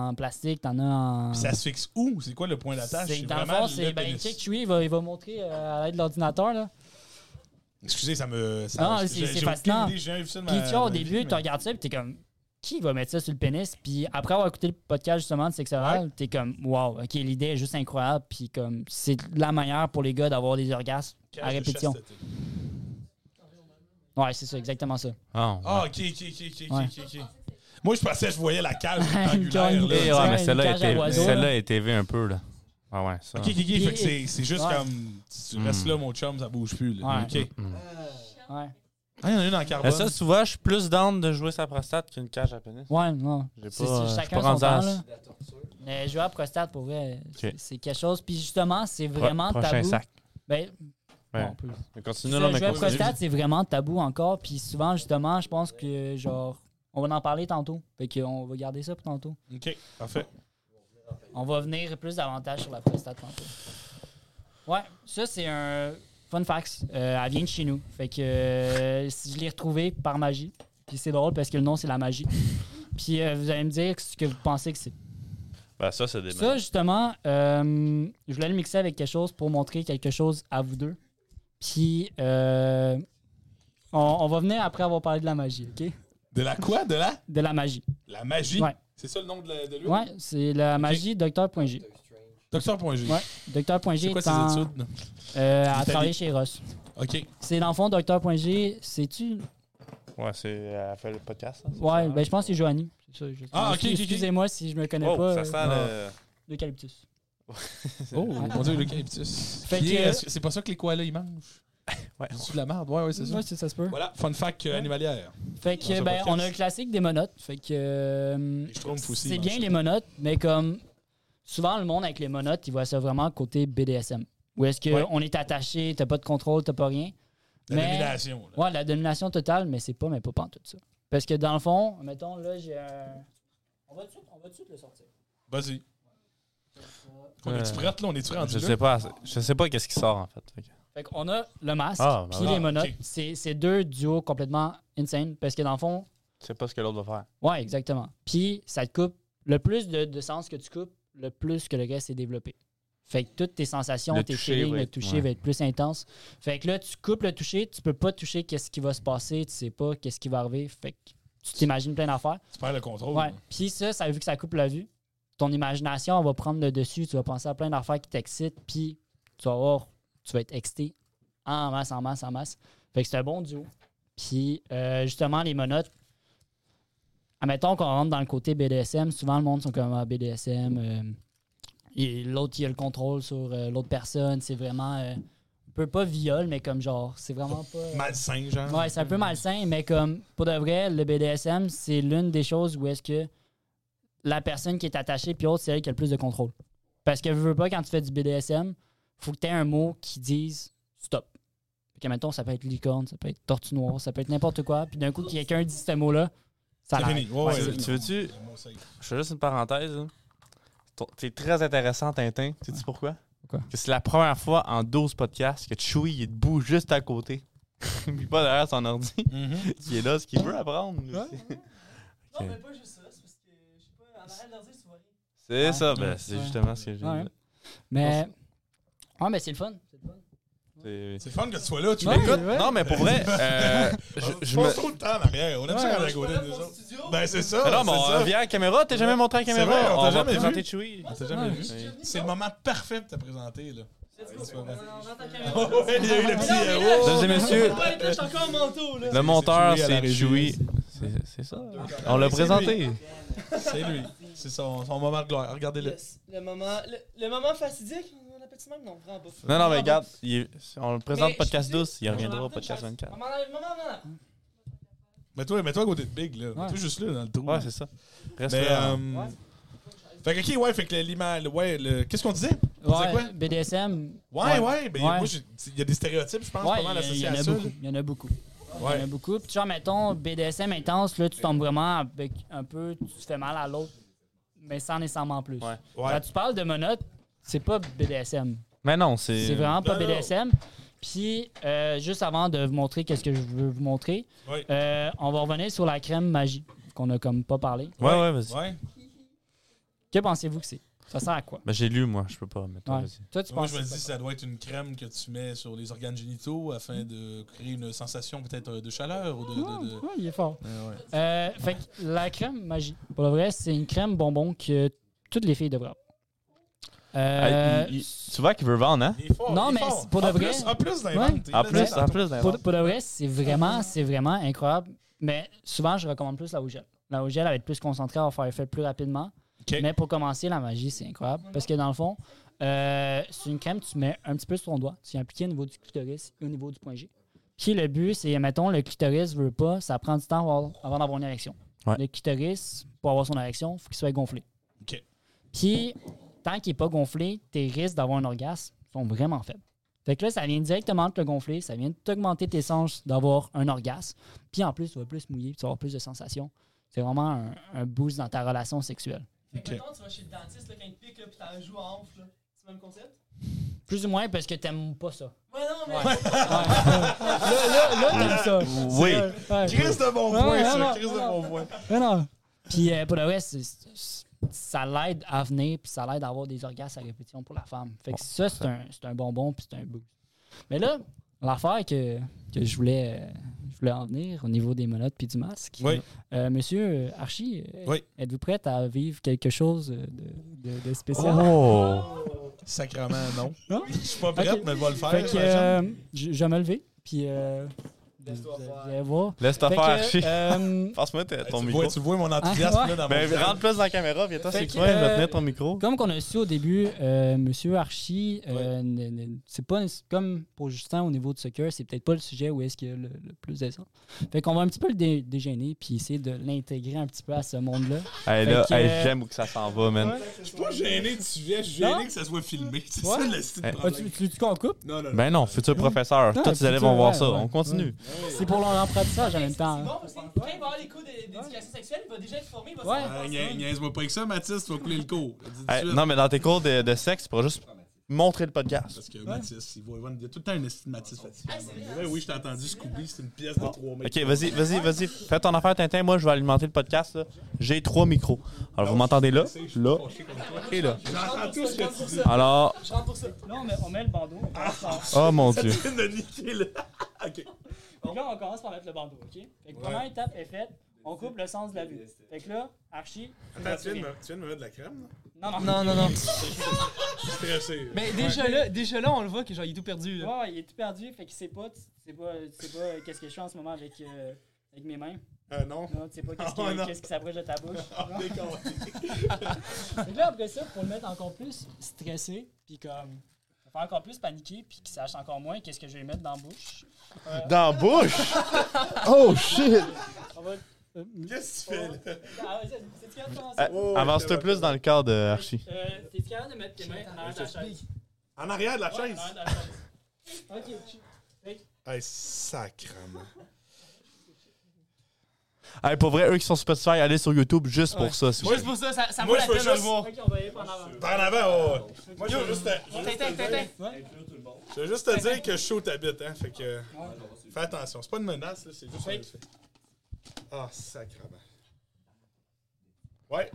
en plastique, t'en as en. Puis ça se fixe où? C'est quoi le point d'attache? C'est- Dans le fond, c'est. Ben, pénis. check, Chewie, il va, il va montrer euh, à l'aide de l'ordinateur, là. Excusez, ça me. Ça, Non, j'ai- c'est- j'ai c'est aucune fascinant. idée, j'ai jamais vu ça de Puis ma- tu vois, au de ma vie, début, mais- tu regardes ça, puis t'es comme, qui va mettre ça sur le pénis? Puis après avoir écouté le podcast justement de sexe oral, t'es comme, wow, ok, l'idée est juste incroyable. Puis comme, c'est la manière pour les gars d'avoir des orgasmes Cage à de répétition. chasteté. Ouais, c'est ça, exactement ça. Ah, ouais. Ah, ok, ok, ok, ok, Ouais. ok, ok. Moi, je pensais que je voyais la cage rectangulaire. Une là. cage. Eh, tu ouais, vois, mais une celle-là cage à était, oiseaux, celle là. était élevée un peu, là. Ah ouais, ça. Ok, ok, ok. Fait que c'est c'est juste Ouais. comme. Tu Mm. restes là, mon chum, ça bouge plus. Là. Ouais. Ok. Mm. Ouais, Ah, il y en a une en Mais carbone. ça, souvent, je suis plus down de jouer sa prostate qu'une cage à pénis. ouais non. J'ai C'est- pas- euh, c'est je suis chacun pas rendu son à- temps, là. La torture. Mais jouer à prostate, pour vrai, c'est- Ok. c'est quelque chose. Puis justement, c'est vraiment Pro- prochain tabou. sac. Ben, Ouais. on peut- Mais Continue, là, mais jouer à continue. prostate, c'est vraiment tabou encore. Puis souvent, justement, je pense que, genre, on va en parler tantôt. Fait qu'on va garder ça pour tantôt. Ok, parfait. On va venir plus davantage sur la prostate tantôt. Ouais, ça c'est un fun fact. Euh, elle vient de chez nous. Fait que euh, je l'ai retrouvée par magie. Puis c'est drôle parce que le nom c'est la magie. Puis euh, vous allez me dire ce que vous pensez que c'est. Ben, ça, c'est des Ça justement, euh, je voulais le mixer avec quelque chose pour montrer quelque chose à vous deux. Puis euh, on, on va venir après avoir parlé de la magie, ok? De la quoi? De la? De la magie. La magie. Ouais. C'est ça le nom de, la- de lui? Ouais, c'est la magie Docteur.G. Docteur.g. Ouais. Docteur.G. C'est quoi est en- ses études? euh, à L'Italie. travailler chez Ross. Ok. C'est dans le fond, Docteur.g, c'est-tu? Ouais, c'est. Elle fait le podcast. Ouais, ben je pense que c'est Joanie. C'est ça, je- Ah, ok, ok, ok. Excusez-moi si je me connais Oh, pas. ça euh, sent le. L'eucalyptus. Oh, Ouais. mon dieu, l'eucalyptus. Fait Qui que- est- est-ce que- C'est pas ça que les koalas, ils mangent? Ouais. C'est de la merde. Ouais, ouais, c'est ça. Ouais, c'est- ça se peut. Voilà, fun fact euh, animalière. Fait Dans que, un ben, podcast. on a le classique des monotes. Fait que. euh, Les schtroumpfs aussi, C'est ils bien mangent. les monotes, mais comme. Souvent, le monde avec les monotes, ils voient ça vraiment côté BDSM. Où est-ce Ouais. qu'on est attaché, t'as pas de contrôle, t'as pas rien. La Mais- domination. là. Ouais, la domination totale, mais c'est pas, mais pas tout ça. Parce que dans le fond, mettons, là, j'ai un. On va tout de suite- on va tout de suite le sortir. Vas-y. On est-tu Euh, prêtes, là? On est-tu rendu Je là? sais pas, je sais pas qu'est-ce qui sort en fait. Fait que- Fait qu'on a le masque Ah, bah puis voilà. les monotes. Ok. C'est c'est deux duos complètement insane parce que dans le fond, Tu sais pas ce que l'autre va faire. ouais, exactement. Puis ça te coupe. Le plus de, de sens que tu coupes, le plus que le reste est développé. Fait que toutes tes sensations, Le tes toucher feelings, va le être- toucher ouais. va être plus intense. Fait que là, tu coupes le toucher, tu peux pas toucher qu'est-ce qui va se passer, tu sais pas qu'est-ce qui va arriver. Fait que tu t'imagines plein d'affaires. Tu perds le contrôle. Ouais. là. Puis ça, ça, vu que ça coupe la vue, ton imagination elle va prendre le dessus. Tu vas penser à plein d'affaires qui t'excitent, puis tu vas voir, tu vas être excité en masse, en masse, en masse. Fait que c'est un bon duo. Puis euh, justement, les monotes, admettons qu'on rentre dans le côté BDSM, souvent le monde sont comme ah, BDSM. euh, et l'autre, il a le contrôle sur euh, l'autre personne. C'est vraiment. euh, un peu pas viol, mais comme genre, c'est vraiment pas. euh, Malsain, genre. Ouais, c'est un peu malsain, mais comme pour de vrai, le BDSM, c'est l'une des choses où est-ce que la personne qui est attachée puis autre, c'est elle qui a le plus de contrôle. Parce que veux, veux pas, quand tu fais du BDSM, faut que tu aies un mot qui dise stop. Fait que mettons, ça peut être licorne, ça peut être tortue noire, ça peut être n'importe quoi, puis d'un coup, quelqu'un dit ce mot-là, ça C'est l'arrête. fini. Ouais, ouais, Tu, c'est- tu veux-tu. Je fais juste une parenthèse. là. Ton- T'es très intéressant, Tintin. Sais-tu pourquoi? Pourquoi? Que c'est la première fois en 12 podcasts que Chewie il est debout juste à côté. Puis pas derrière son ordi. Mhm. Qui est là, ce qu'il veut apprendre. là. Non, mais pas juste ça, c'est parce que, je sais pas, en arrière de l'ordi, tu vois rien. C'est Ouais. ça, ben, c'est Ouais. justement ce que j'ai Ouais. dit. Mais. Ouais, mais c'est le fun. C'est- C'est le fun que tu sois là. Tu Ouais, m'écoutes. c'est vrai. Non, mais pour vrai, euh, je, je me. passe trop de temps en arrière. On aime ça quand on est à Je suis pas côté là des pour le autres. studio. Ben, c'est ça. Mais non, mais on c'est ça. revient à la caméra. T'es jamais montré à la C'est caméra. vrai, on t'a va jamais vu. présenter Chewie. On t'a jamais vu. Je suis déjà venu C'est le moment parfait de te présenter, là. Let's Ouais, c'est go. pas vrai. On entend ta Oh, caméra. ouais, il y a eu le petit. Non, mais euh, là, oh. Mesdames et messieurs, Ouais, là, je suis encore en manteau, là. le monteur, Chewie à la c'est régie, Chewie. là, C'est- C'est ça. On l'a C'est présenté. C'est lui. C'est son, son moment de gloire. Regardez-le. Yes. Le moment, le, le moment fastidique, on appelle ça même? Non, vraiment pas. Non, non, mais regarde, il est- on le présente Mais podcast je te dis- 12, il reviendra au podcast Maman, 24. maman, maman. Mets-toi mets-toi à côté de Big, là. Mets-toi juste là, dans le trou. Ouais, c'est ça. Reste Mais, là. euh, Fait que, ok, ouais, fait que l'image. Ouais, le... qu'est-ce qu'on disait? On disait quoi? Ouais, BDSM. Ouais, ouais, ben, Ouais. moi, j'ai- il y a des stéréotypes, je pense, Ouais, pas mal il y, associés en à a ça. beaucoup. Il y en a beaucoup. Il y en Ouais. a beaucoup. Puis genre, mettons, BDSM intense, là, tu tombes vraiment avec un peu, tu te fais mal à l'autre, mais sans nécessairement plus. Ouais. Ouais. Euh, Quand tu parles de monote, c'est pas BDSM. Mais non, c'est. C'est vraiment pas Non, non. BDSM. Puis, euh, juste avant de vous montrer qu'est-ce que je veux vous montrer, Ouais. euh, on va revenir sur la crème magie, qu'on a comme pas parlé. Ouais, ouais, vas-y. Ouais. Que pensez-vous que c'est? Ça sert à quoi? Ben, j'ai lu, moi, je peux pas. Mais toi, Ouais. vas-y. Toi, tu Moi, penses je me c'est dis ça doit être une crème que tu mets sur les organes génitaux afin de créer une sensation peut-être euh, de chaleur ou de. quoi? de- de- Ouais, ouais, il est fort. Ouais, ouais. Euh, fait que la crème magie, pour le vrai, c'est une crème bonbon que toutes les filles devraient avoir. Euh, Ah, il- il- tu vois qu'il veut vendre, hein? Il est fort, Non, il est mais fort. c'est pour de En vrai. plus- En plus, Ouais. d'invente, il En l'a plus, dit en tantôt. plus, d'un pour, pour le vrai, c'est vraiment, c'est vraiment incroyable. Mais souvent, je recommande plus la au gel. La au gel, elle va être plus concentrée, elle va faire effet plus rapidement. Ok. Mais pour commencer, la magie, c'est incroyable. Parce que dans le fond, euh, c'est une crème que tu mets un petit peu sur ton doigt. Tu viens appliquer au niveau du clitoris et au niveau du point G. Puis le but, c'est, mettons, le clitoris veut pas, ça prend du temps avant, avant d'avoir une érection. Ouais. Le clitoris, pour avoir son érection, faut qu'il soit gonflé. Ok. Puis, tant qu'il n'est pas gonflé, tes risques d'avoir un orgasme sont vraiment faibles. Fait que là, ça vient directement de te gonfler, ça vient t'augmenter tes chances d'avoir un orgasme. Puis en plus, tu vas plus mouiller, puis tu vas avoir plus de sensations. C'est vraiment un, un boost dans ta relation sexuelle. Fait Ok. que maintenant, tu vas chez le dentiste, là, quand il te pique, là, pis t'en joues en off, là. C'est le même concept? Plus ou moins parce que t'aimes pas ça. Ouais, non, mais. Ouais. là, là, là, t'aimes ça. Oui. C'est, euh, ouais. Chris de bon Ouais, point, ouais, ça. ouais. Chris de bon point. Mais non. Puis euh, pour le reste, c'est- c'est- ça l'aide à venir, puis ça l'aide à avoir des orgasmes à répétition pour la femme. Fait que ça, c'est un, c'est un bonbon, puis c'est un boost. Mais là, l'affaire que, que je, voulais, euh, je voulais en venir au niveau des menottes puis du masque. Oui. Euh, monsieur euh, Archie, euh, Oui. êtes-vous prête à vivre quelque chose euh, de, de- de spécial? Oh! Sacrement, non. Non? Je suis pas prête, Ok. mais je vais le faire. Fait que j'imagine. euh, je, je vais me lever, puis euh, vous, Laisse-toi vous faire. allez voir. Laisse ta Fait faire, que, chier. euh, Passe-moi t- ton tu, micro. vois, tu vois mon enthousiasme Ah, ouais. là, dans Ben, mon rentre plus dans la caméra, viens-toi, Fait c'est que, quoi? Je vais euh, tenir ton micro. Comme qu'on a su au début, euh, Monsieur Archie, euh, ne- ne- c'est pas c'est comme pour Justin au niveau de soccer, c'est peut-être pas le sujet où est-ce qu'il y a le, le plus d'aisance. Fait qu'on va un petit peu le dé- dégêner puis essayer de l'intégrer un petit peu à ce monde-là. Hey, Fait là, que, hey, euh, j'aime où que ça s'en va, man. Je Je suis pas gêné du sujet, je suis gêné Non? que ça soit filmé. C'est Ouais. ça le style Eh. de Ah, problème. tu, tu, tu qu'on coupe Non, non, non. Ben non, futur professeur. Non, Tous tes futur, élèves vont voir ouais, ça. ouais. On continue. C'est pour leur apprentissage en même C'est temps. hein. bon, parce que quand il va avoir les cours d'é- d'éducation sexuelle, il va déjà être formé, il va Ouais. savoir Ah, faire nia- ça. Niaise-moi pas avec ça, Mathis, tu vas couler le cours. Je te dis tout de Hey, suite. Eh, non, mais dans tes cours de, de sexe, tu pourras juste montrer le podcast. Parce que Mathis, il, voit, il y a tout le temps un esti de Mathis fatigué. Ah, c'est vrai, Ouais, hein, oui, je t'ai entendu Scooby, c'est une pièce de 3 mètres. Ok, vas-y, vas-y, vas-y. Fais ton affaire, Tintin. Moi, je vais alimenter le podcast. là. J'ai trois micros. Alors, vous m'entendez là, là et là. J'entends tout ce que tu dis. Alors, Je rentre pour ça. Là, on met, le bandeau. Ah. oh mon dieu. Tu viens de niquer, là. Ok. là, on commence par mettre le bandeau, OK? Fait que première étape est faite, on coupe le sens de la vue. Fait que là, Archie... Attends, tu viens de me- tu viens de me mettre de la crème, là? Non, non, Non, non, non. Je suis stressé. là. Mais déjà là, déjà là, on le voit que genre, il est tout perdu, là. Ouais, ouais, il est tout perdu, fait qu'il sait pas, tu tu sais pas, tu sais pas euh, qu'est-ce que je fais en ce moment avec, euh, avec mes mains. Euh, non. Non, tu sais pas qu'est-ce Oh, qui, non. qu'est-ce qui s'approche de ta bouche. Ah, d'accord. Fait que là, après ça, pour le mettre encore plus stressé, puis comme, pour faire encore plus paniquer, puis qu'il sache encore moins qu'est-ce que je vais mettre dans la bouche, Dans la bouche! Oh shit! on va... euh, Qu'est-ce que tu fais, là? ah, ouais, c'est- c'est-tu capable de faire Ah. ça? Oh, Eh, Avance-toi ouais, plus dans le corps de Archie. Euh, T'es-tu capable de mettre tes Ah, mains en arrière de la chaise? En arrière de la Ouais, en chaise. arrière de la chaise. Ok, tu- Hey, sacrement. Hey, Eh, pour vrai, eux qui sont sur Spotify, allez sur YouTube juste pour ça. s'il vous Juste pour ça, ça, ça Moi, vaut la je veux peine de le juste- voir. ok, on va y aller par en avant. Par en avant, oh, ouais, ouais. Moi, je veux juste te, je veux juste Tintin, te Tintin. dire, je veux juste te dire que chaud t'habites, hein. Fait que. Fais attention. C'est pas une menace, là. C'est juste. un effet. Ah, sacrement. Ouais.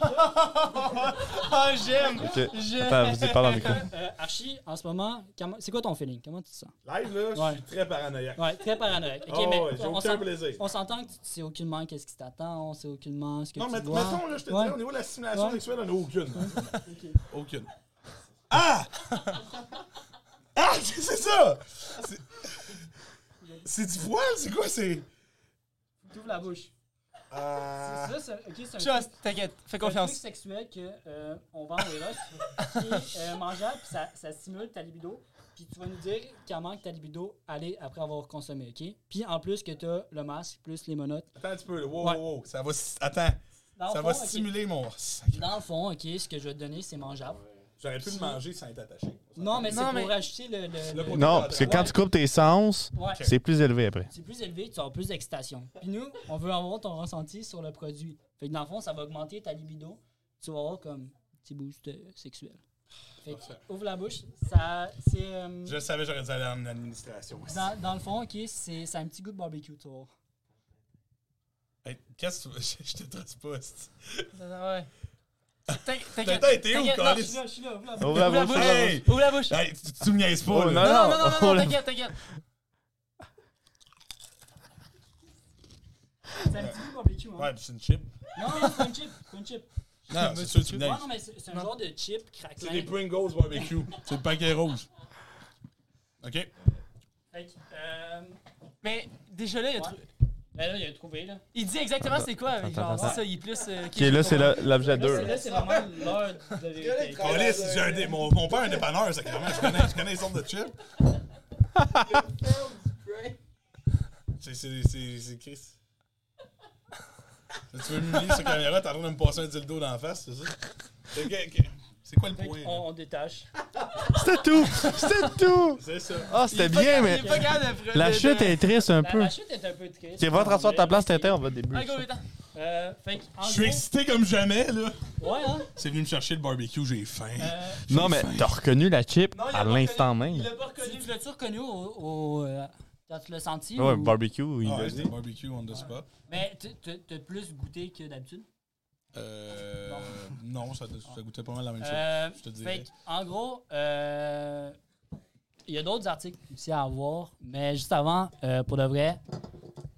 Ah, j'aime! plaît. Ok. Attends, vas-y, parle dans le micro. Euh, Archie, en ce moment, comment- c'est quoi ton feeling? Comment tu te sens? Live, là, je Ouais. suis très paranoïaque. Ouais, très paranoïaque. Ok, Ah mais ouais, j'ai on, on aucun s'en- plaisir. on s'entend que tu sais aucunement qu'est-ce qui t'attend, on sait aucunement ce que Non, tu mais dois. mettons, là, je te Ouais. dis, au niveau de la simulation Ouais. sexuelle, on n'a aucune. Aucune. Ah! ah! C'est ça! C'est- C'est du voile? C'est quoi? C'est. Tu ouvres la bouche. Ah. C'est ça, c'est ok, c'est un, Just, t'inquiète, truc- fais un truc confiance. sexuel que euh, on vend au Eros, qui est euh, mangeable, puis ça, ça stimule ta libido. Puis tu vas nous dire comment que ta libido allait après avoir consommé, OK? Puis en plus que tu as le masque, plus les monotes. Attends un petit peu, là. Wow, Ouais. wow, wow. Ça va, s- attends, Dans, ça le va fond, ok, stimuler mon. dans le fond, OK, ce que je vais te donner, c'est mangeable. J'aurais pu le manger sans être attaché. Non, mais c'est Non, mais- pour ajouter le... le- Le le- côté- Non, parce que quand tu coupes tes sens, Ouais. c'est plus élevé après. C'est plus élevé, tu auras plus d'excitation. Puis nous, on veut avoir ton ressenti sur le produit. Fait que dans le fond, ça va augmenter ta libido. Tu vas avoir comme petit boost euh, sexuel. Fait que, ouvre la bouche, ça, c'est... euh, Je savais, j'aurais dû aller en administration. Dans, dans le fond, ok, c'est c'est un petit goût de barbecue, tu vois. Hey, Qu'est-ce que je, je te trace pas? c'est- Ouais. T'inquiète, t'inquiète. T'as été où, T'inquiète, non, je suis Calis? là, je suis là, ouvre la Ouvre la Ouvre la bouche, bouche. ouvre la Hey! Ouvre la bouche. Hey, tu, tu me niaises pas, Oh, là. Non, non, non, non, non, oh, non, là. t'inquiète, t'inquiète. C'est un petit goût de barbecue, hein? Ouais, puis c'est une chip. Non, non, c'est un chip, c'est un chip. Non, c'est sûr que tu me Ouais, niaises. non, mais c'est c'est un genre de chip craquelin. C'est des Pringles barbecue. c'est le paquet rouge. OK. Fait que, euh, Mais déjà là, il a trou- ben là, il a trouvé, là. il dit exactement c'est quoi. Attends, genre, attends, c'est ça, il est plus. euh, Ok, là, c'est la- l'objet Là, c'est- 2. là, c'est vraiment l'heure de vérité. Calis, j'ai un dé- mon, mon père est un dépanneur, c'est quand même. Je connais, je connais les sortes de chips. C'est, c'est, c'est, c'est Chris. Si tu veux m'humilier sur caméra, t'es en train de me passer un dildo dans la face, c'est ça? C'est, que- que- c'est quoi le Fait point? qu'on- là? on, détache. C'était tout! C'était tout! C'est ça. Ah, c'était bien, mais Il est pas capable de- la de- de- chute est triste un La, peu. la chute est un peu triste. Tu vas te rasseoir à ta place, Tintin, on va Ah, débuter. go, attends. Euh, fait que, en Je suis gros- excité comme jamais, là. Ouais, hein? C'est venu me chercher le barbecue, j'ai faim. Euh, Non, mais t'as reconnu la chip Non, il a à pas l'instant Il même. l'a pas tu reconnu. tu l'as-tu reconnu au. au, euh, quand tu l'as senti? Ouais, ou- barbecue, il Ah, l'a c'est dit. des barbecue on the spot. Mais tu- tu- t'as plus goûté que d'habitude? Euh, non, ça, ça goûtait pas mal la même chose. Euh, je te dirais. fait que, en gros, euh, il y a d'autres articles aussi à voir, mais juste avant, euh, pour de vrai,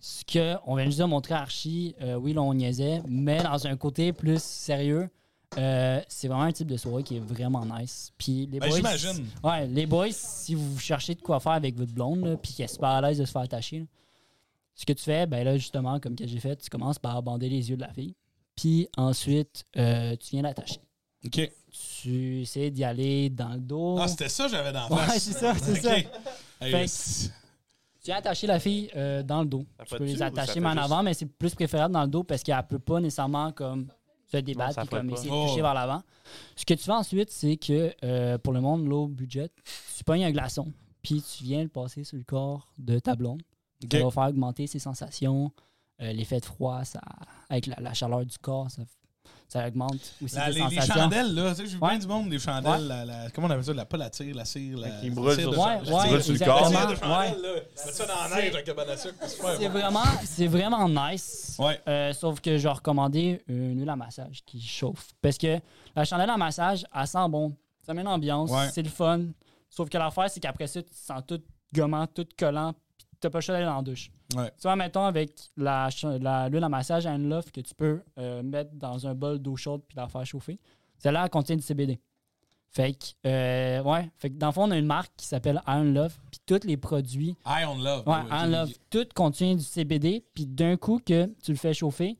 ce qu'on vient juste de montrer à Archie, euh, oui, là, on niaisait, mais dans un côté plus sérieux, euh, c'est vraiment un type de soirée qui est vraiment nice. Puis les Ben, boys. j'imagine. Ouais, les boys, si vous cherchez de quoi faire avec votre blonde, là, puis qu'elle est super à l'aise de se faire attacher, là, ce que tu fais, ben là, justement, comme que j'ai fait, tu commences par bander les yeux de la fille, puis ensuite, euh, tu viens l'attacher OK. tu essaies d'y aller dans le dos. Ah, c'était ça que j'avais dans la ouais, face. c'est ça, c'est OK. ça. Hey, Fait que- c'est- Tu as attaché la fille euh, dans le dos. Ça Tu peux frotte-tu les ou attacher ça mais en fait juste- avant, mais c'est plus préférable dans le dos parce qu'elle ne peut pas nécessairement comme se débattre ça et frotte comme pas. essayer Oh. de toucher vers l'avant. Ce que tu fais ensuite, c'est que euh, pour le monde low budget, tu pognes un glaçon, puis tu viens le passer sur le corps de ta blonde. OK. Ça va faire augmenter ses sensations. euh, L'effet de froid, ça, avec la, la chaleur du corps, ça, ça augmente aussi La- les, les, les sensations. chandelles, là, tu sais, j'ai vu Ouais. bien du monde, les chandelles, Ouais. la, la- comment on appelle ça, la, pas la tire, la cire, la... Qui la brûle cire sur- de Ouais, chandelle. La ouais, cire de exactement. chandelle, Ouais. là. Mets ça dans la neige avec le cabane à sucre, c'est super C'est bon. vraiment, c'est vraiment nice. Ouais. Euh, sauf que je vais recommander une huile à massage qui chauffe. Parce que la chandelle à massage, elle sent bon. Ça met une ambiance, Ouais. c'est le fun. Sauf que l'affaire, c'est qu'après ça, tu te sens tout gommant, tout collant, puis t'as pas le choix d'aller dans la douche. Ouais. Tu vois, mettons, avec la cha- la- l'huile à massage à une que tu peux euh, mettre dans un bol d'eau chaude puis la faire chauffer, celle-là, elle contient du CBD. Fait que, euh, ouais, fait que dans le fond, on a une marque qui s'appelle Iron Love, puis tous les produits I on love. Ouais, là, en j'ai- love. Tout contient du CBD, puis d'un coup que tu le fais chauffer,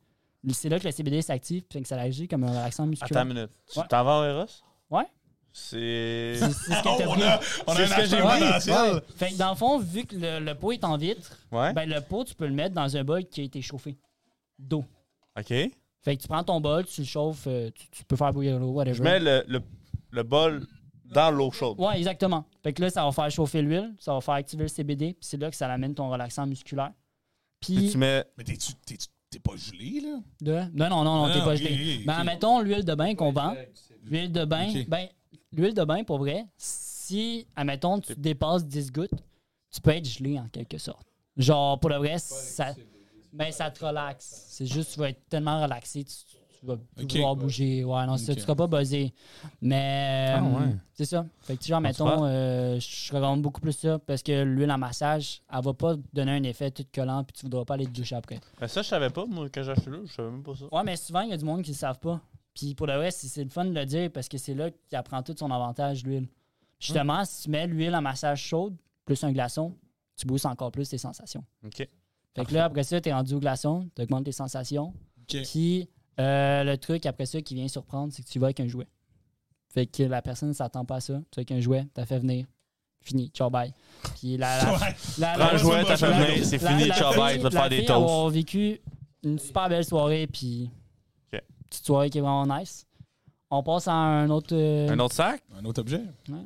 c'est là que le CBD s'active, puis que ça agit comme un relaxant Attends musculaire. une minute. Tu Ouais. t'en vas en Eros? Ouais. C'est. C'est c'est ce que Oh, t'as on pris. a, on a C'est un ce que j'ai acheteur pris. potentiel. Ouais. Fait que dans le fond, vu que le, le pot est en vitre, Ouais. ben le pot, tu peux le mettre dans un bol qui a été chauffé d'eau. Ok. Fait que tu prends ton bol, tu le chauffes, euh, tu, tu peux faire bouillir l'eau, whatever. Je mets le, le, le bol dans l'eau chaude. Ouais, exactement. Fait que là, ça va faire chauffer l'huile, ça va faire activer le CBD, puis c'est là que ça amène ton relaxant musculaire. Puis Puis, tu mets. Mais t'es-tu, t'es-tu, t'es pas gelé, là? de... Non, non, non, non, t'es pas gelé. Ben, mettons l'huile de bain qu'on vend. L'huile de bain, Ok. ben, l'huile de bain, pour vrai, si, admettons, tu dépasses 10 gouttes, tu peux être gelé en quelque sorte. Genre, pour le vrai, ça, ben, ça te relaxe. C'est juste, tu vas être tellement relaxé, tu, tu vas plus Ok. pouvoir bouger. Ouais, non, c'est ça, Ok. tu seras pas buzzé. Mais, Ah, ouais. Ah, euh, c'est ça. Fait que, tu sais, genre, mettons, euh, je recommande beaucoup plus ça parce que l'huile en massage, elle va pas te donner un effet tout collant puis tu voudras pas aller te doucher après. Mais Ben, ça, je savais pas, moi, quand j'ai acheté là, je savais même pas ça. Ouais, mais souvent, il y a du monde qui ne savent pas. Puis pour le vrai, c'est c'est le fun de le dire parce que c'est là qu'il apprend tout son avantage, l'huile. Hein? Justement, si tu mets l'huile en massage chaude, plus un glaçon, tu boostes encore plus tes sensations. Ok. Fait que là, après ça, tu es rendu au glaçon, tu augmentes tes sensations. Ok. Puis euh, le truc après ça qui vient surprendre, c'est que tu vas avec un jouet. Fait que la personne ne s'attend pas à ça. Tu vas avec un jouet, tu fait venir. Fini, ciao bye. Puis la, la, Ouais. la- la- Prends le jouet, ta la- famille, c'est la- fini, la ciao bye, fille- tu vas te la faire des fille toasts. avoir vécu une super belle soirée, puis Ok. petite soirée qui est vraiment nice. On passe à un autre. euh, Un autre sac? Un autre objet. Ouais.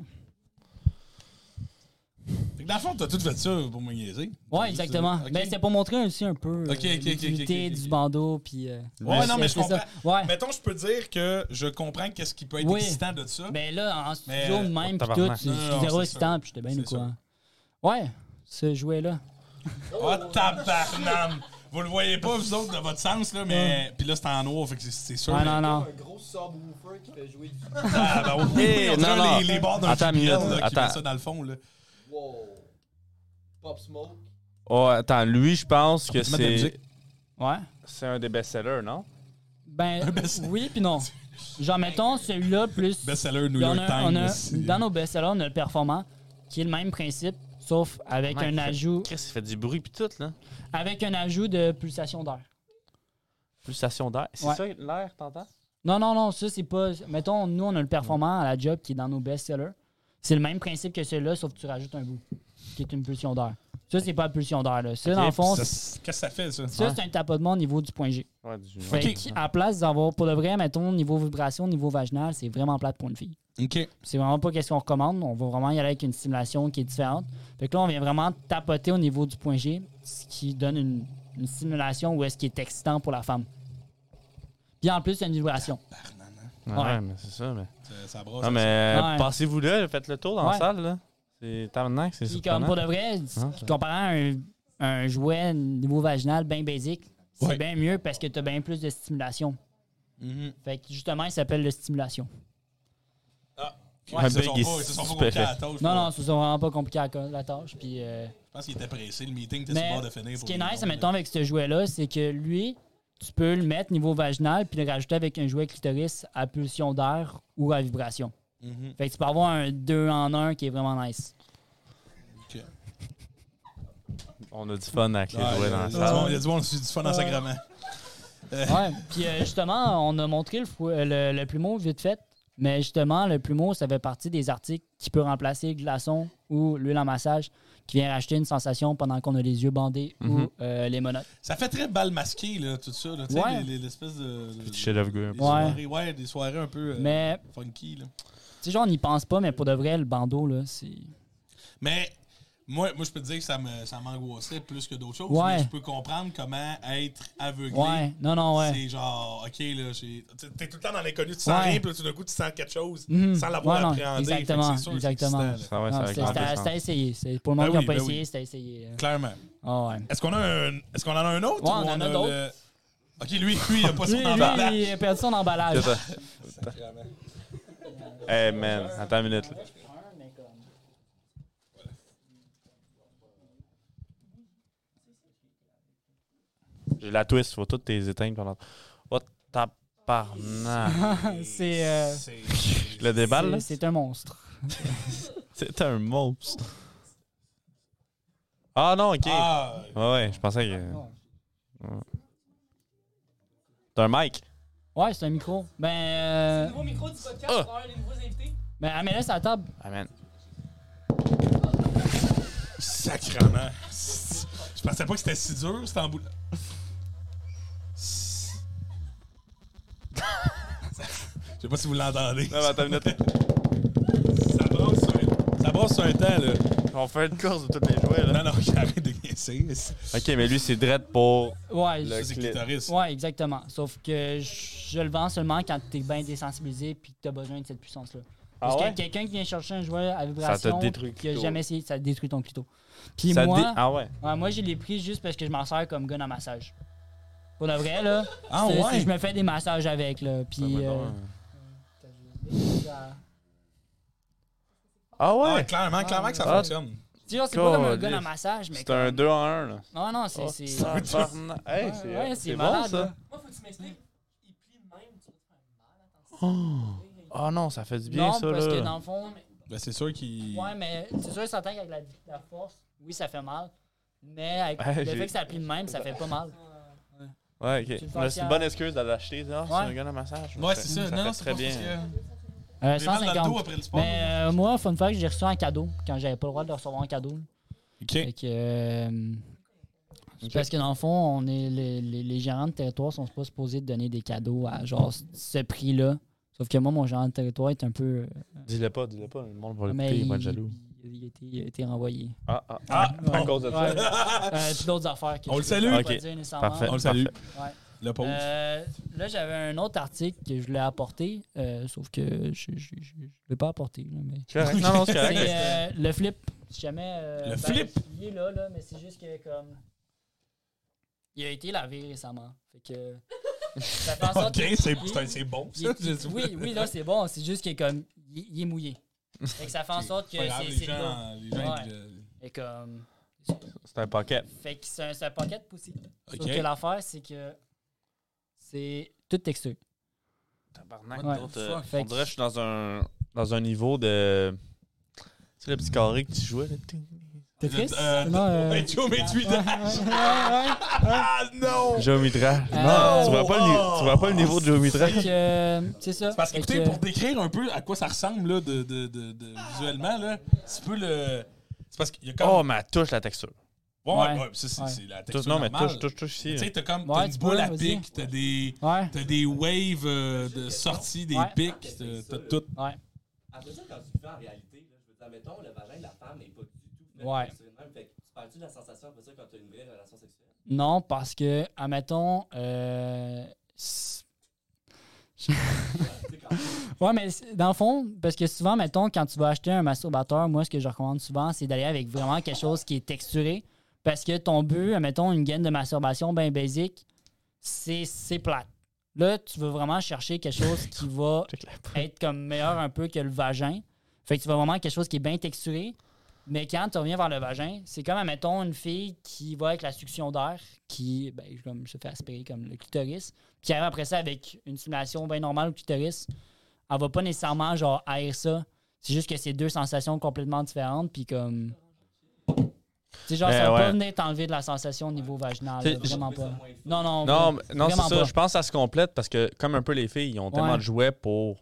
Fait que dans le fond, t'as tout fait ça pour me niaiser. Ouais, exactement. Ok. Ben, c'était pour montrer aussi un peu euh, ok, ok, ok, l'utilité ok, ok, ok. du bandeau, puis. euh, Ouais, non, mais je c'est comprends. ça. Ouais. Mettons, je peux dire que je comprends qu'est-ce qui peut être Oui. excitant de ça. Mais Ben, là, en Mais, studio de euh, même, oh, pis tout, tabarnak. c'est Non, non, c'est non, zéro c'est excitant, puis j'étais bien C'est au courant. Ouais, ce jouet-là. Oh, tabarnam! Vous le voyez pas, vous autres, de votre sens, là, mais. Puis là, c'est en noir, fait que c'est- c'est sûr. Ouais, mais- non, Ah, non. Un gros subwoofer qui fait jouer du. Ah, ben, oui, Eh, on non, dirait non. Les, les bords d'un Attends une tunnel, minute, là, qui met attends. ça dans le fond, là. Wow. Pop Smoke. Oh, attends, lui, je pense que peut mettre de la musique. c'est. Ouais. C'est un des best-sellers, non? Ben, best- oui, puis non. Genre, mettons, celui-là, plus. Best-seller New Puis on York a- on Times. a- aussi. dans nos best-sellers, on a le performant, qui est le même principe, sauf avec Ouais, un fait- ajout Chris, il fait du bruit pis tout, là. avec un ajout de pulsation d'air. Pulsation d'air. C'est Ouais. ça, l'air, t'entends? Non, non, non, ça, c'est pas. Mettons, nous, on a le performant à la job qui est dans nos best-sellers. C'est le même principe que celui-là, sauf que tu rajoutes un bout, qui est une pulsion d'air. Ça, c'est pas la pulsion d'air, là. Ça, dans le fond, Ça, c'est- Qu'est-ce que ça fait, ça? ça, Ah. c'est un tapotement au niveau du point G. Ouais, du. Fait Ok. que, à place d'avoir, pour de vrai, mettons, niveau vibration, niveau vaginal, c'est vraiment plate pour une fille. Ok. C'est vraiment pas qu'est-ce qu'on recommande. On va vraiment y aller avec une stimulation qui est différente. Fait que là, on vient vraiment tapoter au niveau du point G, ce qui donne une, une stimulation où est-ce qui est excitant pour la femme. Puis en plus, il y a une vibration. Ouais, Ouais. mais c'est ça, mais. Ça- Ça brasse. Non, mais euh, Ouais. passez-vous là, faites le tour dans Ouais. la salle, là. C'est tabarnak, c'est Puis surprenant. comme pour de vrai, Hein? ça- comparant à un, un jouet niveau vaginal bien basique, c'est Ouais. bien mieux parce que tu as bien plus de stimulation. Mhm. Fait que justement, il s'appelle le stimulation. Ouais, Un ils se big sont pas- est ils se sont pas stupéfait. compris à la tâche. Non, pour- non, c'est vraiment pas compliqué à co- la tâche. Puis. euh, Je pense qu'il était pressé, le meeting était sur Mais le bord de finir. Ce pour qui est les nice, gens. mettons, avec ce jouet-là, c'est que lui, tu peux le mettre niveau vaginal puis le rajouter avec un jouet clitoris à pulsion d'air ou à vibration. Mhm. Fait que tu peux avoir un 2 en 1 qui est vraiment nice. On a du fun avec les Ouais, jouets dans il y a la du monde- salle. Il y a du monde qui a du fun en sacrement. Ouais. puis euh, justement, on a montré le, fou- euh, le, le plumeau vite fait, mais justement, le plumeau, ça fait partie des articles qui peut remplacer le glaçon ou l'huile en massage qui vient racheter une sensation pendant qu'on a les yeux bandés Mhm. ou euh, les monotes. Ça fait très bal masqué, là, tout ça. Là, tu Ouais. sais, les- les- l'espèce de. Petit shit of good. des Ouais. soirées- ouais, des soirées un peu euh, Mais, funky. Là. tu sais, genre, on n'y pense pas, mais pour de vrai, le bandeau, là, c'est. Mais moi, moi je peux te dire que ça me- ça m'angoissait plus que d'autres choses. Ouais. Mais je peux comprendre comment être aveuglé. Ouais, non, non, ouais. C'est genre, OK, là, j'ai- t'es t'es tout le temps dans l'inconnu, tu sens Ouais. rien, puis là, tout d'un coup, tu sens quelque chose Mhm. sans l'avoir Ouais, non, appréhendé. Fait que exactement, c'est sûr que c'est exactement. excitant, Ah Ça va, Non, ça va c'est- grand C'était à- plaisir. c'était à essayer. C'est- Pour le monde Ben qui n'a oui, pas ben essayé, oui. c'était à essayer. là. là. Clairement. Ah ouais. Est-ce qu'on a un. Est-ce qu'on en a un autre Ouais, ou on en a d'autres. le- OK, lui, lui, il a pas son Lui, embarras. lui, il a perdu son emballage. C'est ça. Hey man, attends une minute. là. J'ai la twist, faut toutes tes éteignes pendant. Oh tabarnak. C'est euh, C'est- Je le déballe là. c'est- c'est un monstre. C'est un monstre. Ah non, ok. Ah, Ouais, ouais, je pensais que. Ah, Ouais. T'as un mic. Ouais, c'est un micro. Ben, euh, Nouveau micro du podcast Ah. pour avoir les nouveaux invités. ben amène-le sur la table. Amen. sacrement. Je pensais pas que c'était si dur, c'était en bout de- Je sais pas si vous l'entendez. Non, mais attends une minute. Ça brosse sur un, ça brasse sur un temps, là. On fait une course de tous les jouets là. Non, non, j'arrête de guesser. Ok, mais lui c'est dread pour. Ouais, Ça, je- c'est clitoris. ouais, exactement. Sauf que je, je le vends seulement quand t'es bien désensibilisé puis que t'as besoin de cette puissance-là. Parce Ah ouais? que quelqu'un qui vient chercher un jouet à vibration détruit le qui a clito. jamais essayé, ça détruit ton clito. Puis Ça moi, dé- Ah ouais. ouais, moi, je l'ai pris juste parce que je m'en sers comme gun à massage. Pour de vrai, là. Ah C'est- c'est- ouais? Je me fais des massages avec, là. Ben, Puis. euh, Ah Ah, ouais! clairement, clairement que ça Ah. fonctionne. Tu vois, c'est pas comme un Caliste. gun à massage, mais. C'est comme- un 2 en 1 là. Non, non, c'est. Oh, c'est- tabarnak. Hey, Ouais, c'est- ouais, c'est c'est bon malade, ça. là. Moi, faut que tu m'expliques. Il plie de même, tu vas te faire Oh. mal, attention. Ah non, ça fait du bien Non, ça parce que là. dans le fond. Ben, c'est sûr qu'il. Ouais, mais c'est sûr, certain qu'avec la, la force, oui, ça fait mal. Mais avec Ouais, le j'ai- fait que ça plie de même, ça fait pas mal. Ouais, Tu le ok. fais Mais C'est à- une bonne excuse d'aller l'acheter. Ah, C'est Ouais. un gars à massage. Ouais, c'est ça. Non, fait non, c'est très pas bien. parce que- Euh, J'ai mal dans le dos 150. après le sport. Mais euh, moi, fun fact, j'ai reçu un cadeau quand j'avais pas le droit de recevoir un cadeau. OK. Fait que, euh, c'est Parce que dans le fond, on est les, les- les gérants de territoire sont pas supposés de donner des cadeaux à genre c- ce prix-là. Sauf que moi, mon gérant de territoire est un peu. euh, Dis-le pas, dis-le pas. Le monde va mais l'écouter, il va être jaloux. il- il a été, il a été renvoyé. Ah, ah, Ah, Ouais. à cause de ça. Ouais. Euh, puis d'autres affaires. que On je le peux salue. pas Ok, dire nécessairement. Parfait. Ah, On le salue. parfait. Ouais. Le pauvre. Euh, là, j'avais un autre article que je voulais apporter, euh, sauf que je ne l'ai pas apporté. là, mais... C'est correct. Non, non, c'est correct. C'est euh, le flip. Si jamais. euh, Le flip? Il est là, là, mais c'est juste que comme. Il a été lavé récemment. Fait que. Ça fait en sorte OK, que- c'est- il- c'est c'est bon, il- ça. il- je- oui, oui, là, c'est bon. C'est juste que comme. Il, il est mouillé. Fait que ça fait en sorte que Pas grave, c'est. les c'est lourd. gens. les gens, Ouais. ils- Et comme. C'est un paquet. Fait que c'est un, c'est un pocket poussé. Sauf que OK. l'affaire, c'est que. C'est tout texteux. Tabarnak. Ouais. d'autres, euh, Fuck. Fait on que- dirait que je suis dans un, dans un niveau de. Tu sais, le petit carré que tu jouais. Là. ting. T'es triste? Euh, Non, euh, Hey, Joe, mais tu es dans- Ah non! Géomitra. Ah, non, tu vois pas, oh. le, tu vois pas le niveau de Géomitra. Fait que, euh, c'est ça. Parce que, Fait écoutez, que- pour décrire un peu à quoi ça ressemble là, de, de- de- de- visuellement, là, tu peux le. C'est parce qu'il y a comme. Oh, mais elle touche la texture. ouais, ouais, ouais. ouais, ça, c'est Ouais. c'est la Touche- texture. non, mais normale. touche, touche, touche ici. Tu sais, t'as comme. Ouais, T'as tu une peux, boule à vas-y. pic, t'as des. Ouais. T'as des waves euh, de sortie des Ouais. pics, t'as- t'as tout. Après ça, quand tu le fais en réalité, là, je veux dire, mettons, le vagin de la femme n'est pas du tout fait Ouais. pour se faire de même. Fait que tu parles-tu de la sensation après ça quand tu as une vraie relation sexuelle? Non, parce que, admettons. Euh, s- Tu sais, quand- ouais, mais c'est- dans le fond, parce que souvent, mettons, quand tu vas acheter un masturbateur, moi, ce que je recommande souvent, c'est d'aller avec vraiment quelque chose qui est texturé. Parce que ton but, mettons, une gaine de masturbation bien basique, c'est c'est plate. Là, tu veux vraiment chercher quelque chose qui va Check la être comme meilleur un peu que le vagin. Fait que tu vas vraiment quelque chose qui est bien texturé. Mais quand tu reviens vers le vagin, c'est comme, admettons, une fille qui va avec la succion d'air, qui ben, comme, se fait aspirer comme le clitoris, puis qui arrive après ça avec une stimulation bien normale au clitoris. Elle va pas nécessairement, genre, haïr ça. C'est juste que c'est deux sensations complètement différentes, puis comme... C'est genre, Ben ça va pas ouais. venir t'enlever de la sensation au niveau vaginal, C'est- là, vraiment pas. Non, Non, non, vra- mais- non c'est vraiment ça. pas. Je pense que ça se complète parce que, comme un peu les filles, ils ont tellement Ouais. de jouets pour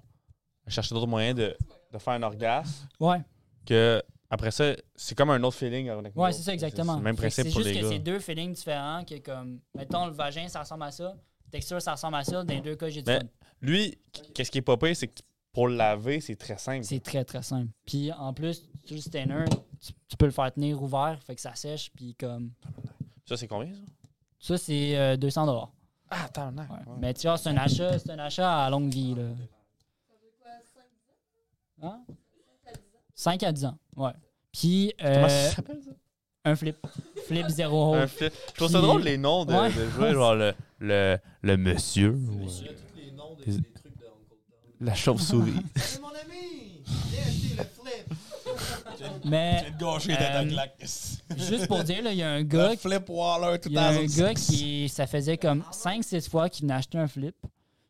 chercher d'autres moyens de, de faire un orgasme Ouais. que après ça, c'est comme un autre feeling. avec nous Ouais, autres. c'est ça, exactement. C'est le même Fait que principe c'est pour juste les que gars. c'est deux feelings différents que comme, mettons, le vagin, ça ressemble à ça. Texture, ça ressemble à ça. Dans les deux cas, j'ai du Mais- fun. Lui, qu'est-ce qui est pas pire, c'est que pour le laver, c'est très simple. C'est très, très simple. Puis en plus, sur le stainer, tu, tu peux le faire tenir ouvert, fait que ça sèche. Puis comme, Ça, c'est combien, ça? ça, c'est euh, 200 dollars. Ah, attends, non. Mais tu vois, c'est un achat, c'est un achat à longue vie. Là. Hein? 5 à 10 ans, ouais. Puis Comment euh, ça s'appelle, ça? un flip. Flip zéro. Un flip. Je trouve ça Puis- drôle, les noms de, Ouais. de jouets, genre le, le, le monsieur, ou, euh, Il y a tous les noms des, Des- des trucs de Uncle Tom. la chauve-souris. C'est mon ami! Viens acheter le flip! Mais J'ai de gâcher Euh, ta claque. juste pour dire, là, il y a un gars Ah, Le flip waller, tout Il y a un gars qui, ça faisait comme 5-6 fois qu'il venait acheter un flip.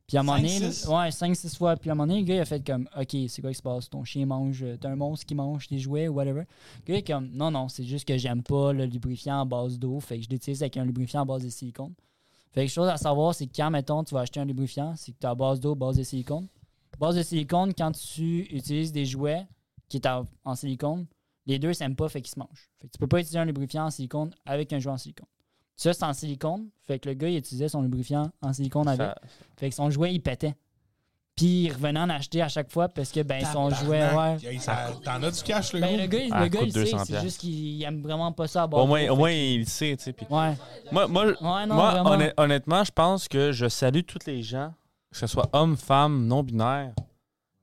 Puis à un moment donné, Cinq, là- six? ouais, 5-6 fois. Puis à un moment donné, le gars, il a fait comme, OK, c'est quoi qui se passe? Ton chien mange, euh, t'as un monstre qui mange des jouets ou whatever. Le gars est comme, non, non, c'est juste que j'aime pas le lubrifiant en base d'eau. Fait que je l'utilise avec un lubrifiant en base de silicone. Fait que chose à savoir, c'est que quand, mettons, tu vas acheter un lubrifiant, c'est que t'as à base d'eau, base de silicone. Base de silicone, quand tu utilises des jouets qui est en, en silicone, les deux s'aiment pas, fait qu'ils se mangent. Fait que tu peux pas utiliser un lubrifiant en silicone avec un jouet en silicone. Ça, c'est en silicone. Fait que le gars, il utilisait son lubrifiant en silicone avec. Ça- Fait que son jouet, il pétait. Puis il revenait en acheter à chaque fois parce que ben son jouet, ouais. T'en as du cash, le Ben, gars. le gars, il- Ah, le gars, coûte il sait, 200 c'est juste qu'il aime vraiment pas ça à bord. au, moins, au moins, il le sait, tu sais. puis- Ouais. Moi, moi, Ouais, non, moi vraiment. honnêt- honnêtement, je pense que je salue tous les gens, que ce soit hommes, femmes, non-binaires,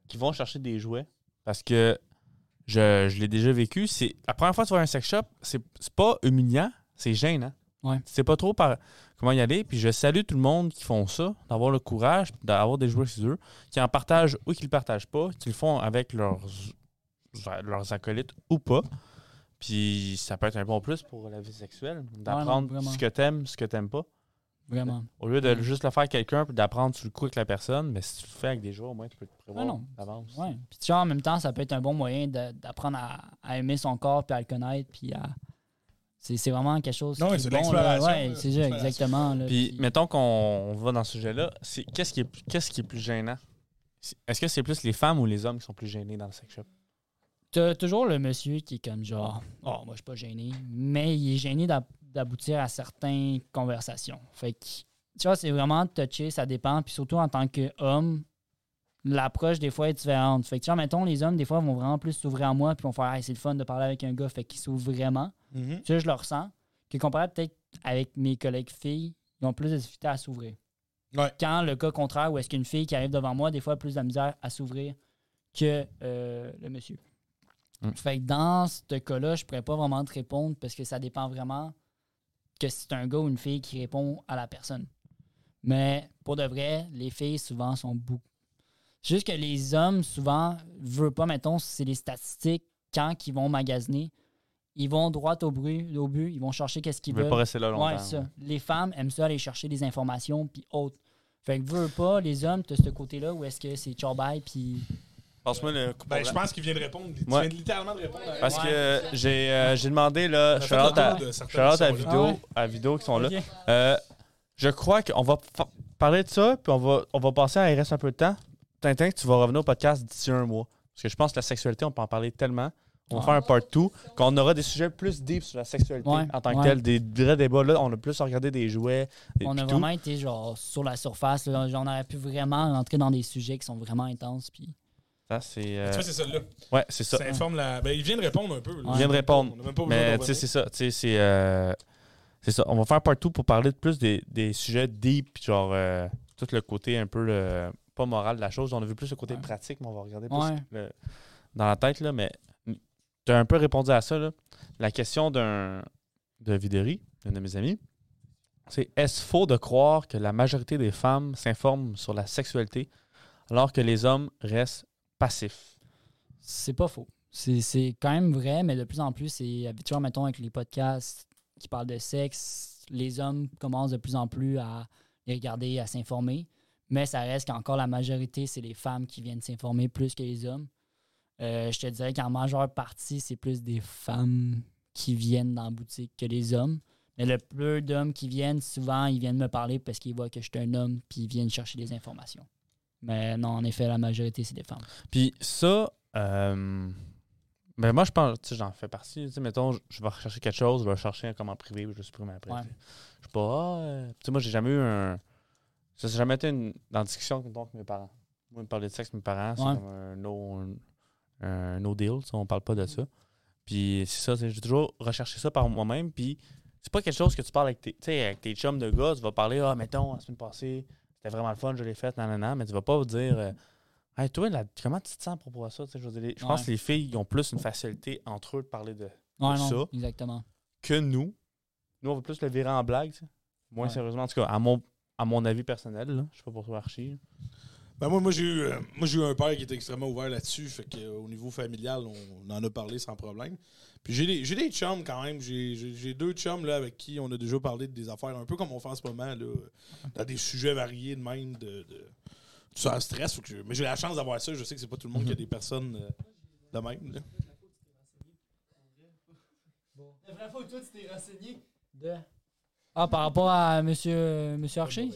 qui vont chercher des jouets. Parce que je, je l'ai déjà vécu. C'est La première fois que tu vas à un sex shop, c'est c'est pas humiliant, c'est gênant. Ouais. Tu sais pas trop par comment y aller. Puis je salue tout le monde qui font ça, d'avoir le courage, puis d'avoir des jouets chez eux, qui en partagent ou qui le partagent pas, qui le font avec leurs, leurs acolytes ou pas. Puis ça peut être un bon plus pour la vie sexuelle, d'apprendre vraiment. ce que t'aimes, ce que t'aimes pas. Vraiment. Au lieu de Mm. juste le faire à quelqu'un puis d'apprendre sur le coup avec la personne, mais si tu le fais avec des joueurs, au moins tu peux te prévoir Ouais, Ah non. d'avance. Ouais. Puis tu vois, en même temps, ça peut être un bon moyen de- d'apprendre à, à aimer son corps, puis à le connaître, puis à... C'est c'est vraiment quelque chose Non, qui ouais, est c'est de bon, là. l'exploration, Ouais, là. c'est ça, exactement. là. Puis Puis- mettons qu'on on va dans ce sujet-là, c'est qu'est-ce qui est qu'est-ce qui est plus gênant Est-ce que c'est plus les femmes ou les hommes qui sont plus gênés dans le sex shop? T'as toujours le monsieur qui est comme genre, oh, moi, je suis pas gêné, mais il est gêné d'ab- d'aboutir à certaines conversations. Fait que, tu vois, c'est vraiment touché, ça dépend. Puis surtout en tant qu'homme, l'approche des fois est différente. Fait que, tu vois, mettons, les hommes, des fois, vont vraiment plus s'ouvrir à moi, puis vont faire, Hey, c'est le fun de parler avec un gars, fait qu'ils s'ouvrent vraiment. Mhm. Tu sais, je le ressens. Que comparé peut-être avec mes collègues filles, ils ont plus de difficulté à s'ouvrir. Ouais. Quand le cas contraire, où est-ce qu'une fille qui arrive devant moi, des fois, a plus de la misère à s'ouvrir que euh, le monsieur. Mm. Fait que dans ce cas-là, je pourrais pas vraiment te répondre parce que ça dépend vraiment que si c'est un gars ou une fille qui répond à la personne. Mais pour de vrai, les filles, souvent, sont beaucoup. C'est Juste que les hommes, souvent, veulent pas, mettons, c'est les statistiques, quand ils vont magasiner, ils vont droit au, bruit, au but, ils vont chercher qu'est-ce Ils qu'ils veulent veulent. pas rester là longtemps. Ouais, ça. Les femmes aiment ça aller chercher des informations puis autres. Fait que veux veux pas, les hommes, t'as ce côté-là où est-ce que c'est chorbaille puis. Pense-moi le coup Ben, je pense qu'il vient de répondre. Tu Ouais. viens de littéralement de répondre. à- Parce Ouais. que j'ai euh, j'ai demandé, On là, a je fait le à, tour de certaines shout-out à questions, là. vidéo, Ah ouais. à vidéo qui sont là. Ok. Euh, je crois qu'on va fa- parler de ça, puis on va, on va passer à il reste un peu de temps. Tintin, tu vas revenir au podcast d'ici un mois. Parce que je pense que la sexualité, on peut en parler tellement. On va Ouais. faire un part 2, qu'on aura des sujets plus deep sur la sexualité Ouais, en tant que ouais. telle. Des vrais débats, là, on a plus regardé des jouets. et On a puis tout. vraiment été genre sur la surface. là. Genre, on aurait pu vraiment rentrer dans des sujets qui sont vraiment intenses. Puis... Ça, c'est. euh, Tu vois, c'est ça, là. ouais, c'est ça. Ça informe la. Ben, il vient de répondre un peu. là. Il vient de répondre. On a même pas besoin Mais d'en tu sais, c'est ça. Tu sais, c'est. euh, c'est ça. On va faire partout pour parler de plus des, des sujets deep, puis genre euh, tout le côté un peu le- pas moral de la chose. On a vu plus le côté Ouais. pratique, mais on va regarder plus Ouais. le- dans la tête, là. Mais tu as un peu répondu à ça, là. La question d'un de Videri, un de mes amis, c'est est-ce faux de croire que la majorité des femmes s'informent sur la sexualité alors que les hommes restent passifs? C'est pas faux. C'est- C'est quand même vrai, mais de plus en plus, c'est habituellement, mettons, avec les podcasts qui parlent de sexe, les hommes commencent de plus en plus à les regarder, à s'informer. Mais ça reste qu'encore la majorité, c'est les femmes qui viennent s'informer plus que les hommes. Euh, je te dirais qu'en majeure partie, c'est plus des femmes qui viennent dans la boutique que les hommes. Mais le peu d'hommes qui viennent, souvent, ils viennent me parler parce qu'ils voient que je suis un homme, puis ils viennent chercher des informations. Mais non, en effet, la majorité, c'est des femmes. Puis ça, euh, ben moi, je pense, tu sais, j'en fais partie. Tu sais, mettons, je- je vais rechercher quelque chose, je vais chercher comme en privé, puis je le supprime après. Ouais. tu sais. Je suis pas, ah, euh, tu sais, moi, j'ai jamais eu un. Ça n'a jamais été une, dans la discussion mettons, avec mes parents. Moi, me parler de sexe, avec mes parents, c'est Ouais. comme un no, un, un no deal, tu sais, on parle Mm. pas de ça. Puis c'est ça, tu sais, j'ai toujours recherché ça par moi-même, puis c'est pas quelque chose que tu parles avec tes, tu sais, avec tes chums de gars, tu vas parler, ah, mettons, la semaine passée, c'était vraiment le fun, je l'ai fait, nan, nan, nan, mais tu vas pas dire, euh, hey, toi, là, comment tu te sens pour voir ça? Tu sais, Je, veux dire, les- je pense Ouais. que les filles ils ont plus une facilité entre eux de parler de Ouais, Ça. non, exactement. que nous. Nous, on va plus le virer en blague, tu sais. moins Ouais. sérieusement, en tout cas, à mon, à mon avis personnel, là. je suis pas pour toi, Archie. Ben moi, moi j'ai eu, euh, moi, j'ai eu un père qui était extrêmement ouvert là-dessus. Fait que, euh, au niveau familial, on, on en a parlé sans problème. Puis j'ai des, j'ai des chums quand même. J'ai, j'ai- j'ai deux chums là, avec qui on a déjà parlé de des affaires un peu comme on fait en ce moment, là, euh, dans des sujets variés de même. De, de, tu sens le stress. faut que je- mais j'ai la chance d'avoir ça. Je sais que c'est pas tout le monde Mhm. qui a des personnes euh, de même. là. La vraie fois où toi, tu t'es renseigné. Ah, par rapport à monsieur, euh, monsieur Archie?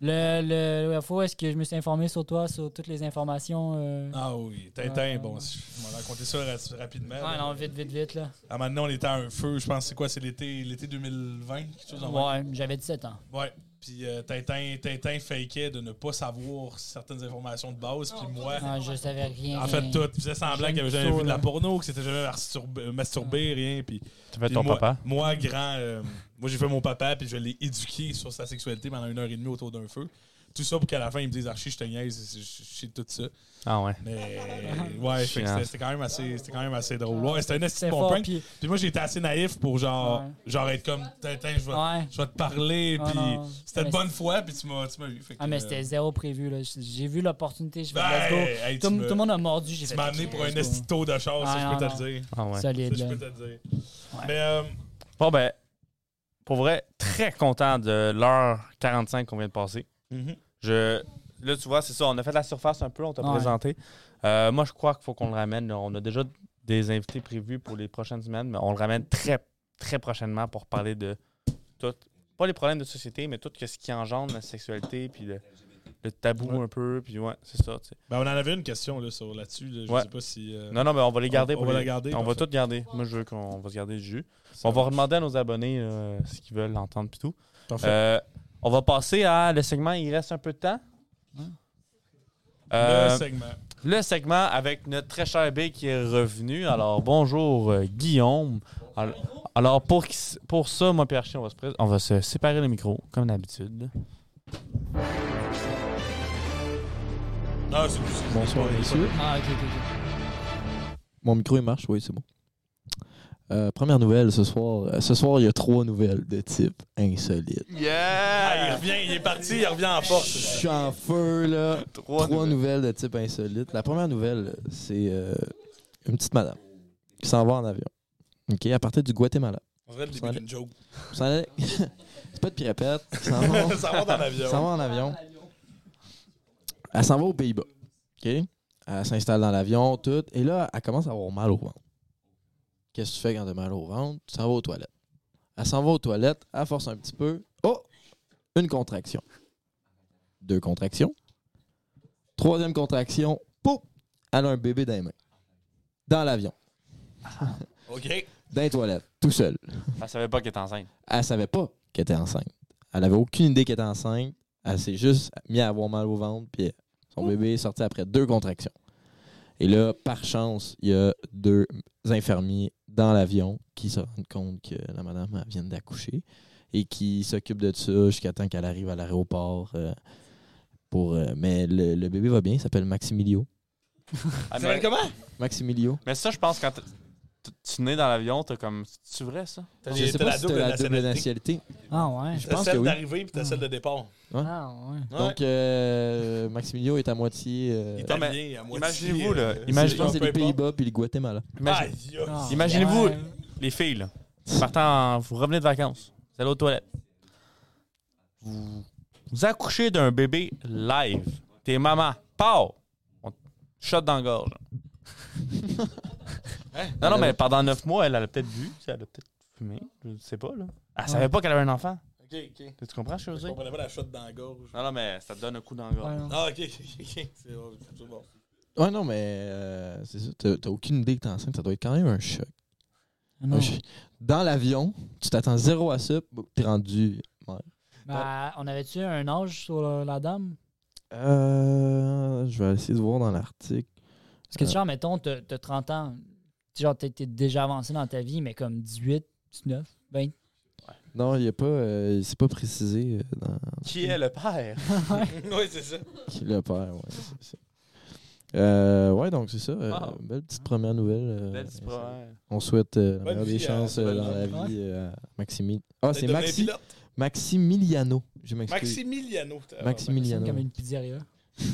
Le, le, la fois, est-ce que je me suis informé sur toi, sur toutes les informations? euh? Ah oui, Tintin, bon, si- on va raconter ça ra- rapidement. Ouais, là. non, vite, vite, vite, là. À maintenant, on était à un feu, je pense, c'est quoi, c'est l'été, l'été 2020, quelque chose en même. Ouais, j'avais 17 ans. Ouais. Puis euh, Tintin, Tintin fakait de ne pas savoir certaines informations de base. Puis moi, Ah, je savais rien. en fait, tout. Il faisait semblant qu'il avait jamais J'aime vu de la ça, là. porno, que c'était jamais masturbé, masturbé rien. Puis, Tu fais puis ton moi, papa. Moi, grand. euh, moi, j'ai fait mon papa, puis je l'ai éduqué sur sa sexualité pendant une heure et demie autour d'un feu. Tout ça pour qu'à la fin, il me dise Archie, je te niaise, je- je je sais tout ça. Ah ouais. Mais ouais, fait que Chiant. c'était c'était quand, même assez- c'était quand même assez drôle. Ouais, c'était un assez C'est bon fort, prank. puis... Puis moi, j'étais assez naïf pour genre, Ouais. genre être comme Tintin, je vais Ouais. je vais te parler, Ah, puis euh, non. c'était de Mais bonne foi, puis tu m'as tu m'as eu. Fait que, Ah, mais euh, c'était zéro prévu, là. J'ai vu l'opportunité, je vais ben, let's go. hey, Tout, tu tout m'as- le monde a mordu, Tu j'ai fait... m'as amené pour un let's go. estito de char, ça, Ah, je peux non, te le dire. Ah ouais. Solide, Ça, là. je peux te le dire. Ouais. Mais, euh, Bon, ben, pour vrai, très content de l'heure 45 qu'on vient de passer. Je, là, tu vois, c'est ça. On a fait la surface un peu, on t'a Ouais. présenté. Euh, moi, je crois qu'il faut qu'on le ramène. là. On a déjà des invités prévus pour les prochaines semaines, mais on le ramène très, très prochainement pour parler de tout. Pas les problèmes de société, mais tout ce qui engendre la sexualité. Puis de- le tabou Ouais. un peu, puis ouais, c'est ça. tu sais. Ben, on en avait une question là, sur là-dessus. là. Je Ouais. sais pas si. euh, Non, non, mais on va les garder. on pour va les- la garder, On va parfait. tout garder. Moi, je veux qu'on va se garder le jus. ça On va marche. demander à nos abonnés euh, ce qu'ils veulent entendre, puis tout. Parfait. Euh, on va passer à le segment. Il reste un peu de temps. Euh, le segment. le segment avec notre très cher B qui est revenu. Alors, bonjour euh, Guillaume. Alors, alors, pour, qui- pour ça, moi, Pierre on va se, pré- on va se séparer le micro, comme d'habitude. Non, c'est plus. Bonsoir, messieurs. Ah, ok, ok, Mon micro, il marche? Oui, c'est bon. Euh, première nouvelle ce soir. Euh, Ce soir, il y a trois nouvelles de type insolite. Ah, il revient, il est parti, il revient en Je force. suis en feu, là. Trois, nouvelles de type insolite. La première nouvelle, c'est euh, une petite madame qui s'en va en avion. OK, à partir du Guatemala. On dirait le Ça début d'une joke. Vous s'en allez- c'est pas de pirapette. qui s'en va- Ça va dans l'avion. Elle s'en va en avion. Elle s'en va aux Pays-Bas. OK? Elle s'installe dans l'avion, tout. Et là, elle commence à avoir mal au ventre. Qu'est-ce que tu fais quand t'as mal au ventre? Tu s'en vas aux toilettes. Elle s'en va aux toilettes, elle force un petit peu. Oh! Une contraction. Deux contractions. Troisième contraction. Pouf! Elle a un bébé dans les mains. Dans l'avion. OK. Dans les toilettes. Tout seul. Ah, Elle savait pas qu'elle était enceinte. Elle savait pas qu'elle était enceinte. Elle avait aucune idée qu'elle était enceinte. Elle s'est juste mise à avoir mal au ventre. Puis son bébé est sorti après deux contractions. Et là, par chance, il y a deux infirmiers dans l'avion qui se rendent compte que la madame elle vient d'accoucher et qui s'occupent de ça jusqu'à temps qu'elle arrive à l'aéroport. euh, pour, euh, mais le, le bébé va bien, il s'appelle Maximilio. Ah, Ça va mais, comment? Maximilio. mais ça, je pense, quand t- t- tu nais dans l'avion, t'as comme. C'est vrai, ça? Je sais pas si c'était la double nationalité. ok. Ah, ouais. Je T'as pense que celle oui. Hmm. d'arrivée puis t'as celle de départ. Ah, ouais. Donc, euh, Maximilio est à moitié. euh, Italien mais à moitié, imaginez-vous, là, euh, Je pense que imaginez- c'est les Pays-Bas puis le Guatemala. Imagine- Aïe, aïe. Ah, Imaginez-vous- ouais. les filles, là, partant, en- vous revenez de vacances, vous allez aux toilettes. Vous, vous accouchez d'un bébé live. T'es maman, pow! On te shot dans la gorge. Hein? non, non, mais pendant neuf mois, elle, elle a peut-être bu, tu sais, elle a peut-être fumé, je sais pas, là. Elle savait pas qu'elle avait un enfant. OK, OK. Tu comprends ce que je Je veux dire? comprenais pas la shot dans la gorge. Non, non, mais ça te donne un coup dans la gorge. Ouais, non. Ah, OK, OK, OK. C'est bon, c'est bon. Ouais, non, mais euh, c'est ça. T'as t'as aucune idée que t'es enceinte. Ça doit être quand même un choc. Non. Un choc. Dans l'avion, tu t'attends zéro à ça. boum, T'es rendu. mère. Ben, on avait-tu un âge sur la, la dame? Euh, je vais essayer de voir dans l'article. Parce que, Euh. genre, mettons, t'as t'as 30 ans. Tu Genre, t'es t'es déjà avancé dans ta vie, mais comme 18, 19, 20. Non, il n'y a pas. euh, c'est pas précisé euh, dans Qui est le père? oui, c'est ça. qui le père. Ouais, c'est ça. Euh, ouais, donc c'est ça. euh, Wow. Belle petite première nouvelle. euh, Belle petite première. On souhaite euh, la Bonne meilleure vie des à- chances euh, bonne dans la vie. vie euh, à Maximi. Ah, c'est T'as donné un Maxi... pilote. Maximiliano. Je m'excuse. Maximiliano. t'as- C'est Maximiliano. comme une pizzeria. tu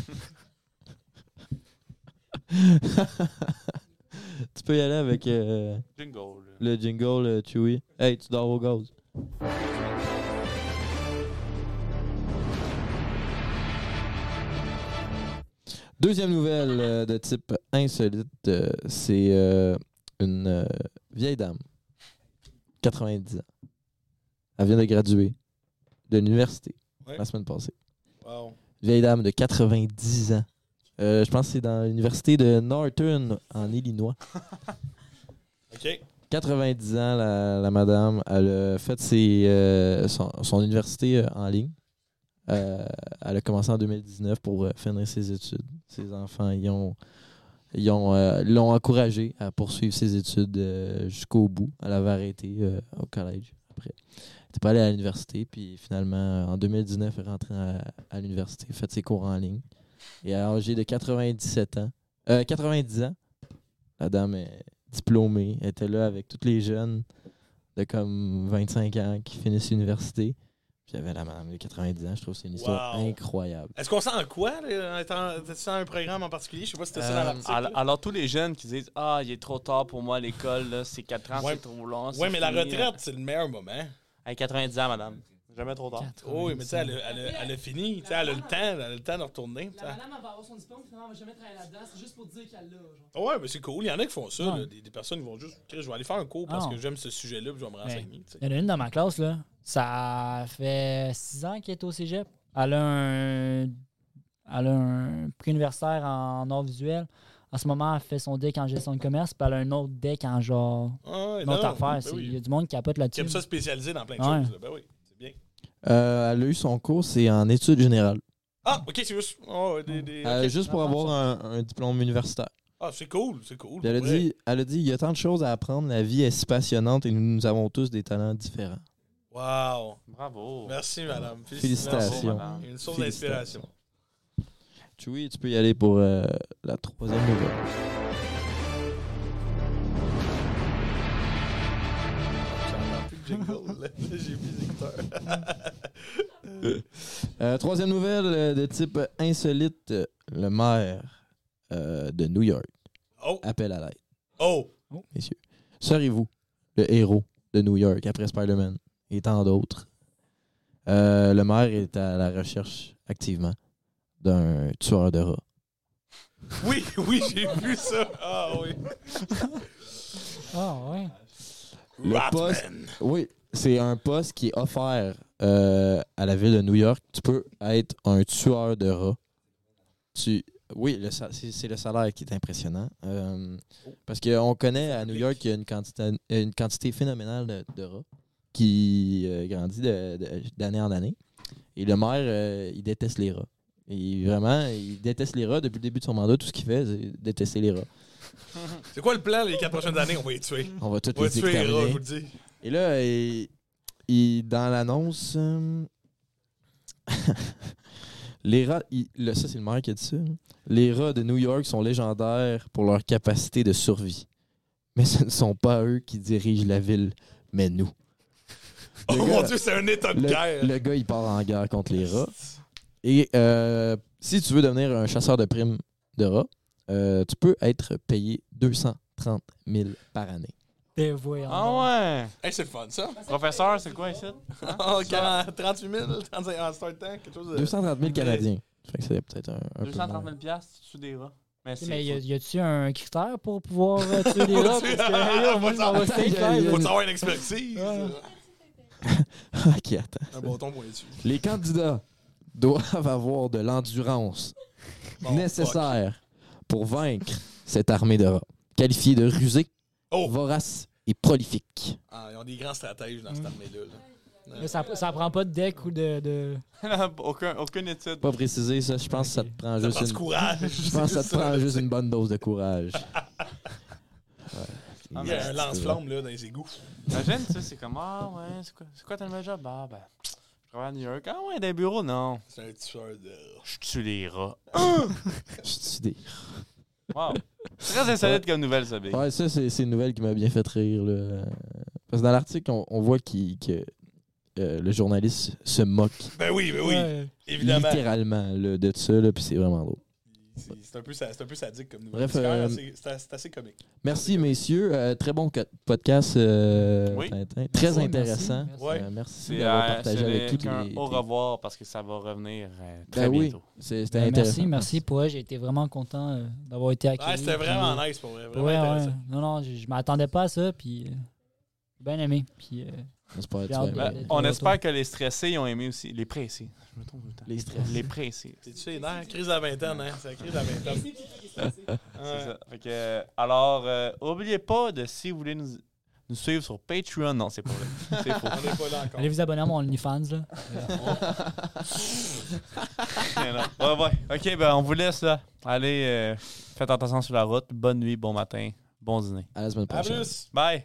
peux y aller avec euh, Jingle. là. le jingle, euh, Chewy. Hey, tu dors au gaz. Deuxième nouvelle euh, de type insolite, euh, c'est euh, une euh, vieille dame, 90 ans. Elle vient de graduer de l'université Ouais. la semaine passée. Wow. vieille dame de 90 ans. Euh, je pense que c'est dans l'université de Northern, en Illinois. OK. 90 ans, la, la madame. Elle a fait ses, euh, son, son université euh, en ligne. Euh, elle a commencé en 2019 pour euh, finir ses études. Ses enfants ils ont, ils ont, euh, l'ont encouragée à poursuivre ses études euh, jusqu'au bout. Elle avait arrêté euh, au collège après. Elle n'était pas allée à l'université. Puis finalement, euh, en 2019, elle est rentrée à, à l'université, elle a fait ses cours en ligne. Et à l'âge de 97 ans, euh, 90 ans, la dame est diplômée, elle était là avec tous les jeunes de comme 25 ans qui finissent l'université. Puis il y avait la madame de 90 ans, je trouve que c'est une histoire Wow. incroyable. Est-ce qu'on sent en quoi, là, en étant t'as-tu sent un programme en particulier? Je sais pas si c'était ça dans Euh, l'article. alors, là. alors, tous les jeunes qui disent Ah, il est trop tard pour moi à l'école, là, c'est 4 ans, Ouais. c'est trop long. Ouais, c'est mais la fini. retraite, c'est le meilleur moment. À 90 ans, madame. Jamais trop tard. Oh, oui, mais tu sais, elle, a- elle, a- elle a fini. Tu sais, elle a le temps, elle a le temps de retourner. tu sais. La madame, elle va avoir son diplôme, finalement, elle va jamais travailler là-dedans. C'est juste pour dire qu'elle l'a, genre. Ouais, mais c'est cool. Il y en a qui font ça. Ouais. là. Des, des personnes qui vont juste. Chris, Je vais aller faire un cours parce Ah. que j'aime ce sujet-là puis je vais me renseigner. tu sais. Il y en a une dans ma classe, là. Ça fait 6 ans qu'elle est au cégep. Elle a un Elle a un prix universitaire en art visuel. En ce moment, elle fait son deck en gestion de commerce, puis elle a un autre deck en genre. Ah, ouais, Une autre non, affaire. ben c'est- Il oui. y a du monde qui capote là-dessus. Qui aime ça spécialisé dans plein de Hum. Ouais. choses. là. Ben oui, c'est bien. Euh, elle a eu son cours, c'est en études générales. Ah, ok, c'est juste. oh, ouais, des- des- Euh, ok. juste pour avoir un, un diplôme universitaire. Ah, c'est cool, c'est cool. Puis elle, a pour vrai. dit, elle a dit il y a tant de choses à apprendre, la vie est si passionnante et nous, nous avons tous des talents différents. Wow. Bravo. Merci, madame. Félicitations. madame. Une source d'inspiration. Chewie, tu peux y aller pour euh, la troisième nouvelle. J'entends plus le jingle, là. J'ai plus d'écouteurs. Euh, troisième nouvelle euh, de type insolite euh, le maire euh, de New York Oh, appelle à l'aide, oh. messieurs. Serez-vous le héros de New York après Spider-Man et tant d'autres Euh, Le maire est à la recherche activement d'un tueur de rats. Oui, oui, j'ai vu ça. Ah oui. Ah, ouais. Le Ah, poste- Batman. Oui, c'est un poste qui est offert euh, à la ville de New York. Tu peux être un tueur de rats. Tu... Oui, le sa- c'est c'est le salaire qui est impressionnant. Euh, parce qu'on connaît à New York qu'il y a une quantité, une quantité phénoménale de, de rats qui euh, grandit de- de- d'année en année. Et le maire, euh, il déteste les rats. Et vraiment, il déteste les rats depuis le début de son mandat. Tout ce qu'il fait, c'est détester les rats. C'est quoi le plan les quatre prochaines années? On va les tuer. On va tous On va les tuer les rats, je exterminer. vous le dis. Et là, euh, il- dans l'annonce, euh, les rats, il- là, ça c'est le maire qui a dit ça, hein. les rats de New York sont légendaires pour leur capacité de survie. Mais ce ne sont pas eux qui dirigent la ville, mais nous. Oh Le mon gars- dieu, c'est un état de guerre. le, le gars, il part en guerre contre les rats. Et euh, si tu veux devenir un chasseur de primes de rats, euh, tu peux être payé 230 000 par année. Des voyants. Ah ouais. Hey, c'est le fun, ça. Professeur, c'est quoi ici? Oh, 40 38 000, 35 en start ah, temps, quelque chose de. 230 000 Canadiens. Fait que c'est peut-être un, un peu 230 moins. 000 piastres, tu tues des rats. Mais c'est. Mais y a- y a-tu un critère pour pouvoir euh, tuer les rats? Parce tuer- que, Faut yo, moi, je m'en vais Attends, steak y a- live, y a- Faut avoir une expertise. Ok, attends. Un bâton pour les tuer. Les candidats doivent avoir de l'endurance Bon, nécessaire pour vaincre cette armée de rats, qualifiée de rusée, Oh. vorace et prolifique. Ah, ils ont des grands stratèges dans cette armée-là. là. là, ça, ça prend pas de deck ou de. de... Aucun, aucune étude. Pas précisé ça, je pense que ça te prend Ça juste prend du une, courage. je pense que ça te prend juste une bonne dose de courage. Ah, Il y mais a un lance-flamme là, dans les égouts. Imagine, tu sais, c'est comme, ah ouais, c'est quoi, c'est quoi ton nouvel job? Ah ben, je travaille à New York. Ah ouais, des bureaux, non. C'est un tueur de. Je tue les rats. Je te dis. Wow. Très insolite comme nouvelle, ça, Big. Ouais, ça, c'est c'est une nouvelle qui m'a bien fait rire. là. Parce que dans l'article, on, on voit qu'il- que euh, le journaliste se moque Ben oui, ben oui, Ouais. évidemment. littéralement là, de ça, là, puis c'est vraiment drôle. C'est c'est un, peu sa- c'est un peu sadique comme nouvelle. Bref, C'est quand même euh, assez- c'est assez, c'est assez comique. Merci, messieurs. Euh, très bon co- podcast, euh, Oui. Tintin. Très Oui, intéressant. merci, merci. Ouais. Euh, merci C'est d'avoir euh, partagé avec c'est tous un les... au revoir parce que ça va revenir euh, très Ben oui. bientôt. C'est- C'était Ben, intéressant. Merci, merci pour eux. J'ai été vraiment content euh, d'avoir été accueilli. Ah, c'était puis, vraiment euh, nice pour vrai. Vraiment Ouais, ouais. intéressant. Non, non, je, je m'attendais pas à ça. Puis. euh, bien aimé. Puis. euh, On se parle, tu J'ai hâte vois, Ben, de- ben, on de espère retour. que les stressés ils ont aimé aussi. Les pressés. Je me trompe tout le temps. Les stressés. Les pressés. T'es-tu chez les nerfs? Crise à la vingtaine, hein? C'est la crise à la vingtaine. Merci, puis qui est stressé. C'est Ouais. ça. Fait que, euh, alors, euh, oubliez pas de, si vous voulez nous, nous suivre sur Patreon, non, c'est pas vrai. C'est faux. On n'est pas là encore. Allez vous abonner à mon OnlyFans. Là. Mais non. Ouais, ouais. Ok, ben on vous laisse là. Allez, euh, faites attention sur la route. Bonne nuit, bon matin, bon dîner. À la semaine À prochaine. plus! Bye!